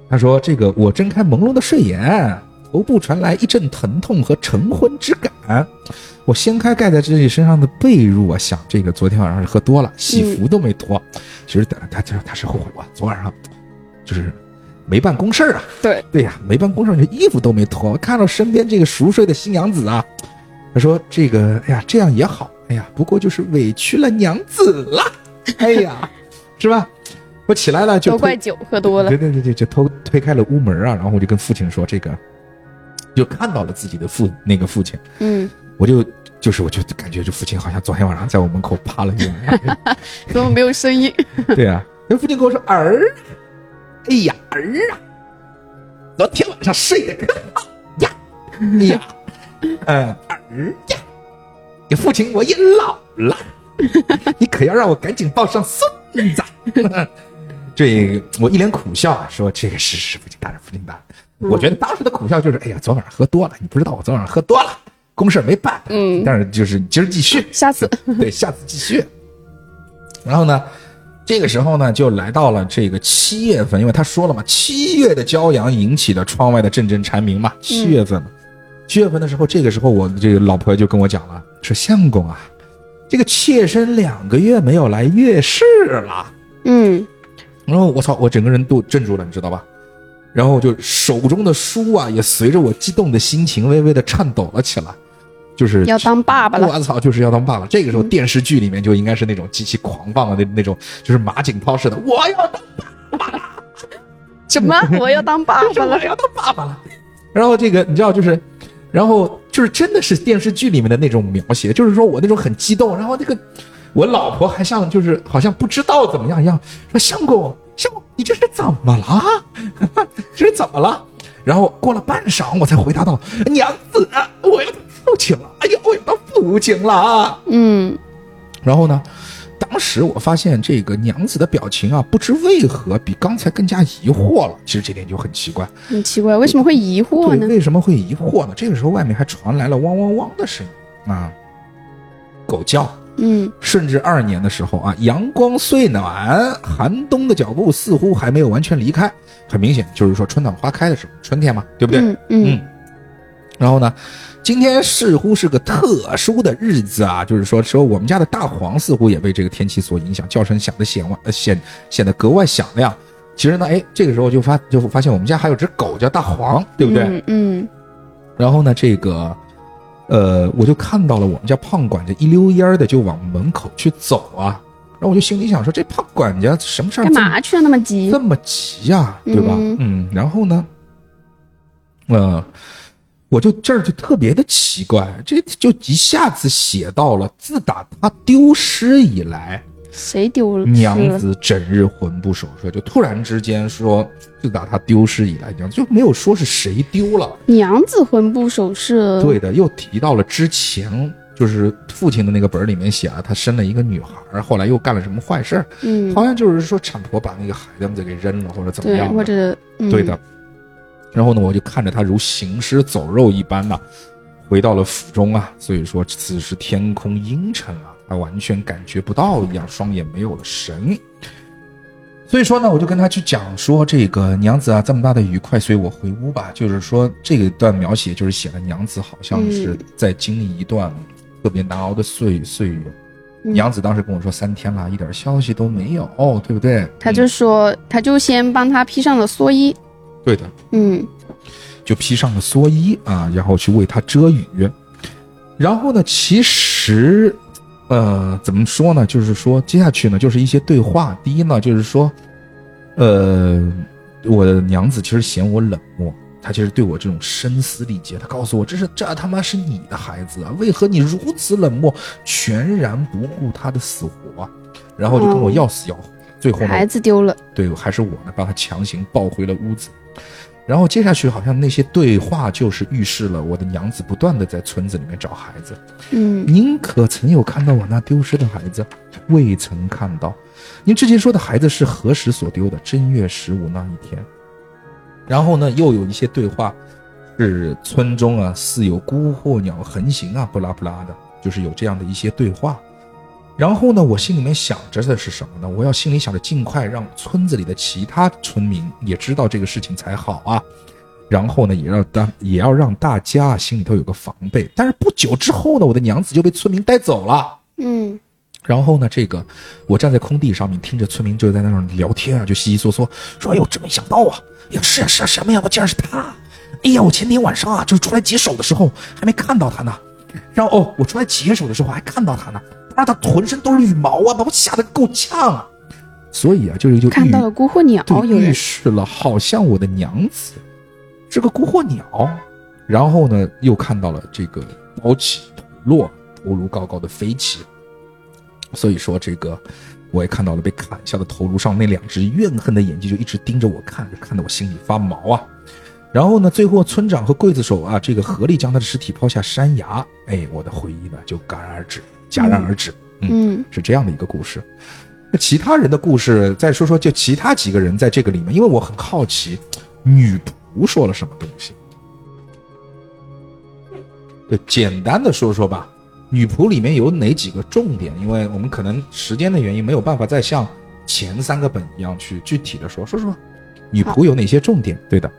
[SPEAKER 4] 他说：“这个我睁开朦胧的睡眼，头部传来一阵疼痛和晨昏之感。我掀开盖在自己身上的被褥啊，想这个昨天晚上是喝多了，戏服都没脱。其实他他他是后悔啊，昨晚上就是没办公事儿啊。
[SPEAKER 2] 对
[SPEAKER 4] 对呀、没办公事儿，你衣服都没脱。我看到身边这个熟睡的新娘子啊，他说：“这个，哎呀，这样也好，哎呀，不过就是委屈了娘子了， 哎呀，是吧？”我起来了就
[SPEAKER 2] 都
[SPEAKER 4] 推
[SPEAKER 2] 怪酒喝多了
[SPEAKER 4] 对。对对对，就偷推开了屋门啊，然后我就跟父亲说这个，就看到了自己的父那个父亲，
[SPEAKER 2] 嗯，
[SPEAKER 4] 我就就是我就感觉这父亲好像昨天晚上在我门口趴了一晚，
[SPEAKER 2] 怎么没有声音？
[SPEAKER 4] 对啊，那父亲跟我说儿，哎呀儿啊，昨天晚上睡得可好呀呀，嗯儿呀，你父亲我也老 了，你可要让我赶紧抱上孙 子。这个我一脸苦笑说：“这个是是父亲大人，父亲大人，我觉得当时的苦笑就是，哎呀，昨晚上喝多了，你不知道我昨晚上喝多了，公事没办。嗯，但是就是今儿继续，
[SPEAKER 2] 下次
[SPEAKER 4] 对，下次继续。然后呢，这个时候呢，就来到了这个七月份，因为他说了嘛，七月的骄阳引起的窗外的阵阵蝉鸣嘛，七月份嘛。七月份的时候，这个时候我这个老婆就跟我讲了，说相公啊，这个妾身两个月没有来月事了。
[SPEAKER 2] 嗯，
[SPEAKER 4] 然后我操，我整个人都镇住了，你知道吧？然后就手中的书啊，也随着我激动的心情微微的颤抖了起来，就是
[SPEAKER 2] 要当爸爸了，嗯
[SPEAKER 4] 我操，就是要当爸爸。这个时候电视剧里面就应该是那种极其狂放的那那种，就是马景涛式的，我要当
[SPEAKER 2] 什么？我要当爸爸了，
[SPEAKER 4] 要当爸爸了。然后这个你知道就是，然后就是真的是电视剧里面的那种描写，就是说我那种很激动，然后那个我老婆还像就是好像不知道怎么样一样，说相公相公你这是怎么了？这是怎么了？然后过了半晌，我才回答道：“娘子，啊我要当父亲了！哎呀，我要当父亲了！”
[SPEAKER 2] 嗯
[SPEAKER 4] 然后呢，当时我发现这个娘子的表情啊，不知为何比刚才更加疑惑了。其实这点就很奇怪，
[SPEAKER 2] 很奇怪，为什么会疑惑
[SPEAKER 4] 对，
[SPEAKER 2] 呢？
[SPEAKER 4] 为什么会疑惑呢？这个时候外面还传来了汪汪汪的声音啊，狗叫。
[SPEAKER 2] 嗯
[SPEAKER 4] 顺治二年的时候啊，阳光虽暖，寒冬的脚步似乎还没有完全离开。很明显，就是说春暖花开的时候，春天嘛，对不对？
[SPEAKER 2] 嗯嗯
[SPEAKER 4] 嗯，然后呢，今天似乎是个特殊的日子啊，就是说，说我们家的大黄似乎也被这个天气所影响，叫声响得显外呃显显得格外响亮。其实呢，哎，这个时候就发就发现我们家还有只狗叫大黄，对不对？
[SPEAKER 2] 嗯嗯
[SPEAKER 4] 然后呢，这个，呃，我就看到了我们家胖管家一溜烟儿的就往门口去走啊，然后我就心里想说，这胖管家什么事儿
[SPEAKER 2] 干
[SPEAKER 4] 这么
[SPEAKER 2] 嘛去了那么急？
[SPEAKER 4] 这么急呀、对吧？
[SPEAKER 2] 嗯
[SPEAKER 4] 嗯然后呢，呃，我就这儿就特别的奇怪，这就一下子写到了自打他丢失以来，
[SPEAKER 2] 谁丢了？
[SPEAKER 4] 娘子整日魂不守舍，就突然之间说，自打他丢失以来，娘子就没有说是谁丢了，
[SPEAKER 2] 娘子魂不守舍。
[SPEAKER 4] 对，的，又提到了之前。就是父亲的那个本儿里面写了，他生了一个女孩儿，后来又干了什么坏事儿，
[SPEAKER 2] 嗯，
[SPEAKER 4] 好像就是说产婆把那个孩子给扔了，或者怎么
[SPEAKER 2] 对，
[SPEAKER 4] 样的，
[SPEAKER 2] 或者嗯
[SPEAKER 4] 对的。然后呢，我就看着他如行尸走肉一般呐、回到了府中啊。所以说，此时天空阴沉啊，他完全感觉不到一样，双眼没有了神。所以说呢，我就跟他去讲说，这个娘子啊，这么大的雨，快随我回屋吧。就是说，这一段描写就是写了娘子好像是
[SPEAKER 2] 嗯
[SPEAKER 4] 在经历一段特别难熬的岁岁月。
[SPEAKER 2] 嗯
[SPEAKER 4] 娘子当时跟我说，三天了，一点消息都没有，对不对？
[SPEAKER 2] 他
[SPEAKER 4] 嗯
[SPEAKER 2] 就说，他就先帮他披上了蓑衣。
[SPEAKER 4] 对的，
[SPEAKER 2] 嗯
[SPEAKER 4] 就披上了蓑衣啊，然后去为他遮雨。然后呢，其实，呃，怎么说呢？就是说，接下去呢，就是一些对话。第一呢，就是说，呃，我的娘子其实嫌我冷漠，她其实对我这种声嘶力竭。她告诉我，这是这他妈是你的孩子啊，为何你如此冷漠，全然不顾他的死活啊？然后就跟我
[SPEAKER 2] 嗯
[SPEAKER 4] 要死要活。最后呢，
[SPEAKER 2] 孩子丢了。
[SPEAKER 4] 对，还是我呢，把他强行抱回了屋子。然后接下去好像那些对话就是预示了我的娘子不断的在村子里面找孩子。
[SPEAKER 2] 嗯
[SPEAKER 4] 您可曾有看到我那丢失的孩子？未曾看到。您之前说的孩子是何时所丢的？正月十五那一天。然后呢，又有一些对话，是村中啊，似有孤鹤鸟横行啊，不拉不拉的，就是有这样的一些对话。然后呢，我心里面想着的是什么呢？我要心里想着尽快让村子里的其他村民也知道这个事情才好啊。然后呢，也让大也要让大家心里头有个防备。但是不久之后呢，我的娘子就被村民带走了。
[SPEAKER 2] 嗯
[SPEAKER 4] 然后呢，这个我站在空地上面，听着村民就在那儿聊天啊，就稀稀嗦嗦说：“哎呦，真没想到啊！哎呀，是啊是啊，什么呀？我竟然是他！哎呀，我前天晚上啊，就是出来解手的时候还没看到他呢。然后哦，我出来解手的时候还看到他呢，他他浑身都是羽毛啊，把我吓得够呛啊。所以啊，就是就
[SPEAKER 2] 看到了孤鹤鸟，
[SPEAKER 4] 对，
[SPEAKER 2] 有
[SPEAKER 4] 预
[SPEAKER 2] 人
[SPEAKER 4] 示了好像我的娘子是个孤鹤鸟。然后呢，又看到了这个包起头落，头颅高高的飞起。所以说，这个我也看到了被砍下的头颅上那两只怨恨的眼睛，就一直盯着我看，就看得我心里发毛啊。然后呢，最后村长和刽子手啊，这个合力将他的尸体抛下山崖。哎，我的回忆呢就戛然而止，戛然而止。嗯
[SPEAKER 2] 嗯
[SPEAKER 4] 是这样的一个故事。那其他人的故事，再说说就其他几个人在这个里面，因为我很好奇，女仆胡说了什么东西。对，简单的说说吧，女仆里面有哪几个重点？因为我们可能时间的原因，没有办法再像前三个本一样去具体的说。说说，女仆有哪些重点？对的，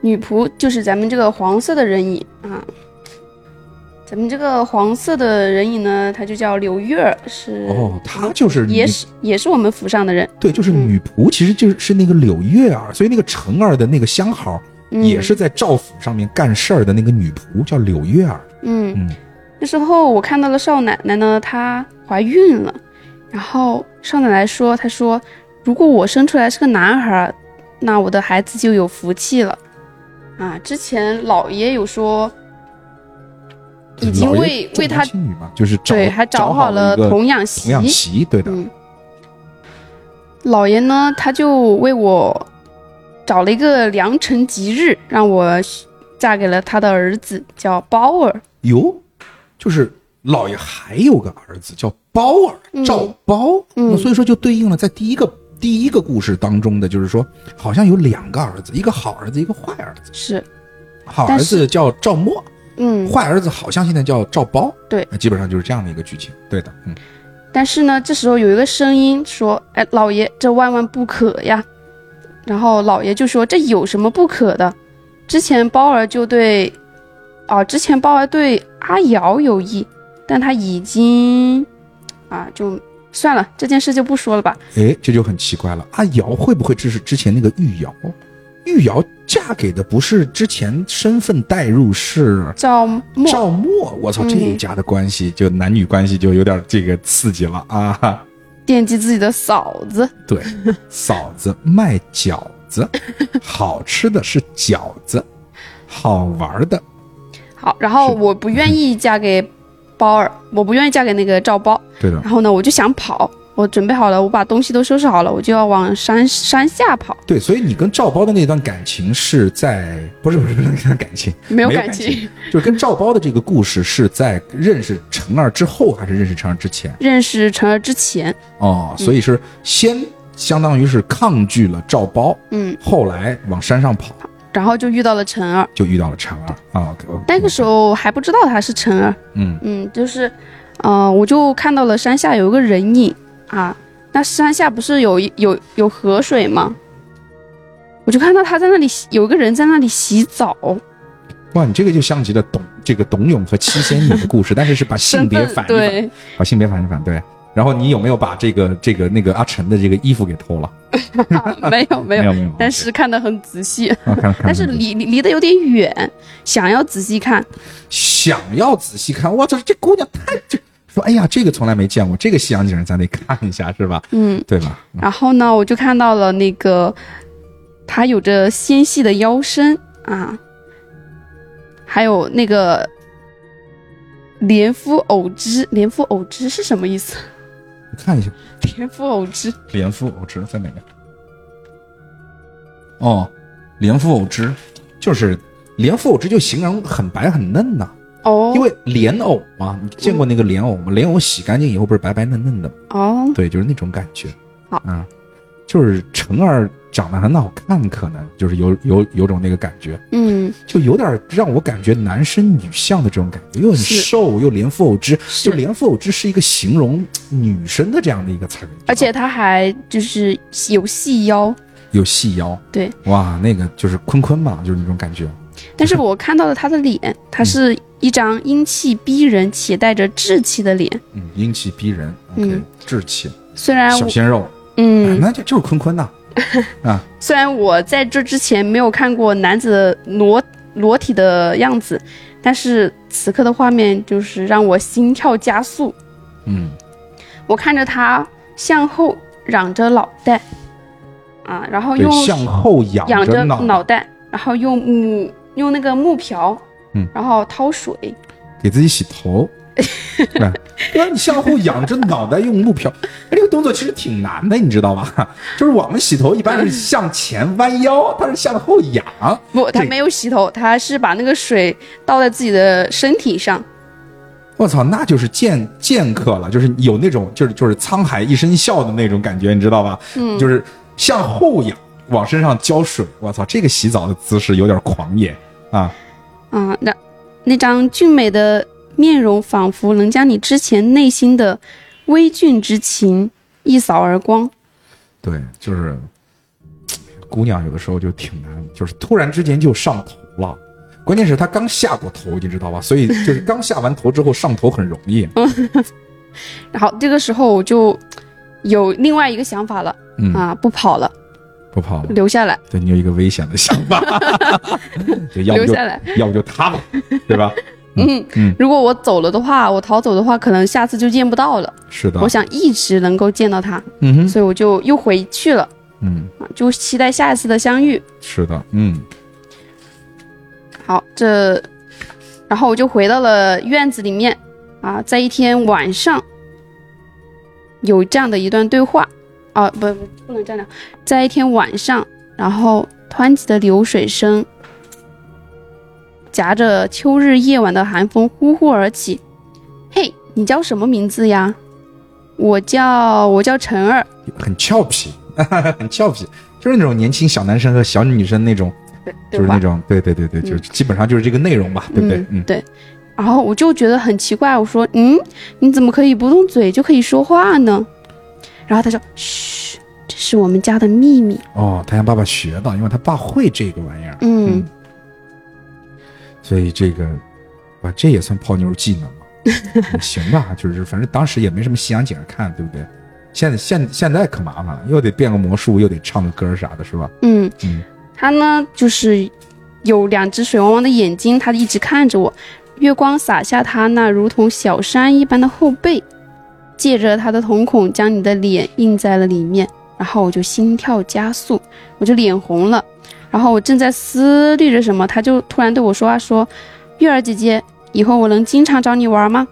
[SPEAKER 2] 女仆就是咱们这个黄色的人影啊。咱们这个黄色的人影呢，她就叫柳月儿，是
[SPEAKER 4] 哦，她就是女
[SPEAKER 2] 也是也是我们府上的人，
[SPEAKER 4] 对，就是女仆，其实就是是那个柳月儿，所以那个成儿的那个相好，
[SPEAKER 2] 嗯、
[SPEAKER 4] 也是在赵府上面干事儿的那个女仆叫柳月儿。
[SPEAKER 2] 嗯，
[SPEAKER 4] 嗯
[SPEAKER 2] 那时候我看到了少奶奶呢，她怀孕了，然后少奶奶说，她说如果我生出来是个男孩儿，那我的孩子就有福气了。啊，之前老爷有说，已经
[SPEAKER 4] 老爷
[SPEAKER 2] 为
[SPEAKER 4] 重
[SPEAKER 2] 为
[SPEAKER 4] 男
[SPEAKER 2] 他
[SPEAKER 4] 轻女嘛，就是找
[SPEAKER 2] 对，还
[SPEAKER 4] 找
[SPEAKER 2] 好了
[SPEAKER 4] 一个
[SPEAKER 2] 童养媳。
[SPEAKER 4] 童养媳，对的，
[SPEAKER 2] 嗯，老爷呢，他就为我找了一个良辰吉日，让我嫁给了他的儿子，叫包儿。
[SPEAKER 4] 哟，就是老爷还有个儿子叫包儿，
[SPEAKER 2] 嗯
[SPEAKER 4] 赵包，
[SPEAKER 2] 嗯
[SPEAKER 4] 那所以说就对应了在第一个第一个故事当中的，就是说好像有两个儿子，一个好儿子，一个坏儿子，
[SPEAKER 2] 是，
[SPEAKER 4] 好
[SPEAKER 2] 但
[SPEAKER 4] 儿
[SPEAKER 2] 是
[SPEAKER 4] 子叫赵默，
[SPEAKER 2] 嗯，
[SPEAKER 4] 坏儿子好像现在叫赵包，啊
[SPEAKER 2] 对，
[SPEAKER 4] 基本上就是这样的一个剧情，对的，嗯，
[SPEAKER 2] 但是呢，这时候有一个声音说：“哎，老爷，这万万不可呀！”然后老爷就说：“这有什么不可的？”之前包儿就对，啊、之前包儿对阿瑶有意，但他已经，啊，就算了，这件事就不说了吧。
[SPEAKER 4] 哎，这就很奇怪了，阿瑶会不会就是之前那个玉瑶？玉瑶嫁给的不是之前身份代入是
[SPEAKER 2] 叫莫
[SPEAKER 4] 赵默，我操，
[SPEAKER 2] 嗯
[SPEAKER 4] 这一家的关系就男女关系就有点这个刺激了啊！
[SPEAKER 2] 惦记自己的嫂子，
[SPEAKER 4] 对，嫂子卖饺子，好吃的是饺子，好玩的
[SPEAKER 2] 好，然后我不愿意嫁给包儿，我不愿意嫁给那个赵包，
[SPEAKER 4] 对的
[SPEAKER 2] 然后呢，我就想跑，我准备好了，我把东西都收拾好了，我就要往山山下跑，
[SPEAKER 4] 对，所以你跟赵包的那段感情是在不是不是不是那段感情，
[SPEAKER 2] 没有
[SPEAKER 4] 没有
[SPEAKER 2] 感
[SPEAKER 4] 感情就是跟赵包的这个故事是在认识陈二之后，还是认识陈二之前？
[SPEAKER 2] 认识成儿之前，
[SPEAKER 4] 哦，
[SPEAKER 2] 嗯
[SPEAKER 4] 所以是先相当于是抗拒了赵包，
[SPEAKER 2] 嗯，
[SPEAKER 4] 后来往山上跑
[SPEAKER 2] 然后就遇到了陈儿，
[SPEAKER 4] 就遇到了陈二啊。OK，OK，
[SPEAKER 2] 那个时候还不知道他是陈儿，
[SPEAKER 4] 嗯，
[SPEAKER 2] 嗯，就是，呃，我就看到了山下有一个人影啊，那山下不是有一有有河水吗？我就看到他在那里洗有一个人在那里洗澡，
[SPEAKER 4] 哇，你这个就像极了董这个董永和七仙女的故事，但是是把性别
[SPEAKER 2] 身份
[SPEAKER 4] 反一反，
[SPEAKER 2] 对，
[SPEAKER 4] 把性别反一反，对。然后你有没有把这个这个那个阿晨的这个衣服给偷了？
[SPEAKER 2] 没有没有，
[SPEAKER 4] 没有没有，
[SPEAKER 2] 但是看得很仔细，
[SPEAKER 4] 啊看看
[SPEAKER 2] 但是离离离得有点远，想要仔细看，
[SPEAKER 4] 嗯想要仔细看，我操，这姑娘太这说，哎呀，这个从来没见过，这个西洋景咱得看一下是吧？
[SPEAKER 2] 嗯，
[SPEAKER 4] 对吧？嗯
[SPEAKER 2] 然后呢，我就看到了那个他有着纤细的腰身啊，还有那个连肤藕枝，连肤藕枝是什么意思？
[SPEAKER 4] 你看一下
[SPEAKER 2] 连肤藕枝，
[SPEAKER 4] 连肤藕枝在哪个？哦，连肤藕枝就是连肤藕枝，就形容很白很嫩呐、
[SPEAKER 2] 哦，
[SPEAKER 4] 因为莲藕嘛，你见过那个莲藕吗？莲藕洗干净以后不是白白嫩嫩的吗？
[SPEAKER 2] 哦，
[SPEAKER 4] 对，就是那种感觉。
[SPEAKER 2] 好
[SPEAKER 4] 啊，就是成儿长得很好看，可能就是有有有种那个感觉，
[SPEAKER 2] 嗯，
[SPEAKER 4] 就有点让我感觉男生女相的这种感觉，又很
[SPEAKER 2] 是
[SPEAKER 4] 瘦，又莲藕枝，
[SPEAKER 2] 是
[SPEAKER 4] 就莲藕枝是一个形容女生的这样的一个词儿，
[SPEAKER 2] 而且他还就是有细腰，
[SPEAKER 4] 有细腰，
[SPEAKER 2] 对，
[SPEAKER 4] 哇，那个就是坤坤嘛，就是那种感觉。
[SPEAKER 2] 但是我看到了他的脸，他是一张英气逼人且带着稚气的脸，
[SPEAKER 4] 嗯，英气逼人，OK，
[SPEAKER 2] 嗯
[SPEAKER 4] 稚气，
[SPEAKER 2] 虽然
[SPEAKER 4] 小
[SPEAKER 2] 我
[SPEAKER 4] 鲜肉，哎
[SPEAKER 2] 嗯，
[SPEAKER 4] 那就就是坤坤呐，啊，
[SPEAKER 2] 虽然我在这之前没有看过男子的裸裸体的样子，但是此刻的画面就是让我心跳加速。
[SPEAKER 4] 嗯，
[SPEAKER 2] 我看着他向后仰着脑袋，啊，然后
[SPEAKER 4] 对
[SPEAKER 2] 用，
[SPEAKER 4] 向后仰
[SPEAKER 2] 仰着
[SPEAKER 4] 脑
[SPEAKER 2] 脑袋，然后用木用那个木瓢，
[SPEAKER 4] 嗯，
[SPEAKER 2] 然后掏水，
[SPEAKER 4] 给自己洗 头。哎那你向后仰着脑袋用木瓢，哎这个动作其实挺难的，你知道吧？ 就是我们洗头一般是向前弯腰，他是向后仰。
[SPEAKER 2] 不，他
[SPEAKER 4] 对
[SPEAKER 2] 没有洗头，他是把那个水倒在自己的身体上，
[SPEAKER 4] 我操，那就是剑剑客了，就是有那种就是就是沧海一声笑的那种感觉，你知道吧？嗯，就是向后仰，往身上浇水，我操，这个洗澡的姿势有点狂野啊！
[SPEAKER 2] 啊，那那张俊美的面容仿佛能将你之前内心的微俊之情一扫而光。
[SPEAKER 4] 对，就是姑娘有的时候就挺难，就是突然之间就上头了。关键是她刚下过头，你知道吧？所以就是刚下完头之后上头很容易。
[SPEAKER 2] 嗯然后这个时候我就有另外一个想法了、
[SPEAKER 4] 嗯，
[SPEAKER 2] 啊，不跑了，
[SPEAKER 4] 不跑了。
[SPEAKER 2] 留下来，
[SPEAKER 4] 对你有一个危险的想 法，对要不
[SPEAKER 2] 留
[SPEAKER 4] 就
[SPEAKER 2] 下来。
[SPEAKER 4] 要不就他吧，对吧？
[SPEAKER 2] 嗯
[SPEAKER 4] 嗯
[SPEAKER 2] 如果我走了的话，我逃走的话，可能下次就见不到了。
[SPEAKER 4] 是的
[SPEAKER 2] 我，想一直能够见到他，
[SPEAKER 4] 啊嗯哼，
[SPEAKER 2] 所以我就又回去了
[SPEAKER 4] 嗯，
[SPEAKER 2] 啊，就期待下一次的相遇。
[SPEAKER 4] 是的，嗯
[SPEAKER 2] 好，这，然后我就回到了院子里面啊，在一天晚上，有这样的一段对话啊，不，不能这样讲，在一天晚上，然后湍急的流水声，夹着秋日夜晚的寒风呼呼而起。嘿，你叫什么名字呀？我叫我叫陈二，
[SPEAKER 4] 很俏皮，很俏皮，就是那种年轻小男生和小女生那种，就
[SPEAKER 2] 对
[SPEAKER 4] 是那
[SPEAKER 2] 吧？
[SPEAKER 4] 种，对对对对，就是基本上就是这个内容吧，对不对？
[SPEAKER 2] 嗯
[SPEAKER 4] 嗯，
[SPEAKER 2] 对。然后我就觉得很奇怪，我说，嗯，你怎么可以不动嘴就可以说话呢？然后他说，嘘，这是我们家的秘密。
[SPEAKER 4] 哦，他向爸爸学的，因为他爸会这个玩意儿，
[SPEAKER 2] 嗯，
[SPEAKER 4] 所以这个，哇，这也算泡妞技能嘛？ 也行吧，就是反正当时也没什么西洋景儿看，对不对？现在现现在可麻烦了，又得变个魔术，又得唱个歌儿啥的，是吧？
[SPEAKER 2] 嗯
[SPEAKER 4] 嗯，
[SPEAKER 2] 他呢就是有两只水汪汪的眼睛，他一直看着我。月光洒下他那如同小山一般的后背，借着他的瞳孔将你的脸印在了里面。然后我就心跳加速，我就脸红了。然后我正在思虑着什么，他就突然对我说话、啊说：“月儿姐姐，以后我能经常找你玩吗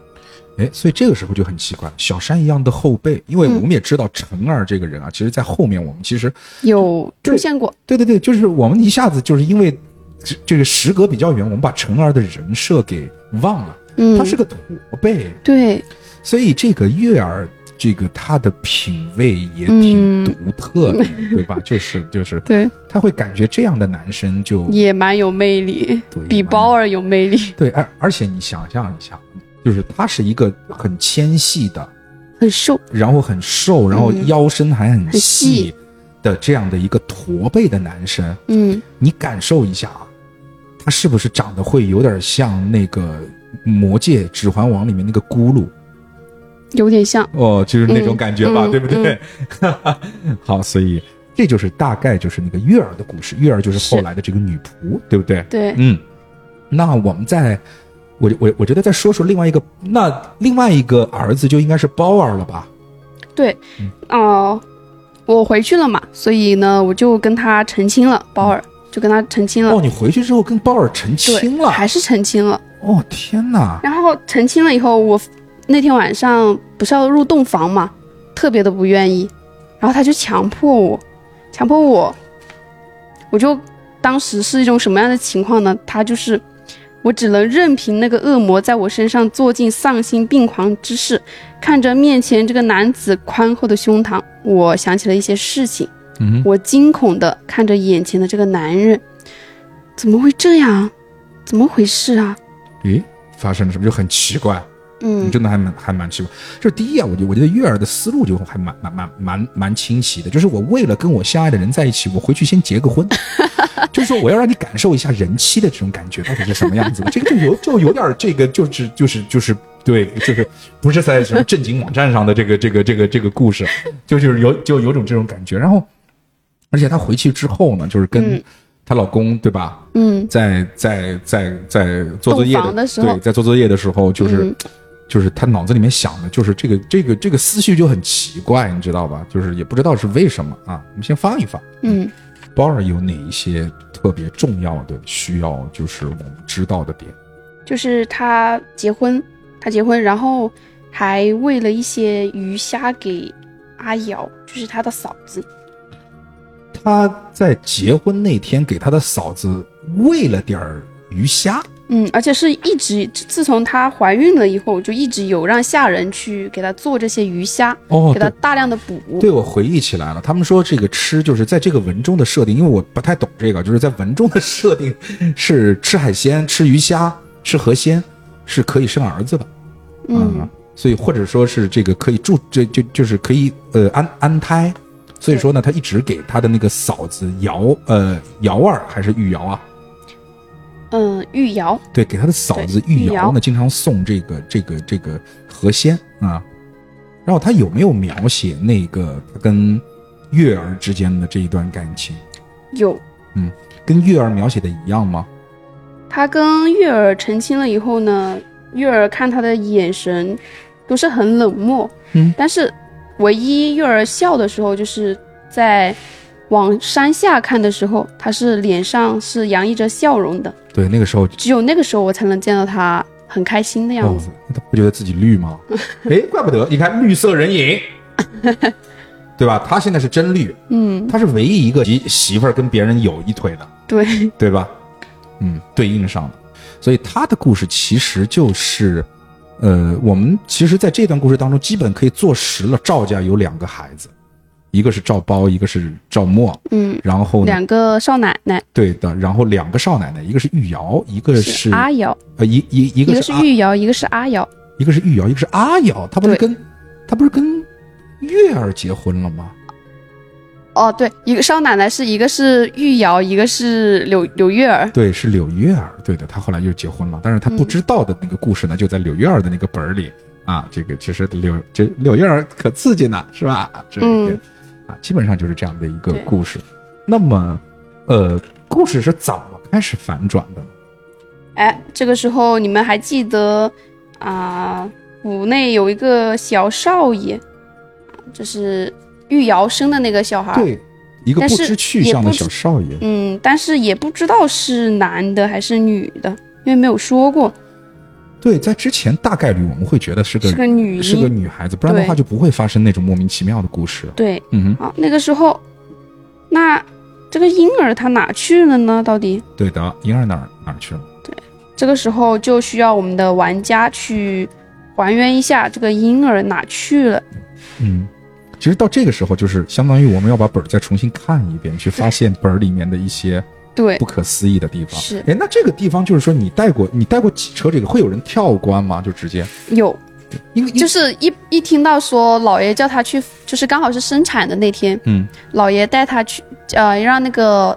[SPEAKER 4] 哎，所以这个时候就很奇怪，小山一样的后背，因
[SPEAKER 2] 嗯
[SPEAKER 4] 为我们也知道陈儿这个人啊，其实在后面我们其实？”
[SPEAKER 2] 有出现过，
[SPEAKER 4] 对对对，就是我们一下子就是因为这这个时隔比较远，我们把陈儿的人设给忘了，
[SPEAKER 2] 嗯
[SPEAKER 4] 他，是个驼背，
[SPEAKER 2] 对，
[SPEAKER 4] 所以这个月儿这个他的品味也挺
[SPEAKER 2] 嗯
[SPEAKER 4] 独特 的，对吧？就是就是
[SPEAKER 2] 对，
[SPEAKER 4] 他会感觉这样的男生就
[SPEAKER 2] 也蛮有魅力，
[SPEAKER 4] 对
[SPEAKER 2] 比包儿有魅力，
[SPEAKER 4] 对，而而且你想象一下，就是他是一个很纤细的，
[SPEAKER 2] 很瘦，
[SPEAKER 4] 然后很瘦，然后
[SPEAKER 2] 嗯
[SPEAKER 4] 腰身还很
[SPEAKER 2] 很细
[SPEAKER 4] 细的这样的一个驼背的男生，
[SPEAKER 2] 嗯
[SPEAKER 4] 你感受一下啊，他是不是长得会有点像那个《魔戒》《指环王》里面那个咕噜？
[SPEAKER 2] 有点像，
[SPEAKER 4] 哦，就是那种感觉吧，
[SPEAKER 2] 嗯嗯嗯
[SPEAKER 4] 对不对？ 好，所以这就是大概就是那个月儿的故事，月儿就是后来的这个女仆，对不对？
[SPEAKER 2] 对，
[SPEAKER 4] 嗯，那我们再，我我我觉得再说说另外一个，那另外一个儿子就应该是包儿了吧？
[SPEAKER 2] 对，
[SPEAKER 4] 嗯
[SPEAKER 2] 哦、我回去了嘛，所以呢，我就跟他澄清了，包尔就跟他澄清了，
[SPEAKER 4] 嗯哦，你回去之后跟包儿澄
[SPEAKER 2] 嗯对
[SPEAKER 4] 清了，
[SPEAKER 2] 还是澄清了。
[SPEAKER 4] 哦天哪！
[SPEAKER 2] 然后澄清了以后，我那天晚上不是要入洞房嘛，特别的不愿意，然后他就强迫我，强迫我，我就当时是一种什么样的情况呢？他就是。我只能任凭那个恶魔在我身上做尽丧心病狂之事，看着面前这个男子宽厚的胸膛，我想起了一些事情。
[SPEAKER 4] 嗯，
[SPEAKER 2] 我惊恐地看着眼前的这个男人，怎么会这样？怎么回事啊？
[SPEAKER 4] 咦，发生了什么？就很奇怪。
[SPEAKER 2] 嗯，
[SPEAKER 4] 真的还蛮还蛮奇怪。就是第一啊，我觉我觉得月儿的思路就还蛮蛮蛮蛮蛮清晰的，就是我为了跟我相爱的人在一起，我回去先结 个婚，就是说我要让你感受一下人妻的这种感觉到底是什么样子的。这个就有就有点这个就是就是就是。对，就是不是在什么正经网站上的这个这个这个这个故事，就就是有就有种这种感觉。然后，而且她回去之后呢，就是跟
[SPEAKER 2] 嗯
[SPEAKER 4] 她老公对吧，
[SPEAKER 2] 嗯，
[SPEAKER 4] 在在在在做作业
[SPEAKER 2] 洞房的时候嗯
[SPEAKER 4] 对，在做作业的时候，就是、就是他脑子里面想的，就是这个这个这个思绪就很奇怪，你知道吧？就是也不知道是为什么啊。我们先放一放，
[SPEAKER 2] 嗯，
[SPEAKER 4] 包尔有哪一些特别重要的需要，就是我们知道的点？
[SPEAKER 2] 就是他结婚，他结婚，然后还喂了一些鱼虾给阿瑶，就是他的嫂子。
[SPEAKER 4] 他在结婚那天给他的嫂子喂了点儿鱼虾，
[SPEAKER 2] 嗯，而且是一直自从她怀孕了以后，就一直有让下人去给她做这些鱼虾，
[SPEAKER 4] 哦
[SPEAKER 2] 给她
[SPEAKER 4] 对
[SPEAKER 2] 大量的补。
[SPEAKER 4] 对，我回忆起来了，他们说这个吃就是在这个文中的设定，因为我不太懂这个，就是在文中的设定是吃海鲜、吃鱼虾、吃河鲜是可以生儿子的，啊
[SPEAKER 2] 嗯，
[SPEAKER 4] 所以或者说是这个可以助这就就是可以呃安安胎，所以说呢，他一直给他的那个嫂子姚呃姚儿还是玉瑶啊，
[SPEAKER 2] 嗯，御窑，
[SPEAKER 4] 对，给他的嫂子玉瑶
[SPEAKER 2] 玉
[SPEAKER 4] 呢，
[SPEAKER 2] 瑶
[SPEAKER 4] 经常送这个这个这个河鲜啊。然后他有没有描写那个他跟月儿之间的这一段感情？
[SPEAKER 2] 有。
[SPEAKER 4] 跟月儿描写的一样吗？
[SPEAKER 2] 她跟月儿成亲了以后呢，月儿看她的眼神都是很冷漠，
[SPEAKER 4] 嗯，
[SPEAKER 2] 但是唯一月儿笑的时候，就是在往山下看的时候，她是脸上是洋溢着笑容的，
[SPEAKER 4] 对，那个时候
[SPEAKER 2] 只有那个时候我才能见到她很开心的样
[SPEAKER 4] 哦
[SPEAKER 2] 子。，
[SPEAKER 4] 他不觉得自己绿 吗？哎，怪不得，你看绿色人 影，对吧？他现在是真绿，
[SPEAKER 2] 嗯，
[SPEAKER 4] 他是唯一一个媳媳妇儿跟别人有一腿的，
[SPEAKER 2] 对，
[SPEAKER 4] 对吧？嗯，对应上了。所以他的故事其实就是，呃，我们其实在这段故事当中，基本可以坐实了赵家有两个孩子，一个是赵包，一个是赵默，
[SPEAKER 2] 嗯，
[SPEAKER 4] 然后呢，
[SPEAKER 2] 两个少奶奶
[SPEAKER 4] 对的，然后两个少奶奶，一个是玉瑶，一个是
[SPEAKER 2] 阿瑶，
[SPEAKER 4] 呃，一一一
[SPEAKER 2] 一
[SPEAKER 4] 个
[SPEAKER 2] 个
[SPEAKER 4] 是
[SPEAKER 2] 是
[SPEAKER 4] 阿，
[SPEAKER 2] 玉瑶，一个是阿瑶，
[SPEAKER 4] 一个是玉瑶，一个是阿瑶，他不是
[SPEAKER 2] 对
[SPEAKER 4] 跟他不是跟月儿结婚了吗？
[SPEAKER 2] 哦，对，一个少奶奶是一个是玉瑶，一个是柳柳月儿，
[SPEAKER 4] 对，是柳月儿，对的，他后来又结婚了，但是他不
[SPEAKER 2] 嗯
[SPEAKER 4] 知道的那个故事呢，就在柳月儿的那个本儿里啊。这个其实柳这柳月儿可刺激呢，是吧？这个、
[SPEAKER 2] 嗯
[SPEAKER 4] 啊，基本上就是这样的一个
[SPEAKER 2] 对
[SPEAKER 4] 故事。那么，呃，故事是怎么开始反转的呢？
[SPEAKER 2] 哎，这个时候你们还记得啊、府内有一个小少爷，就是玉瑶生的那个小孩。。
[SPEAKER 4] 对，一个
[SPEAKER 2] 但
[SPEAKER 4] 不
[SPEAKER 2] 是
[SPEAKER 4] 知去
[SPEAKER 2] 也
[SPEAKER 4] 向的
[SPEAKER 2] 不知
[SPEAKER 4] 小少爷。
[SPEAKER 2] 嗯，但是也不知道是男的还是女的，因为没有说过
[SPEAKER 4] 对，在之前大概率我们会觉得是个
[SPEAKER 2] 是个女
[SPEAKER 4] 是个
[SPEAKER 2] 婴。
[SPEAKER 4] 女孩子，不然的话
[SPEAKER 2] 对
[SPEAKER 4] 就不会发生那种莫名其妙的故事。
[SPEAKER 2] 对，
[SPEAKER 4] 嗯
[SPEAKER 2] 啊，那个时候，那这个婴儿他哪去了呢？到底
[SPEAKER 4] 哼，对的，婴儿哪儿哪儿去了？
[SPEAKER 2] 这个时候就需要我们的玩家去还原一下这个婴儿哪去了。
[SPEAKER 4] 嗯，其实到这个时候，就是相当于我们要把本儿再重新看一遍，去发现本儿里面的一些
[SPEAKER 2] 对
[SPEAKER 4] 不，可思议的地方。
[SPEAKER 2] 是
[SPEAKER 4] 哎，那这个地方就是说，你带过你带过几车？这个会有人跳关吗？就直接，
[SPEAKER 2] 有
[SPEAKER 4] 因为因为
[SPEAKER 2] 就是一一听到说姥爷叫他去，就是刚好是生产的那天，
[SPEAKER 4] 嗯，
[SPEAKER 2] 姥爷带他去，呃，让那个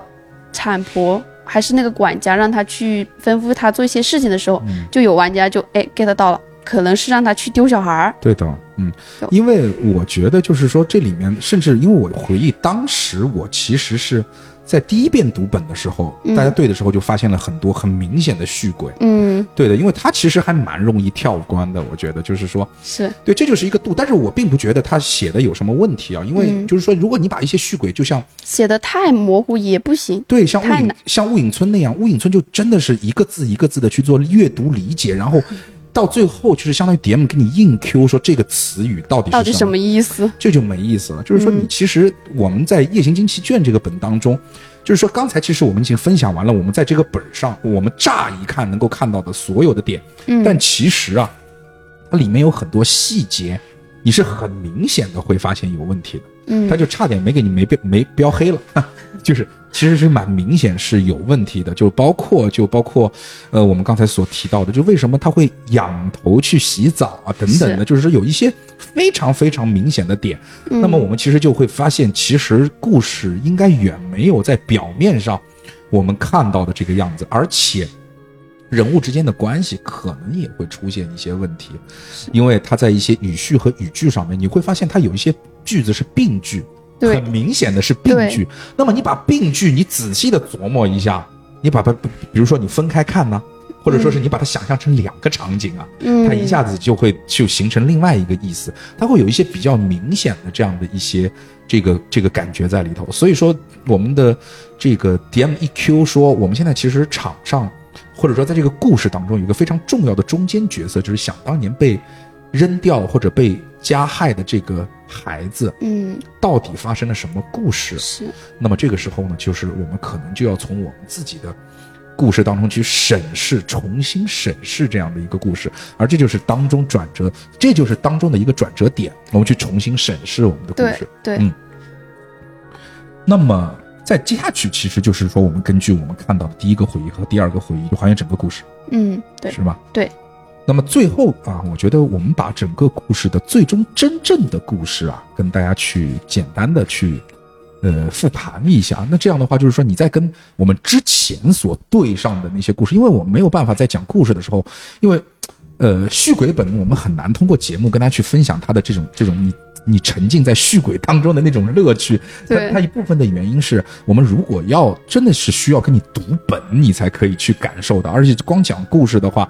[SPEAKER 2] 产婆还是那个管家让他去吩咐他做一些事情的时候，就有玩家就哎 get 到了，可能是让他去丢小孩儿，
[SPEAKER 4] 对的，嗯
[SPEAKER 2] 有，
[SPEAKER 4] 因为我觉得就是说，这里面甚至因为我回忆当时我其实是在第一遍读本的时候，大家对的时候就发现了很多很明显的续轨。
[SPEAKER 2] 嗯，
[SPEAKER 4] 对的，因为它其实还蛮容易跳关的，我觉得就是说，
[SPEAKER 2] 是
[SPEAKER 4] 对，这就是一个度，但是我并不觉得他写的有什么问题啊，因为
[SPEAKER 2] 嗯
[SPEAKER 4] 就是说，如果你把一些续轨，就像
[SPEAKER 2] 写的太模糊也不行，
[SPEAKER 4] 对像雾
[SPEAKER 2] 太
[SPEAKER 4] 影
[SPEAKER 2] 难
[SPEAKER 4] 像雾影村那样，雾影村就真的是一个字一个字的去做阅读理解，然后到最后就是相当于 DM 给你硬 Q 说这个词语到底
[SPEAKER 2] 到底
[SPEAKER 4] 是什
[SPEAKER 2] 什么嗯意思？
[SPEAKER 4] 这就没意思了。就是说，你其实我们在《夜行惊奇卷》这个本当中，就是说刚才其实我们已经分享完了，我们在这个本上，我们乍一看能够看到的所有的点，
[SPEAKER 2] 嗯
[SPEAKER 4] 但其实啊，它里面有很多细节，你是很明显的会发现有问题的。
[SPEAKER 2] 嗯
[SPEAKER 4] 他就差点没给你没标没标黑了，就是其实是蛮明显是有问题的，就包括就包括，呃，我们刚才所提到的，就为什么他会仰头去洗澡啊等等的，
[SPEAKER 2] 是嗯
[SPEAKER 4] 就是说有一些非常非常明显的点。那么我们其实就会发现，其实故事应该远没有在表面上我们看到的这个样子，而且人物之间的关系可能也会出现一些问题，因为他在一些语序和语句上面，你会发现他有一些句子是病句，
[SPEAKER 2] 对
[SPEAKER 4] 很明显的是病句。那么你把病句你仔细的琢磨一下，你把它，比如说你分开看呢、或者说是你把它想象成两个场景啊，
[SPEAKER 2] 嗯
[SPEAKER 4] 它一下子就会就形成另外一个意思，它会有一些比较明显的这样的一些这个这个感觉在里头。所以说，我们的这个 DM EQ 说，我们现在其实场上或者说在这个故事当中有一个非常重要的中间角色，就是想当年被扔掉或者被加害的这个孩子，
[SPEAKER 2] 嗯，
[SPEAKER 4] 到底发生了什么故事？
[SPEAKER 2] 是
[SPEAKER 4] 那么这个时候呢，就是我们可能就要从我们自己的故事当中去审视、重新审视这样的一个故事，而这就是当中转折，这就是当中的一个转折点，我们去重新审视我们的故
[SPEAKER 2] 对
[SPEAKER 4] 事。
[SPEAKER 2] 对，
[SPEAKER 4] 嗯那么在接下去，其实就是说我们根据我们看到的第一个回忆和第二个回忆，就还原整个故事，
[SPEAKER 2] 嗯，对，
[SPEAKER 4] 是吧？
[SPEAKER 2] 对。
[SPEAKER 4] 那么最后啊，我觉得我们把整个故事的最终真正的故事啊，跟大家去简单的去，呃，复盘一下。那这样的话，就是说你在跟我们之前所对上的那些故事，因为我们没有办法在讲故事的时候，因为，呃，续鬼本我们很难通过节目跟大家去分享它的这种这种你你沉浸在续鬼当中的那种乐趣。
[SPEAKER 2] 对
[SPEAKER 4] 它它一部分的原因是我们如果要真的是需要跟你读本，你才可以去感受的，而且光讲故事的话。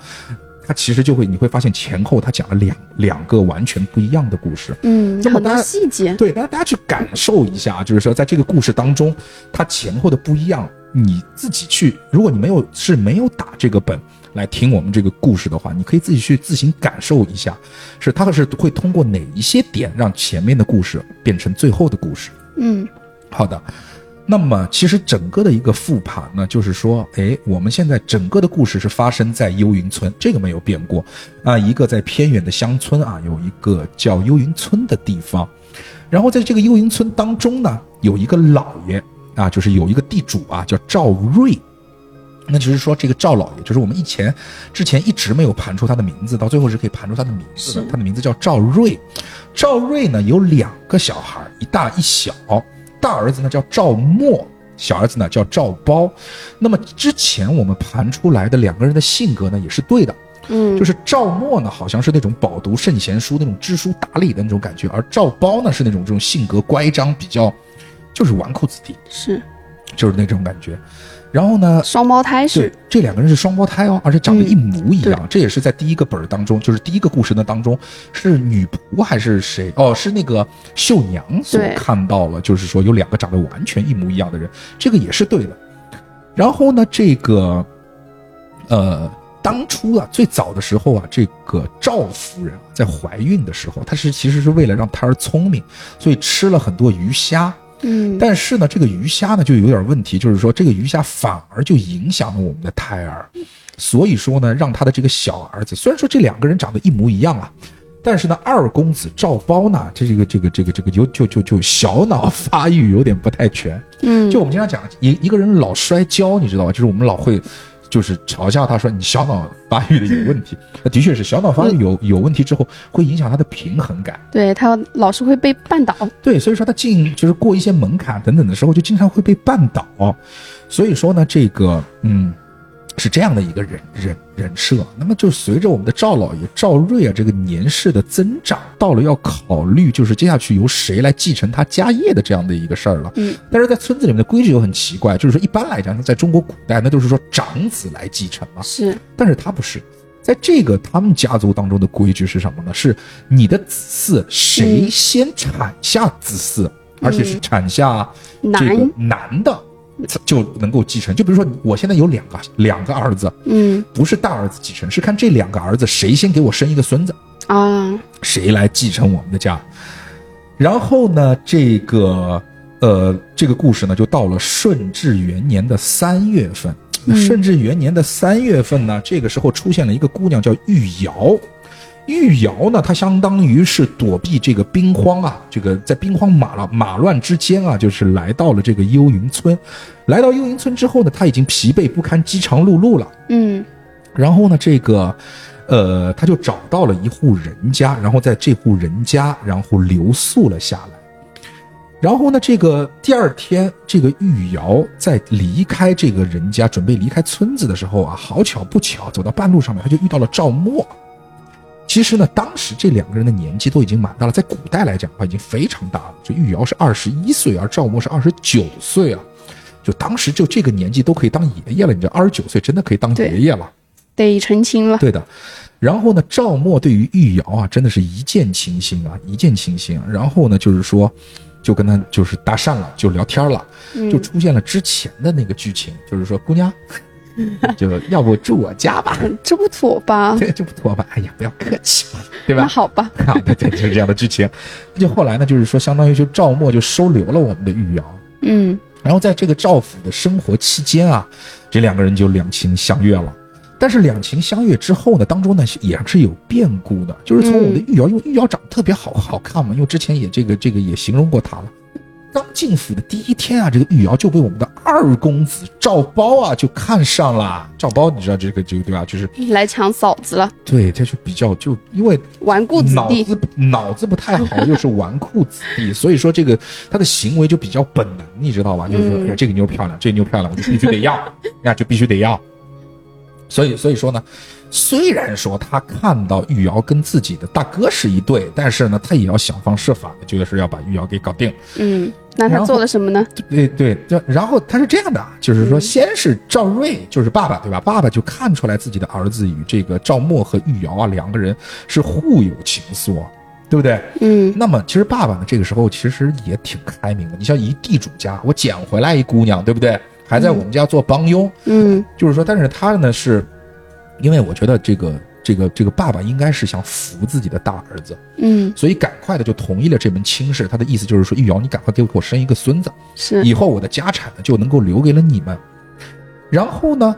[SPEAKER 4] 它其实就会，你会发现前后它讲了两两个完全不一样的故事。
[SPEAKER 2] 嗯，
[SPEAKER 4] 那么
[SPEAKER 2] 很
[SPEAKER 4] 大
[SPEAKER 2] 多
[SPEAKER 4] 家
[SPEAKER 2] 细节，
[SPEAKER 4] 对，大家大家去感受一下，啊就是说在这个故事当中，它前后的不一样，你自己去，如果你没有是没有打这个本来听我们这个故事的话，你可以自己去自行感受一下，是它是会通过哪一些点让前面的故事变成最后的故事。
[SPEAKER 2] 嗯
[SPEAKER 4] 好的，那么其实整个的一个复盘呢，就是说，哎，我们现在整个的故事是发生在幽云村，这个没有变过啊、一个在偏远的乡村啊，有一个叫幽云村的地方，然后在这个幽云村当中呢，有一个老爷啊，就是有一个地主啊，叫赵瑞。那就是说，这个赵老爷，就是我们以前之前一直没有盘出他的名字，到最后是可以盘出他的名字的。
[SPEAKER 2] 是
[SPEAKER 4] 他的名字叫赵瑞，赵瑞呢有两个小孩，一大一小，大儿子呢叫赵默，小儿子呢叫赵包。那么之前我们盘出来的两个人的性格呢也是对的，
[SPEAKER 2] 嗯，
[SPEAKER 4] 就是赵默呢，好像是那种饱读圣贤书、那种知书达理的那种感觉，而赵包呢是那种这种性格乖张，比较就是纨绔子弟，
[SPEAKER 2] 是
[SPEAKER 4] 就是那种感觉。然后呢，
[SPEAKER 2] 双胞胎
[SPEAKER 4] 对
[SPEAKER 2] 是，，
[SPEAKER 4] 这两个人是双胞胎哦，而且长得一模一样。
[SPEAKER 2] 嗯
[SPEAKER 4] 这也是在第一个本儿当中，就是第一个故事呢当中，是女仆还是谁？哦，是那个绣娘所
[SPEAKER 2] 对
[SPEAKER 4] 看到了，就是说有两个长得完全一模一样的人，这个也是对的。然后呢，这个，呃，当初啊，最早的时候啊，这个赵夫人啊在怀孕的时候，她是其实是为了让胎儿聪明，所以吃了很多鱼虾。
[SPEAKER 2] 嗯，
[SPEAKER 4] 但是呢，这个鱼虾呢就有点问题，就是说这个鱼虾反而就影响了我们的胎儿，所以说呢，让他的这个小儿子，虽然说这两个人长得一模一样啊，但是呢，二公子赵包呢，这个这个这个这个有就就就小脑发育有点不太全，
[SPEAKER 2] 嗯，
[SPEAKER 4] 就我们经常讲一一个人老摔跤，你知道吧？就是我们老会。就是嘲笑他说你小脑发育的有问题，那的确是小脑发育有有问题之后会影响他的平衡感，
[SPEAKER 2] 对他老是会被绊倒，
[SPEAKER 4] 对，所以说他进就是过一些门槛等等的时候，就经常会被绊倒。所以说呢，这个嗯，是这样的一个人人人设。那么就随着我们的赵老爷赵瑞啊这个年事的增长，到了要考虑就是接下去由谁来继承他家业的这样的一个事儿了。
[SPEAKER 2] 嗯，
[SPEAKER 4] 但是在村子里面的规矩又很奇怪，就是说一般来讲，在中国古代那都是说长子来继承嘛，
[SPEAKER 2] 是
[SPEAKER 4] 但是他不是。在这个他们家族当中的规矩是什么呢？是你的子嗣谁
[SPEAKER 2] 嗯
[SPEAKER 4] 先产下子嗣，而且是产下
[SPEAKER 2] 男
[SPEAKER 4] 这个男的，就能够继承。就比如说，我现在有两个两个儿子，
[SPEAKER 2] 嗯
[SPEAKER 4] 不是大儿子继承，是看这两个儿子谁先给我生一个孙子，
[SPEAKER 2] 啊，
[SPEAKER 4] 谁来继承我们的家。然后呢，这个呃，这个故事呢，就到了顺治元年的三月份。那顺治元年的三月份呢，这个时候出现了一个姑娘叫玉瑶。玉瑶呢，她相当于是躲避这个兵荒啊，这个在兵荒马乱马乱之间啊，就是来到了这个幽云村。来到幽云村之后呢，她已经疲惫不堪、饥肠辘辘了。
[SPEAKER 2] 嗯
[SPEAKER 4] 然后呢，这个，呃，他就找到了一户人家，然后在这户人家，然后留宿了下来。然后呢，这个第二天，这个玉瑶在离开这个人家，准备离开村子的时候啊，好巧不巧，走到半路上面，他就遇到了赵默。其实呢，当时这两个人的年纪都已经蛮大了，在古代来讲的话，已经非常大了。这玉瑶是二十一岁，而赵默是二十九岁啊，就当时就这个年纪都可以当爷爷了。你知道，二十九岁真的可以当
[SPEAKER 2] 对
[SPEAKER 4] 爷爷了。
[SPEAKER 2] 得成亲了，
[SPEAKER 4] 对的。然后呢，赵默对于玉瑶啊，真的是一见倾心啊，一见倾心。然后呢，就是说，就跟他就是搭讪了，就聊天了，就出现了之前的那个剧情，就是说，姑娘，就要不住我家吧，
[SPEAKER 2] 这不妥吧？
[SPEAKER 4] 这 就不妥吧？哎呀，不要客气嘛，对
[SPEAKER 2] 那
[SPEAKER 4] 吧？
[SPEAKER 2] 好吧，
[SPEAKER 4] 啊，对对，就是这样的剧情。就后来呢，就是说，相当于就赵默就收留了我们的玉瑶，
[SPEAKER 2] 嗯，
[SPEAKER 4] 哎然后在这个赵府的生活期间啊，这两个人就两情相悦了。但是两情相悦之后呢，当中呢也是有变故的，就是从我的玉瑶，因为玉瑶长得特别好好看嘛，因为之前也这个这个也形容过她了。刚进府的第一天啊，这个玉瑶就被我们的二公子赵包啊就看上了。赵包你知道这个这个对吧？就是
[SPEAKER 2] 来抢嫂子了，
[SPEAKER 4] 对，他就比较就因为
[SPEAKER 2] 纨绔子
[SPEAKER 4] 脑
[SPEAKER 2] 弟。
[SPEAKER 4] 子脑子不太好，又是纨绔子弟，所以说这个他的行为就比较本能，你知道
[SPEAKER 2] 嗯
[SPEAKER 4] 吧？就是说，哎呀，这个妞漂亮，这个妞漂亮，我 就必须得要，那就必须得要。所以，所以说呢，虽然说他看到玉瑶跟自己的大哥是一对，但是呢，他也要想方设法的，就是要把玉瑶给搞定。
[SPEAKER 2] 嗯，那
[SPEAKER 4] 然
[SPEAKER 2] 他
[SPEAKER 4] 后
[SPEAKER 2] 做了什么呢？
[SPEAKER 4] 对对，就然后他是这样的啊，就是说，
[SPEAKER 2] 嗯
[SPEAKER 4] 先是赵瑞，就是爸爸，对吧？爸爸就看出来自己的儿子与这个赵默和玉瑶啊两个人是互有情愫啊，对不对？
[SPEAKER 2] 嗯
[SPEAKER 4] 那么其实爸爸呢，这个时候其实也挺开明的。你像一地主家，我捡回来一姑娘，对不对？还在我们家做帮佣，
[SPEAKER 2] 嗯
[SPEAKER 4] 就是说，但是他呢是，因为我觉得这个这个这个爸爸应该是想扶自己的大儿子，
[SPEAKER 2] 嗯，
[SPEAKER 4] 所以赶快的就同意了这门亲事。他的意思就是说，玉瑶，你赶快给我生一个孙子。
[SPEAKER 2] 是
[SPEAKER 4] 以后我的家产呢就能够留给了你们。然后呢，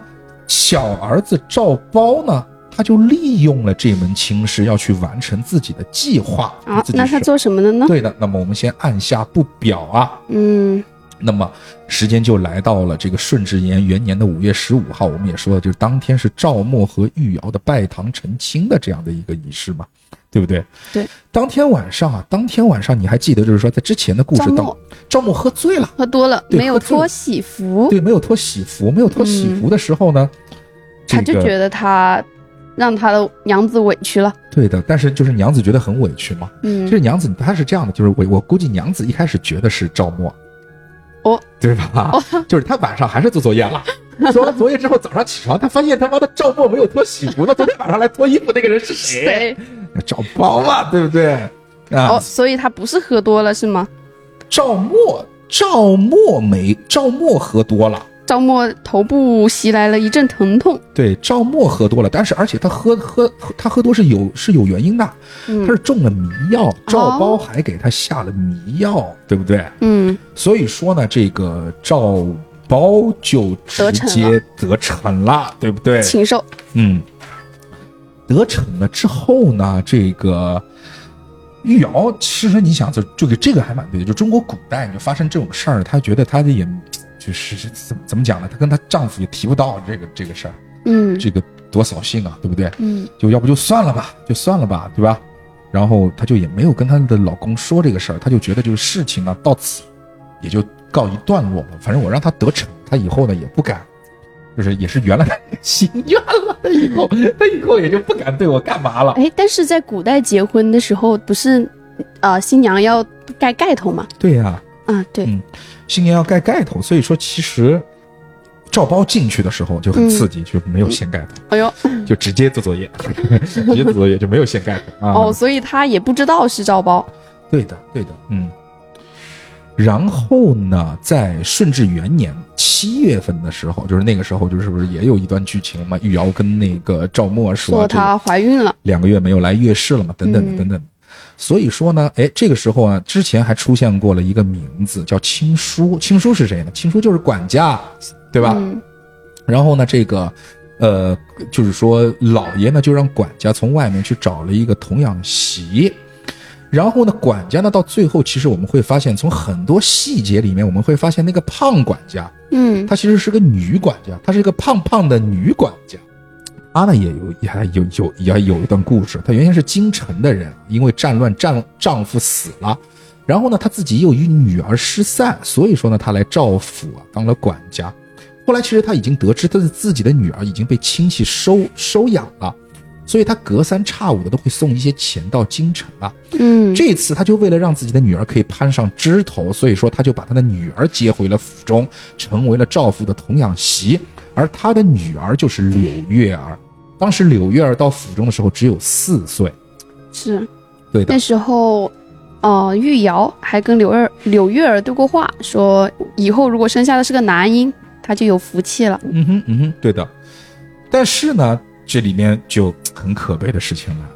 [SPEAKER 4] 小儿子赵包呢，他就利用了这门亲事，要去完成自己的计划。
[SPEAKER 2] 啊
[SPEAKER 4] 自，己
[SPEAKER 2] 那他
[SPEAKER 4] 是
[SPEAKER 2] 做什么了呢？
[SPEAKER 4] 对的。那么我们先按下不表啊。
[SPEAKER 2] 嗯
[SPEAKER 4] 那么时间就来到了这个顺治延元年的五月十五号，我们也说了，就是当天是赵默和玉瑶的拜堂成亲的这样的一个仪式嘛，对不对？
[SPEAKER 2] 对。
[SPEAKER 4] 当天晚上啊，当天晚上你还记得，就是说在之前的故事
[SPEAKER 2] 赵
[SPEAKER 4] 当
[SPEAKER 2] 默，
[SPEAKER 4] 赵默喝醉了。
[SPEAKER 2] 喝多了
[SPEAKER 4] 对
[SPEAKER 2] 没有
[SPEAKER 4] 喝醉
[SPEAKER 2] 脱
[SPEAKER 4] 了
[SPEAKER 2] 喜服，
[SPEAKER 4] 对，没有脱喜服，没有脱喜服的时候呢，这
[SPEAKER 2] 嗯他
[SPEAKER 4] 个
[SPEAKER 2] 就觉得他让他的娘子委屈了。
[SPEAKER 4] 对的，但是就是娘子觉得很委屈嘛。
[SPEAKER 2] 嗯
[SPEAKER 4] 就是娘子她是这样的，就是我我估计娘子一开始觉得是赵默，
[SPEAKER 2] 哦，
[SPEAKER 4] 对吧？就是她晚上还是做作业了。 做完作业之后，早上起床，她发现他妈的赵默没有脱喜服，那昨天晚上来脱衣服那个人是谁？
[SPEAKER 2] 对
[SPEAKER 4] 赵包嘛，对不对？啊，
[SPEAKER 2] 哦，所以他不是喝多了是吗？
[SPEAKER 4] 赵默，赵默没，赵默喝多了。
[SPEAKER 2] 赵默头部袭来了一阵疼痛。
[SPEAKER 4] 对，赵默喝多了，但是而且他喝喝喝他喝多是有是有原因的，
[SPEAKER 2] 嗯
[SPEAKER 4] 他是中了迷药，赵包还给他下了迷药，对不对？
[SPEAKER 2] 嗯
[SPEAKER 4] 所以说呢，这个赵包就直接得逞了，对不对？
[SPEAKER 2] 禽兽。
[SPEAKER 4] 嗯，得逞了之后呢，这个玉瑶，其实你想，就这个这个还蛮对的，就中国古代你就发生这种事儿，她觉得她的也就是怎么怎么讲呢？她跟她丈夫也提不到这个这个事儿。
[SPEAKER 2] 嗯
[SPEAKER 4] 这个多扫兴啊，对不对？
[SPEAKER 2] 嗯
[SPEAKER 4] 就要不就算了吧，就算了吧，对吧？然后她就也没有跟她的老公说这个事儿，她就觉得就是事情呢到此也就告一段落了。反正我让她得逞，她以后呢也不敢，就是也是圆了她的心 愿了。她以后她以后也就不敢对我干嘛了。
[SPEAKER 2] 哎，但是在古代结婚的时候，不是呃新娘要盖盖头嘛？
[SPEAKER 4] 对呀、
[SPEAKER 2] 啊，对，
[SPEAKER 4] 嗯新年要盖盖头，所以说其实赵包进去的时候就很刺激，就没有掀盖头，
[SPEAKER 2] 哎呦，
[SPEAKER 4] 就直接做作业， 直接做作业就没有掀盖头啊。
[SPEAKER 2] 哦，所以他也不知道是赵包。
[SPEAKER 4] 对的，对的，嗯。然后呢，在顺治元年七月份的时候，就是那个时候，就是不是也有一段剧情嘛？玉瑶跟那个赵默啊说，
[SPEAKER 2] 说
[SPEAKER 4] 这个
[SPEAKER 2] 她怀孕了，
[SPEAKER 4] 两个月没有来月事了嘛，等等
[SPEAKER 2] 嗯
[SPEAKER 4] 等等。所以说呢，哎，这个时候啊，之前还出现过了一个名字叫青书，青书是谁呢？青书就是管家，对吧？
[SPEAKER 2] 嗯
[SPEAKER 4] 然后呢，这个，呃，就是说老爷呢就让管家从外面去找了一个童养媳，然后呢，管家呢到最后，其实我们会发现，从很多细节里面，我们会发现那个胖管家，
[SPEAKER 2] 嗯
[SPEAKER 4] 她其实是个女管家，她是一个胖胖的女管家。她呢也有也还有有也有一段故事，她原先是京城的人，因为战乱丈丈夫死了，然后呢她自己又与女儿失散，所以说呢她来赵府啊当了管家。后来其实她已经得知她的自己的女儿已经被亲戚收收养了，所以她隔三差五的都会送一些钱到京城啊。
[SPEAKER 2] 嗯，
[SPEAKER 4] 这次他就为了让自己的女儿可以攀上枝头，所以说他就把他的女儿接回了府中，成为了赵父的童养媳，而他的女儿就是柳月儿。当时柳月儿到府中的时候只有四岁，
[SPEAKER 2] 是
[SPEAKER 4] 对的
[SPEAKER 2] 那，时候，呃，玉瑶还跟柳儿柳月儿对过话，说以后如果生下的是个男婴，她就有福气了。
[SPEAKER 4] 嗯哼，嗯哼，对的。但是呢，这里面就很可悲的事情来了。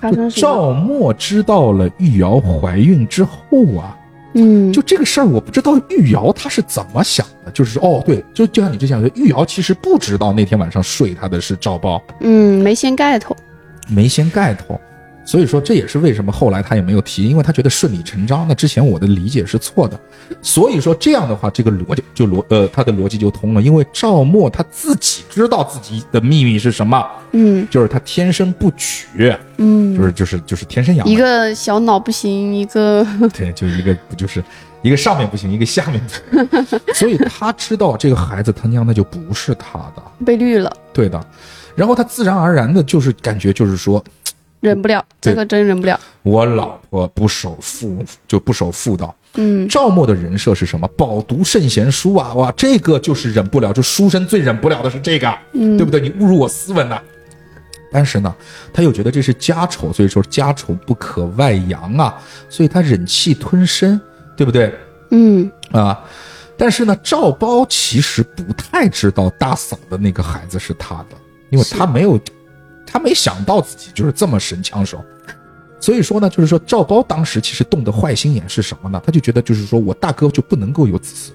[SPEAKER 2] 发生什么？
[SPEAKER 4] 赵默知道了玉瑶怀孕之后啊，
[SPEAKER 2] 嗯，
[SPEAKER 4] 就这个事儿，我不知道玉瑶她是怎么想的，就是说哦，对，就就像你之前说，玉瑶其实不知道那天晚上睡她的是赵包，
[SPEAKER 2] 嗯没掀盖头，
[SPEAKER 4] 没掀盖头，所以说这也是为什么后来他也没有提，因为他觉得顺理成章。那之前我的理解是错的，所以说这样的话，这个逻辑就逻呃他的逻辑就通了，因为赵默他自己知道自己的秘密是什么，
[SPEAKER 2] 嗯
[SPEAKER 4] 就是他天生不举，
[SPEAKER 2] 嗯，
[SPEAKER 4] 就是就是就是天生阳
[SPEAKER 2] 一个小脑不行，一个
[SPEAKER 4] 对，就一个不就是一个上面不行，一个下面不 行，所以他知道这个孩子他娘的就不是他的，
[SPEAKER 2] 被绿了，
[SPEAKER 4] 对的，然后他自然而然的就是感觉就是说，
[SPEAKER 2] 忍不了，
[SPEAKER 4] 对
[SPEAKER 2] 这个真忍不了，
[SPEAKER 4] 我老婆不守妇就不守妇道。
[SPEAKER 2] 嗯
[SPEAKER 4] 赵默的人设是什么？饱读圣贤书啊，哇，这个就是忍不了，就书生最忍不了的是这个，
[SPEAKER 2] 嗯
[SPEAKER 4] 对不对？你侮辱我斯文呐、但是呢，他又觉得这是家丑，所以说家丑不可外扬啊，所以他忍气吞声，对不对？
[SPEAKER 2] 嗯
[SPEAKER 4] 啊。但是呢，赵包其实不太知道大嫂的那个孩子是他的，因为他没有，他没想到自己就是这么神枪手。所以说呢，就是说赵包当时其实动的坏心眼是什么呢？他就觉得就是说我大哥就不能够有子嗣，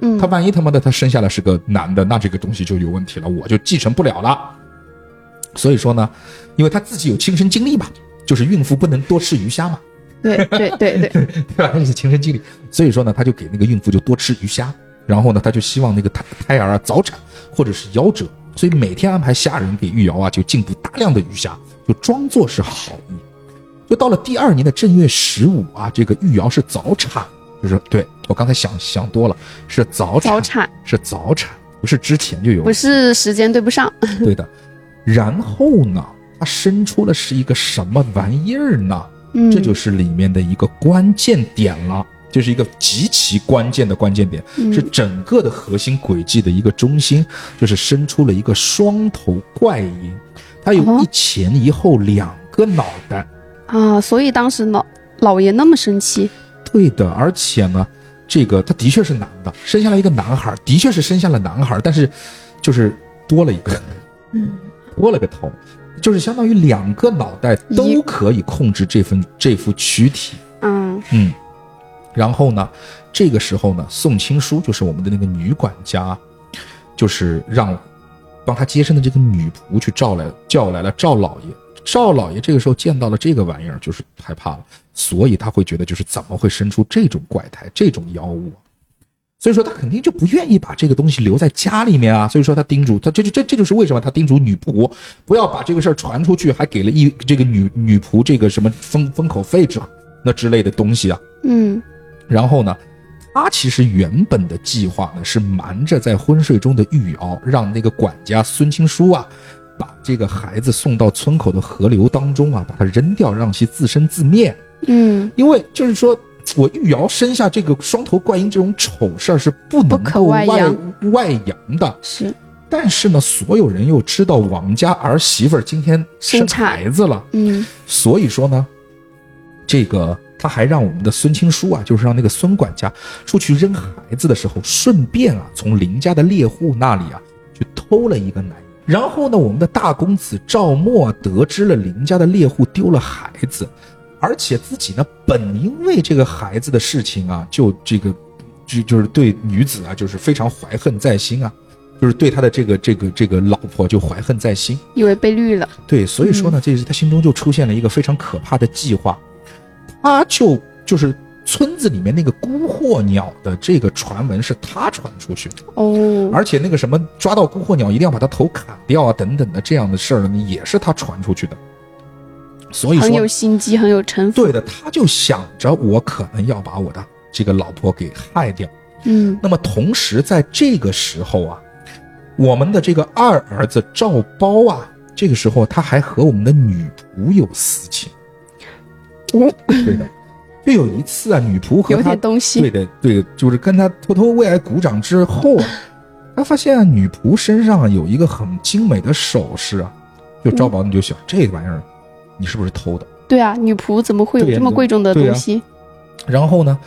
[SPEAKER 2] 嗯，
[SPEAKER 4] 他万一他妈的他生下来是个男的，那这个东西就有问题了，我就继承不了了。所以说呢，因为他自己有亲身经历嘛，就是孕妇不能多吃鱼虾嘛，
[SPEAKER 2] 对对对对，
[SPEAKER 4] 对吧？他是亲身经历，所以说呢，他就给那个孕妇就多吃鱼虾，然后呢，他就希望那个胎胎儿啊早产或者是夭折，所以每天安排虾仁给玉瑶啊就进补大量的鱼虾，就装作是好意。就到了第二年的正月十五啊，这个玉瑶是早产，就是对我刚才想想多了，是早产，
[SPEAKER 2] 早产
[SPEAKER 4] 是早产，不是之前就有，
[SPEAKER 2] 不是时间对不上，
[SPEAKER 4] 对的。然后呢，他生出了是一个什么玩意儿呢？
[SPEAKER 2] 嗯，
[SPEAKER 4] 这就是里面的一个关键点了，这是一个极其关键的关键点，
[SPEAKER 2] 嗯
[SPEAKER 4] 是整个的核心轨迹的一个中心，就是生出了一个双头怪婴，它有
[SPEAKER 2] 哦
[SPEAKER 4] 一前一后两个脑袋，
[SPEAKER 2] 啊，所以当时老老爷那么生气，
[SPEAKER 4] 对的，而且呢，这个他的确是男的，生下来一个男孩，的确是生下了男孩，但是就是多了一个，多了个头，就是相当于两个脑袋
[SPEAKER 2] 一
[SPEAKER 4] 都可以控制这份这副躯体。
[SPEAKER 2] 嗯
[SPEAKER 4] 嗯，然后呢，这个时候呢，宋青书就是我们的那个女管家，就是让帮她接生的这个女仆去召来叫来了赵老爷。赵老爷这个时候见到了这个玩意儿，就是害怕了，所以他会觉得就是怎么会生出这种怪胎、这种妖物啊、所以说他肯定就不愿意把这个东西留在家里面啊，所以说他叮嘱他，这就这这就是为什么他叮嘱女仆不要把这个事儿传出去，还给了一这个女女仆这个什么封封口费之那之类的东西啊。
[SPEAKER 2] 嗯
[SPEAKER 4] 然后呢，他其实原本的计划呢是瞒着在昏睡中的玉瑶，让那个管家孙青书啊，把这个孩子送到村口的河流当中啊，把它扔掉，让其自生自灭。
[SPEAKER 2] 嗯，
[SPEAKER 4] 因为就是说。我玉瑶生下这个双头怪婴这种丑事儿是不能
[SPEAKER 2] 不可
[SPEAKER 4] 够
[SPEAKER 2] 外
[SPEAKER 4] 外
[SPEAKER 2] 扬
[SPEAKER 4] 外扬的，
[SPEAKER 2] 是
[SPEAKER 4] 但是呢，所有人又知道王家儿媳妇儿今天生
[SPEAKER 2] 生产
[SPEAKER 4] 孩子了，
[SPEAKER 2] 嗯
[SPEAKER 4] 所以说呢，这个他还让我们的孙青书啊，就是让那个孙管家出去扔孩子的时候，顺便啊从邻家的猎户那里啊去偷了一个男婴。然后呢，我们的大公子赵默得知了邻家的猎户丢了孩子，而且自己呢本因为这个孩子的事情啊，就这个就就是对女子啊就是非常怀恨在心啊，就是对他的这个这个这个老婆就怀恨在心。
[SPEAKER 2] 以为被绿了，
[SPEAKER 4] 对，所以说
[SPEAKER 2] 嗯
[SPEAKER 4] 呢，这是他心中就出现了一个非常可怕的计划，他就就是村子里面那个孤鹤鸟的这个传闻是他传出去的，
[SPEAKER 2] 哦，
[SPEAKER 4] 而且那个什么抓到孤鹤鸟一定要把它头砍掉啊等等的这样的事儿呢，也是他传出去的，所以说
[SPEAKER 2] 很有心机，很有城府，
[SPEAKER 4] 对的，他就想着我可能要把我的这个老婆给害掉。
[SPEAKER 2] 嗯
[SPEAKER 4] 那么同时在这个时候啊，我们的这个二儿子赵包啊，这个时候他还和我们的女仆有私情。
[SPEAKER 2] 哦，
[SPEAKER 4] 对的，就有一次啊，女仆和
[SPEAKER 2] 有
[SPEAKER 4] 他
[SPEAKER 2] 点东西
[SPEAKER 4] 对的对的，就是跟他偷偷为爱鼓掌之后啊，他发现啊、女仆身上啊有一个很精美的首饰啊，就
[SPEAKER 2] 嗯
[SPEAKER 4] 赵宝你就想、这玩意儿，你是不是偷的？
[SPEAKER 2] 对啊，女仆怎么会有
[SPEAKER 4] 对呀
[SPEAKER 2] 这么贵重的
[SPEAKER 4] 对呀
[SPEAKER 2] 东西？
[SPEAKER 4] 然后呢，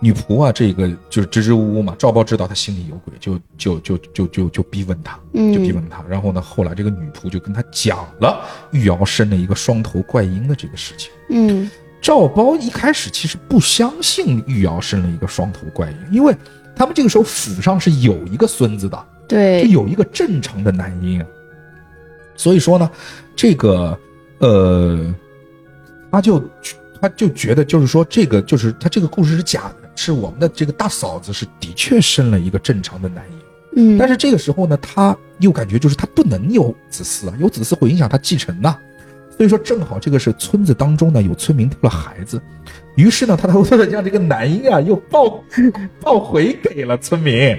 [SPEAKER 4] 女仆啊，这个就是支支吾吾嘛，赵包知道他心里有鬼，就就就就就就逼问他，
[SPEAKER 2] 嗯
[SPEAKER 4] 就逼问他。然后呢，后来这个女仆就跟他讲了玉瑶生了一个双头怪婴的这个事情。
[SPEAKER 2] 嗯
[SPEAKER 4] 赵包一开始其实不相信玉瑶生了一个双头怪婴，因为他们这个时候府上是有一个孙子的，就
[SPEAKER 2] 对，
[SPEAKER 4] 有一个正常的男婴啊。所以说呢，这个呃，他就他就觉得就是说这个就是他这个故事是假的，是我们的这个大嫂子是的确生了一个正常的男婴。
[SPEAKER 2] 嗯，
[SPEAKER 4] 但是这个时候呢，他又感觉就是他不能有子嗣啊，有子嗣会影响他继承呐、所以说，正好这个是村子当中呢有村民丢了孩子，于是呢，他 偷偷的将这个男婴啊又抱抱回给了村民。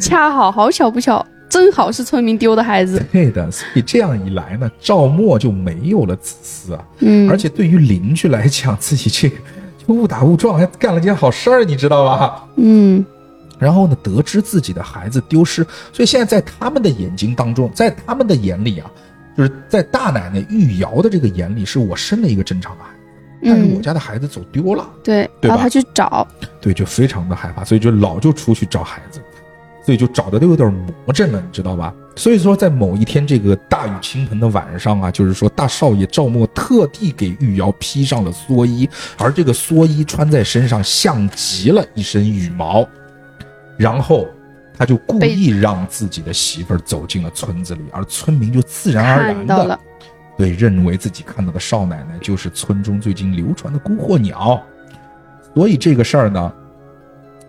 [SPEAKER 2] 恰好好巧不巧，正好是村民丢的孩子。
[SPEAKER 4] 对的，所以这样一来呢，赵默就没有了子嗣啊。
[SPEAKER 2] 嗯，
[SPEAKER 4] 而且对于邻居来讲，自己这个就误打误撞还干了件好事儿，你知道吧？
[SPEAKER 2] 嗯，
[SPEAKER 4] 然后呢，得知自己的孩子丢失，所以现在在他们的眼睛当中，在他们的眼里啊，就是在大奶奶玉瑶的这个眼里，是我生了一个正常的孩子，但是我
[SPEAKER 2] 嗯，
[SPEAKER 4] 家的孩子走丢了，
[SPEAKER 2] 对，
[SPEAKER 4] 对
[SPEAKER 2] 然后
[SPEAKER 4] 吧
[SPEAKER 2] 他去找，
[SPEAKER 4] 对，就非常的害怕，所以就老就出去找孩子，所以就找的都有点魔怔了，你知道吧？所以说，在某一天这个大雨倾盆的晚上啊，就是说大少爷赵默特地给玉瑶披上了蓑衣，而这个蓑衣穿在身上像极了一身羽毛，然后。他就故
[SPEAKER 2] 被
[SPEAKER 4] 意让自己的媳妇儿走进了村子里，而村民就自然而
[SPEAKER 2] 看
[SPEAKER 4] 然
[SPEAKER 2] 到
[SPEAKER 4] 的
[SPEAKER 2] 了，
[SPEAKER 4] 对认为自己看到的少奶奶就是村中最近流传的孤惑鸟，所以这个事儿呢，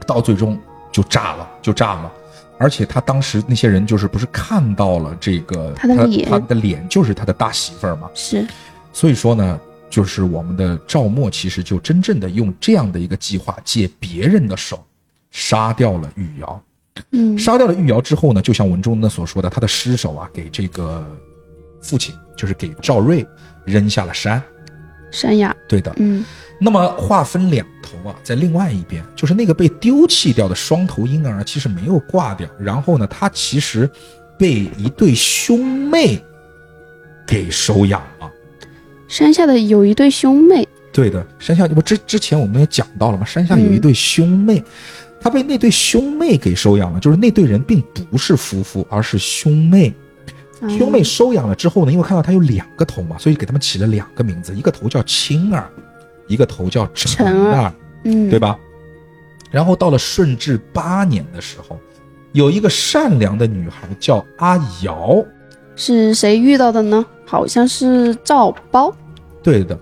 [SPEAKER 4] 到最终就炸了，就炸了。而且他当时那些人就是不是看到了这个
[SPEAKER 2] 他的脸
[SPEAKER 4] 他的脸就是他的大媳妇儿嘛，
[SPEAKER 2] 是，
[SPEAKER 4] 所以说呢，就是我们的赵默其实就真正的用这样的一个计划，借别人的手杀掉了玉瑶。
[SPEAKER 2] 嗯，
[SPEAKER 4] 杀掉了玉瑶之后呢，就像文中呢所说的，他的尸首啊，给这个父亲，就是给赵瑞扔下了山。
[SPEAKER 2] 山崖，
[SPEAKER 4] 对的，
[SPEAKER 2] 嗯，
[SPEAKER 4] 那么话分两头啊，在另外一边，就是那个被丢弃掉的双头婴儿啊其实没有挂掉，然后呢，他其实被一对兄妹给收养了。
[SPEAKER 2] 山下的有一对兄妹，
[SPEAKER 4] 对的，山下不之之前我们也讲到了嘛，山下有一对兄妹，他被那对兄妹给收养了，就是那对人并不是夫妇，而是兄妹。
[SPEAKER 2] 嗯
[SPEAKER 4] 兄妹收养了之后呢，因为看到他有两个头嘛，所以给他们起了两个名字，一个头叫青儿，一个头叫陈
[SPEAKER 2] 陈
[SPEAKER 4] 儿，
[SPEAKER 2] 嗯，
[SPEAKER 4] 对？吧？然后到了顺治八年的时候，有一个善良的女孩叫阿瑶，
[SPEAKER 2] 是谁遇到的呢？好像是赵包，
[SPEAKER 4] 对的，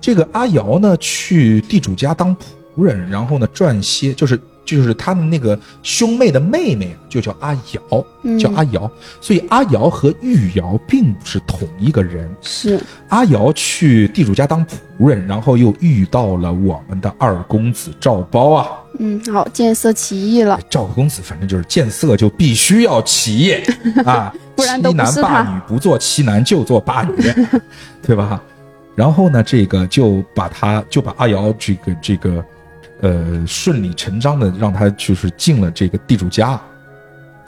[SPEAKER 4] 这个阿瑶呢，去地主家当仆人，然后呢赚些，就是就是他的那个兄妹的妹妹就叫阿瑶，
[SPEAKER 2] 嗯
[SPEAKER 4] 叫阿瑶，所以阿瑶和玉瑶并不是同一个人。
[SPEAKER 2] 是，
[SPEAKER 4] 阿瑶去地主家当仆人，然后又遇到了我们的二公子赵包啊。
[SPEAKER 2] 嗯，好，见色起意了，
[SPEAKER 4] 赵公子反正就是见色就必须要起夜啊，
[SPEAKER 2] 不然都
[SPEAKER 4] 欺
[SPEAKER 2] 不
[SPEAKER 4] 男
[SPEAKER 2] 是
[SPEAKER 4] 霸
[SPEAKER 2] 他
[SPEAKER 4] 女不做欺男就做霸女， 对吧？然后呢，这个就把他就把阿瑶这个这个，呃，顺理成章的让他就是进了这个地主家。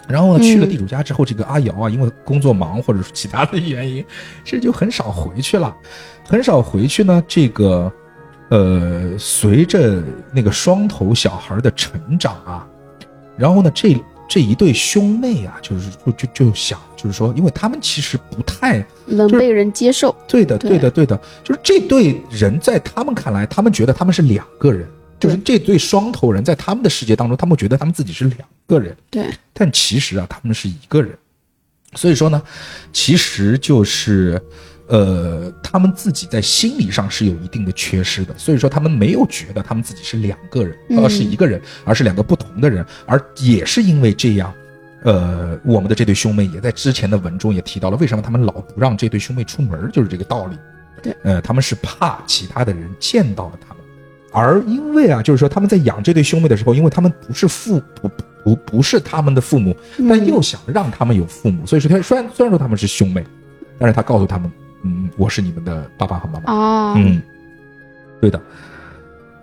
[SPEAKER 4] 然后呢，去了
[SPEAKER 2] 嗯
[SPEAKER 4] 地主家之后，这个阿瑶啊，因为工作忙或者是其他的原因，这就很少回去了。很少回去呢，这个，呃，随着那个双头小孩的成长啊，然后呢，这这一对兄妹啊，就是就就就想，就是说，因为他们其实不太
[SPEAKER 2] 能
[SPEAKER 4] 就是
[SPEAKER 2] 被人接受，
[SPEAKER 4] 对的，
[SPEAKER 2] 对
[SPEAKER 4] 对的，对的，就是这对人在他们看来，他们觉得他们是两个人，就是这对双头人在他们的世界当中，他们觉得他们自己是两个人，
[SPEAKER 2] 对，
[SPEAKER 4] 但其实啊，他们是一个人。所以说呢，其实就是，呃，他们自己在心理上是有一定的缺失的。所以说，他们没有觉得他们自己是两个人，
[SPEAKER 2] 嗯
[SPEAKER 4] 而是一个人，而是两个不同的人。而也是因为这样，呃，我们的这对兄妹也在之前的文中也提到了，为什么他们老不让这对兄妹出门，就是这个道理。
[SPEAKER 2] 对，
[SPEAKER 4] 呃，他们是怕其他的人见到了他们。而因为啊，就是说他们在养这对兄妹的时候，因为他们不是父不不不是他们的父母，但
[SPEAKER 2] 嗯
[SPEAKER 4] 又想让他们有父母，所以说他虽然虽然说他们是兄妹，但是他告诉他们，嗯，我是你们的爸爸和妈妈，
[SPEAKER 2] 啊，
[SPEAKER 4] 嗯，对的。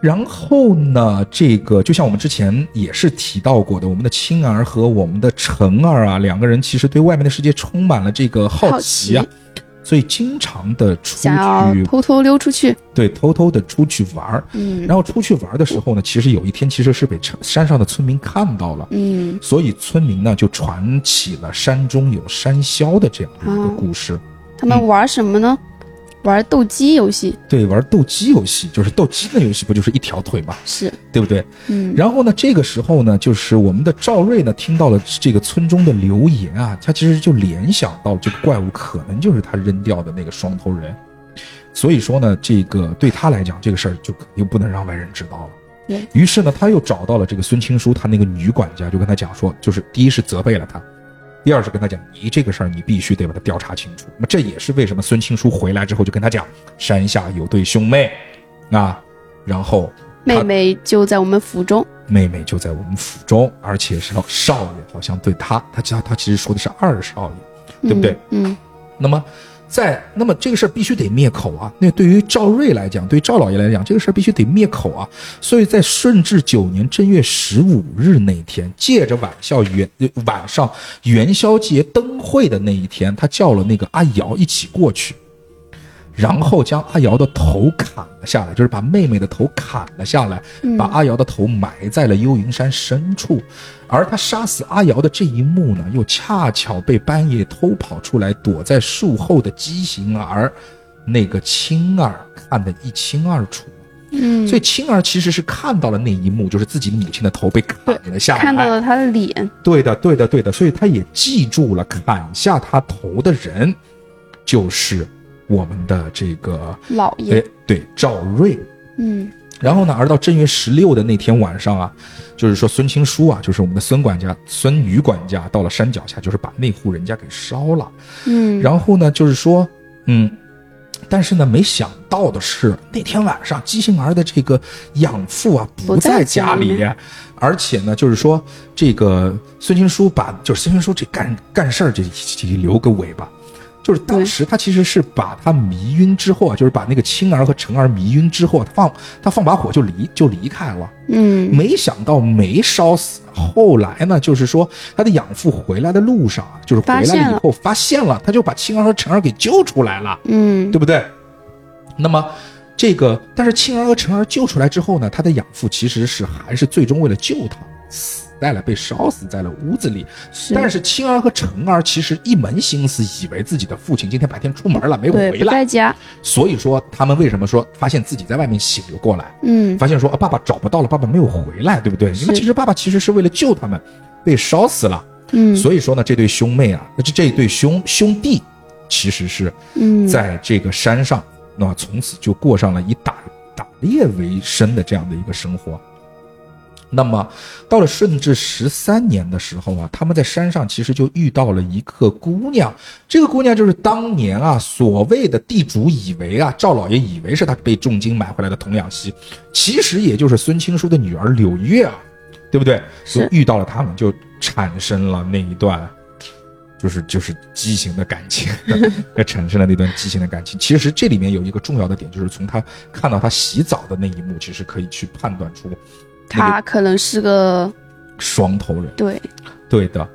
[SPEAKER 4] 然后呢，这个就像我们之前也是提到过的，我们的青儿和我们的成儿啊，两个人其实对外面的世界充满了这个好
[SPEAKER 2] 好
[SPEAKER 4] 奇啊，
[SPEAKER 2] 奇
[SPEAKER 4] 所以经常的出
[SPEAKER 2] 想要
[SPEAKER 4] 去，
[SPEAKER 2] 偷偷溜出去，
[SPEAKER 4] 对，偷偷的出去玩儿。
[SPEAKER 2] 嗯，
[SPEAKER 4] 然后出去玩的时候呢，其实有一天其实是被城山上的村民看到了，
[SPEAKER 2] 嗯
[SPEAKER 4] 所以村民呢就传
[SPEAKER 2] 啊
[SPEAKER 4] 起了山中有山魈的这样的一个故事。
[SPEAKER 2] 他们玩什么呢？玩斗鸡游戏
[SPEAKER 4] 对，玩斗鸡游戏，就是斗鸡的游戏，不就是一条腿嘛，
[SPEAKER 2] 是，
[SPEAKER 4] 对不对？
[SPEAKER 2] 嗯，
[SPEAKER 4] 然后呢，这个时候呢，就是我们的赵瑞呢，听到了这个村中的流言啊，他其实就联想到这个怪物可能就是他扔掉的那个双头人，所以说呢，这个对他来讲，这个事儿就肯定不能让外人知道了。
[SPEAKER 2] 对
[SPEAKER 4] 于是呢，他又找到了这个孙青书，他那个女管家，就跟他讲说，就是第一是责备了他，第二是跟他讲，你这个事儿你必须得把它调查清楚。那么这也是为什么孙青书回来之后就跟他讲，山下有对兄妹，啊，然后
[SPEAKER 2] 妹妹就在我们府中，
[SPEAKER 4] 妹妹就在我们府中，而且是少爷好像对他，他知道他其实说的是二少爷。对不对
[SPEAKER 2] 嗯？嗯，
[SPEAKER 4] 那么在那么这个事儿必须得灭口啊！那对于赵瑞来讲，对于赵老爷来讲，这个事儿必须得灭口啊！所以在顺治九年正月十五日那天，借着晚校元呃晚上元宵节灯会的那一天，他叫了那个阿瑶一起过去。然后将阿瑶的头砍了下来，就是把妹妹的头砍了下来，把阿瑶的头埋在了幽云山深处。而他杀死阿瑶的这一幕呢，又恰巧被半夜偷跑出来躲在树后的畸形儿那个青儿看得一清二楚。
[SPEAKER 2] 嗯，
[SPEAKER 4] 所以青儿其实是看到了那一幕，就是自己母亲的头被砍了下来，
[SPEAKER 2] 看到了他的脸，
[SPEAKER 4] 对的，对的，对的，所以他也记住了砍下他头的人就是我们的这个
[SPEAKER 2] 老
[SPEAKER 4] 哎
[SPEAKER 2] 爷，，
[SPEAKER 4] 对赵瑞。
[SPEAKER 2] 嗯
[SPEAKER 4] 然后呢，而到正月十六的那天晚上啊，就是说孙青书啊，就是我们的孙管家、孙女管家，到了山脚下，就是把那户人家给烧了。
[SPEAKER 2] 嗯，
[SPEAKER 4] 然后呢，就是说，嗯，但是呢，没想到的是，那天晚上畸形儿的这个养父啊
[SPEAKER 2] 不
[SPEAKER 4] 不
[SPEAKER 2] 在
[SPEAKER 4] 在
[SPEAKER 2] 家
[SPEAKER 4] 家
[SPEAKER 2] 里
[SPEAKER 4] 里，而且呢，就是说这个孙青书把就是孙青书这干干事儿这这留个尾巴。就是当时他其实是把他迷晕之后啊，就是把那个青儿和成儿迷晕之后啊，他放他放把火就离就离开了。
[SPEAKER 2] 嗯
[SPEAKER 4] 没想到没烧死。后来呢，就是说他的养父回来的路上啊，就是回来
[SPEAKER 2] 发现
[SPEAKER 4] 了
[SPEAKER 2] 了
[SPEAKER 4] 以后发现了，他就把青儿和成儿给救出来了，
[SPEAKER 2] 嗯
[SPEAKER 4] 对不对？那么这个，但是青儿和成儿救出来之后呢，他的养父其实是还是最终为了救他，死在了被烧死在了屋子里。
[SPEAKER 2] 是
[SPEAKER 4] 但是青儿和成儿其实一门心思以为自己的父亲今天白天出门了没
[SPEAKER 2] 对
[SPEAKER 4] 哎回
[SPEAKER 2] 不在
[SPEAKER 4] 来，
[SPEAKER 2] 家，
[SPEAKER 4] 所以说他们为什么说发现自己在外面醒了过来？
[SPEAKER 2] 嗯
[SPEAKER 4] 发现说啊，爸爸找不到了，爸爸没有回来，对不对？
[SPEAKER 2] 是
[SPEAKER 4] 因为其实爸爸其实是为了救他们，被烧死了。
[SPEAKER 2] 嗯
[SPEAKER 4] 所以说呢，这对兄妹啊，这这对兄兄弟，其实是
[SPEAKER 2] 嗯
[SPEAKER 4] 在这个山上，那么从此就过上了以打打猎为生的这样的一个生活。那么到了顺治十三年的时候啊，他们在山上其实就遇到了一个姑娘，这个姑娘就是当年啊所谓的地主以为啊赵老爷以为是他被重金买回来的童养媳，其实也就是孙青书的女儿柳月啊，对不对？
[SPEAKER 2] 是
[SPEAKER 4] 就遇到了他们，就产生了那一段。就是就是畸形的 感情，也产生了那段畸形的感情。其实这里面有一个重要的点，就是从他看到他洗澡的那一幕，其实可以去判断出
[SPEAKER 2] 他可能是个
[SPEAKER 4] 双头人。
[SPEAKER 2] 对，
[SPEAKER 4] 对的。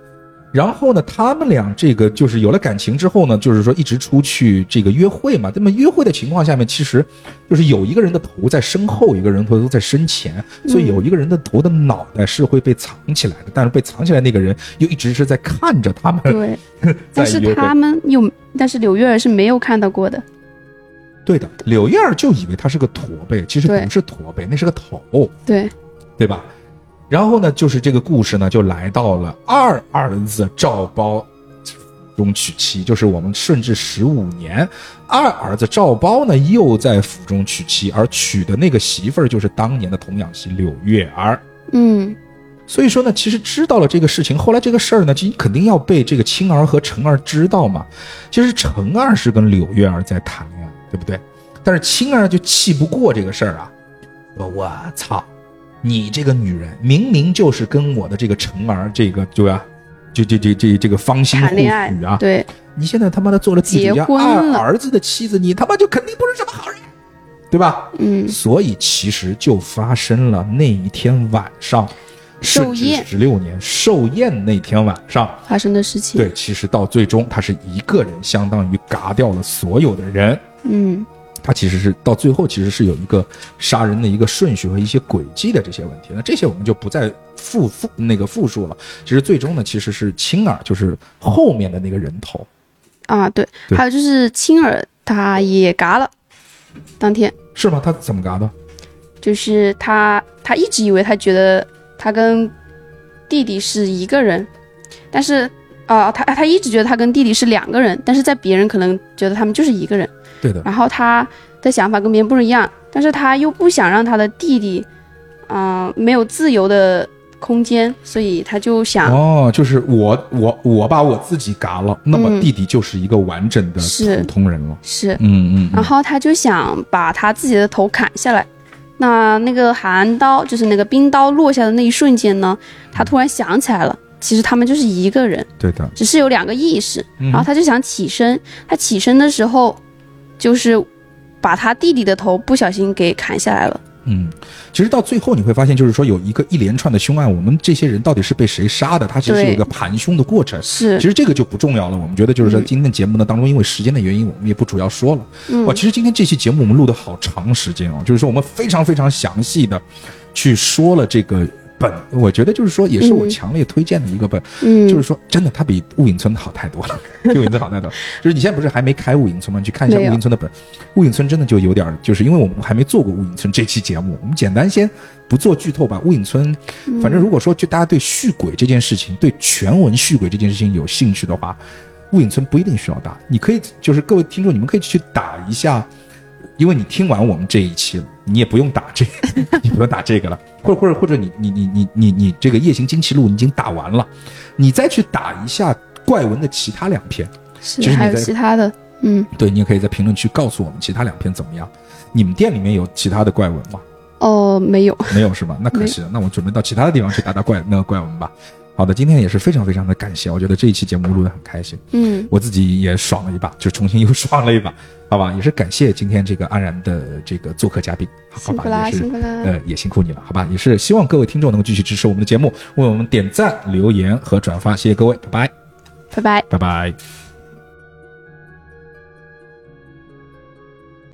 [SPEAKER 4] 然后呢，他们俩这个就是有了感情之后呢，就是说一直出去这个约会嘛。那么约会的情况下面，其实就是有一个人的头在身后，一个人头在身前，
[SPEAKER 2] 嗯
[SPEAKER 4] 所以有一个人的头的脑袋是会被藏起来的，但是被藏起来那个人又一直是在看着他们
[SPEAKER 2] 对，
[SPEAKER 4] 在
[SPEAKER 2] 但是
[SPEAKER 4] 约会
[SPEAKER 2] 他。们又，但是柳月儿是没有看到过的，
[SPEAKER 4] 对的，柳叶儿就以为他是个驼背，其实
[SPEAKER 2] 对
[SPEAKER 4] 不是驼背，那是个头。
[SPEAKER 2] 对，
[SPEAKER 4] 对吧？然后呢，就是这个故事呢，就来到了二儿子赵包中娶妻，就是我们顺治十五年，二儿子赵包呢又在府中娶妻，而娶的那个媳妇儿就是当年的童养媳柳月儿。
[SPEAKER 2] 嗯
[SPEAKER 4] 所以说呢，其实知道了这个事情，后来这个事儿呢，就肯定要被这个青儿和成儿知道嘛。其实成儿是跟柳月儿在谈恋爱，对不对？但是青儿就气不过这个事儿啊，说我操，你这个女人明明就是跟我的这个成儿这个啊对吧、这这这这这个芳心
[SPEAKER 2] 谈
[SPEAKER 4] 互
[SPEAKER 2] 恋爱
[SPEAKER 4] 许啊，
[SPEAKER 2] 对，
[SPEAKER 4] 你现在他妈的做了自己
[SPEAKER 2] 结
[SPEAKER 4] 家
[SPEAKER 2] 婚
[SPEAKER 4] 二
[SPEAKER 2] 了
[SPEAKER 4] 儿子的妻子，你他妈就肯定不是什么好人，对吧？
[SPEAKER 2] 嗯
[SPEAKER 4] 所以其实就发生了那一天晚上，
[SPEAKER 2] 寿宴
[SPEAKER 4] 十六年寿宴那天晚上，
[SPEAKER 2] 发生的事情，
[SPEAKER 4] 对，其实到最终他是一个人，相当于嘎掉了所有的人。
[SPEAKER 2] 嗯
[SPEAKER 4] 他其实是到最后其实是有一个杀人的一个顺序和一些轨迹的这些问题。那这些我们就不再复复那个复述了。其实最终呢，其实是青儿，就是后面的那个人头。
[SPEAKER 2] 啊对，
[SPEAKER 4] 对
[SPEAKER 2] 还有就是青儿他也嘎了。当天
[SPEAKER 4] 是吗？他怎么嘎的？
[SPEAKER 2] 就是他，他一直以为他觉得他跟弟弟是一个人，但是啊、呃他他一直觉得他跟弟弟是两个人，但是在别人可能觉得他们就是一个人。
[SPEAKER 4] 对的，
[SPEAKER 2] 然后他的想法跟别人不一样，但是他又不想让他的弟弟，嗯、没有自由的空间，所以他就想，
[SPEAKER 4] 哦，就是我我我把我自己嘎了，那么
[SPEAKER 2] 嗯
[SPEAKER 4] 弟弟就是一个完整的
[SPEAKER 2] 是
[SPEAKER 4] 普通人了。
[SPEAKER 2] 是，
[SPEAKER 4] 嗯嗯
[SPEAKER 2] 然后他就想把他自己的头砍下来。那那个寒刀，就是那个冰刀落下的那一瞬间呢，他突然想起来了，其实他们就是一个人，
[SPEAKER 4] 对的，
[SPEAKER 2] 只是有两个意识。
[SPEAKER 4] 嗯
[SPEAKER 2] 然后他就想起身，他起身的时候，就是把他弟弟的头不小心给砍下来了。
[SPEAKER 4] 嗯，其实到最后你会发现，就是说有一个一连串的凶案，我们这些人到底是被谁杀的？它其实是
[SPEAKER 2] 对
[SPEAKER 4] 有一个盘凶的过程。
[SPEAKER 2] 是
[SPEAKER 4] 其，实这个就不重要了。我们觉得就是说，
[SPEAKER 2] 嗯
[SPEAKER 4] 今天节目呢当中，因为时间的原因，我们也不主要说了。
[SPEAKER 2] 嗯
[SPEAKER 4] 哇，其实今天这期节目我们录的好长时间哦，就是说我们非常非常详细的去说了这个本，我觉得就是说也是我
[SPEAKER 2] 嗯
[SPEAKER 4] 强烈推荐的一个本，
[SPEAKER 2] 嗯，
[SPEAKER 4] 就是说真的它比雾隐村好太多了， 比雾隐村好太多了。就是你现在不是还没开雾隐村吗？你去看一下雾
[SPEAKER 2] 没有
[SPEAKER 4] 隐村的本，雾隐村真的就有点儿，就是因为我们还没做过雾隐村这期节目，我们简单先不做剧透吧。雾隐村，
[SPEAKER 2] 嗯
[SPEAKER 4] 反正如果说就大家对续鬼这件事情，对全文续鬼这件事情有兴趣的话，雾隐村不一定需要打，你可以就是各位听众，你们可以去打一下。因为你听完我们这一期了，你也不用打这， 你不用打这个了，或者或者或者你你你你你你这个夜行惊奇录你已经打完了，你再去打一下怪文的其他两篇，其
[SPEAKER 2] 是
[SPEAKER 4] 实你
[SPEAKER 2] 还有
[SPEAKER 4] 在
[SPEAKER 2] 其他的，嗯，
[SPEAKER 4] 对你也可以在评论区告诉我们其他两篇怎么样。你们店里面有其他的怪文吗？
[SPEAKER 2] 哦，没有，
[SPEAKER 4] 没有是吧？那可惜了，那我准备到其他的地方去打打怪那个怪文吧。好的，今天也是非常非常的感谢，我觉得这一期节目录得很开心。
[SPEAKER 2] 嗯，
[SPEAKER 4] 我自己也爽了一把，就重新又 爽了一把，好吧，也是感谢今天这个安然的这个做客嘉宾，好
[SPEAKER 2] 辛苦
[SPEAKER 4] 吧，
[SPEAKER 2] 啦，
[SPEAKER 4] 也是
[SPEAKER 2] 辛苦啦，
[SPEAKER 4] 呃也辛苦你了，好吧，也是希望各位听众能够继续支持我们的节目，为我们点赞、留言和转发，谢谢各位，拜拜，
[SPEAKER 2] 拜拜。
[SPEAKER 4] 拜拜。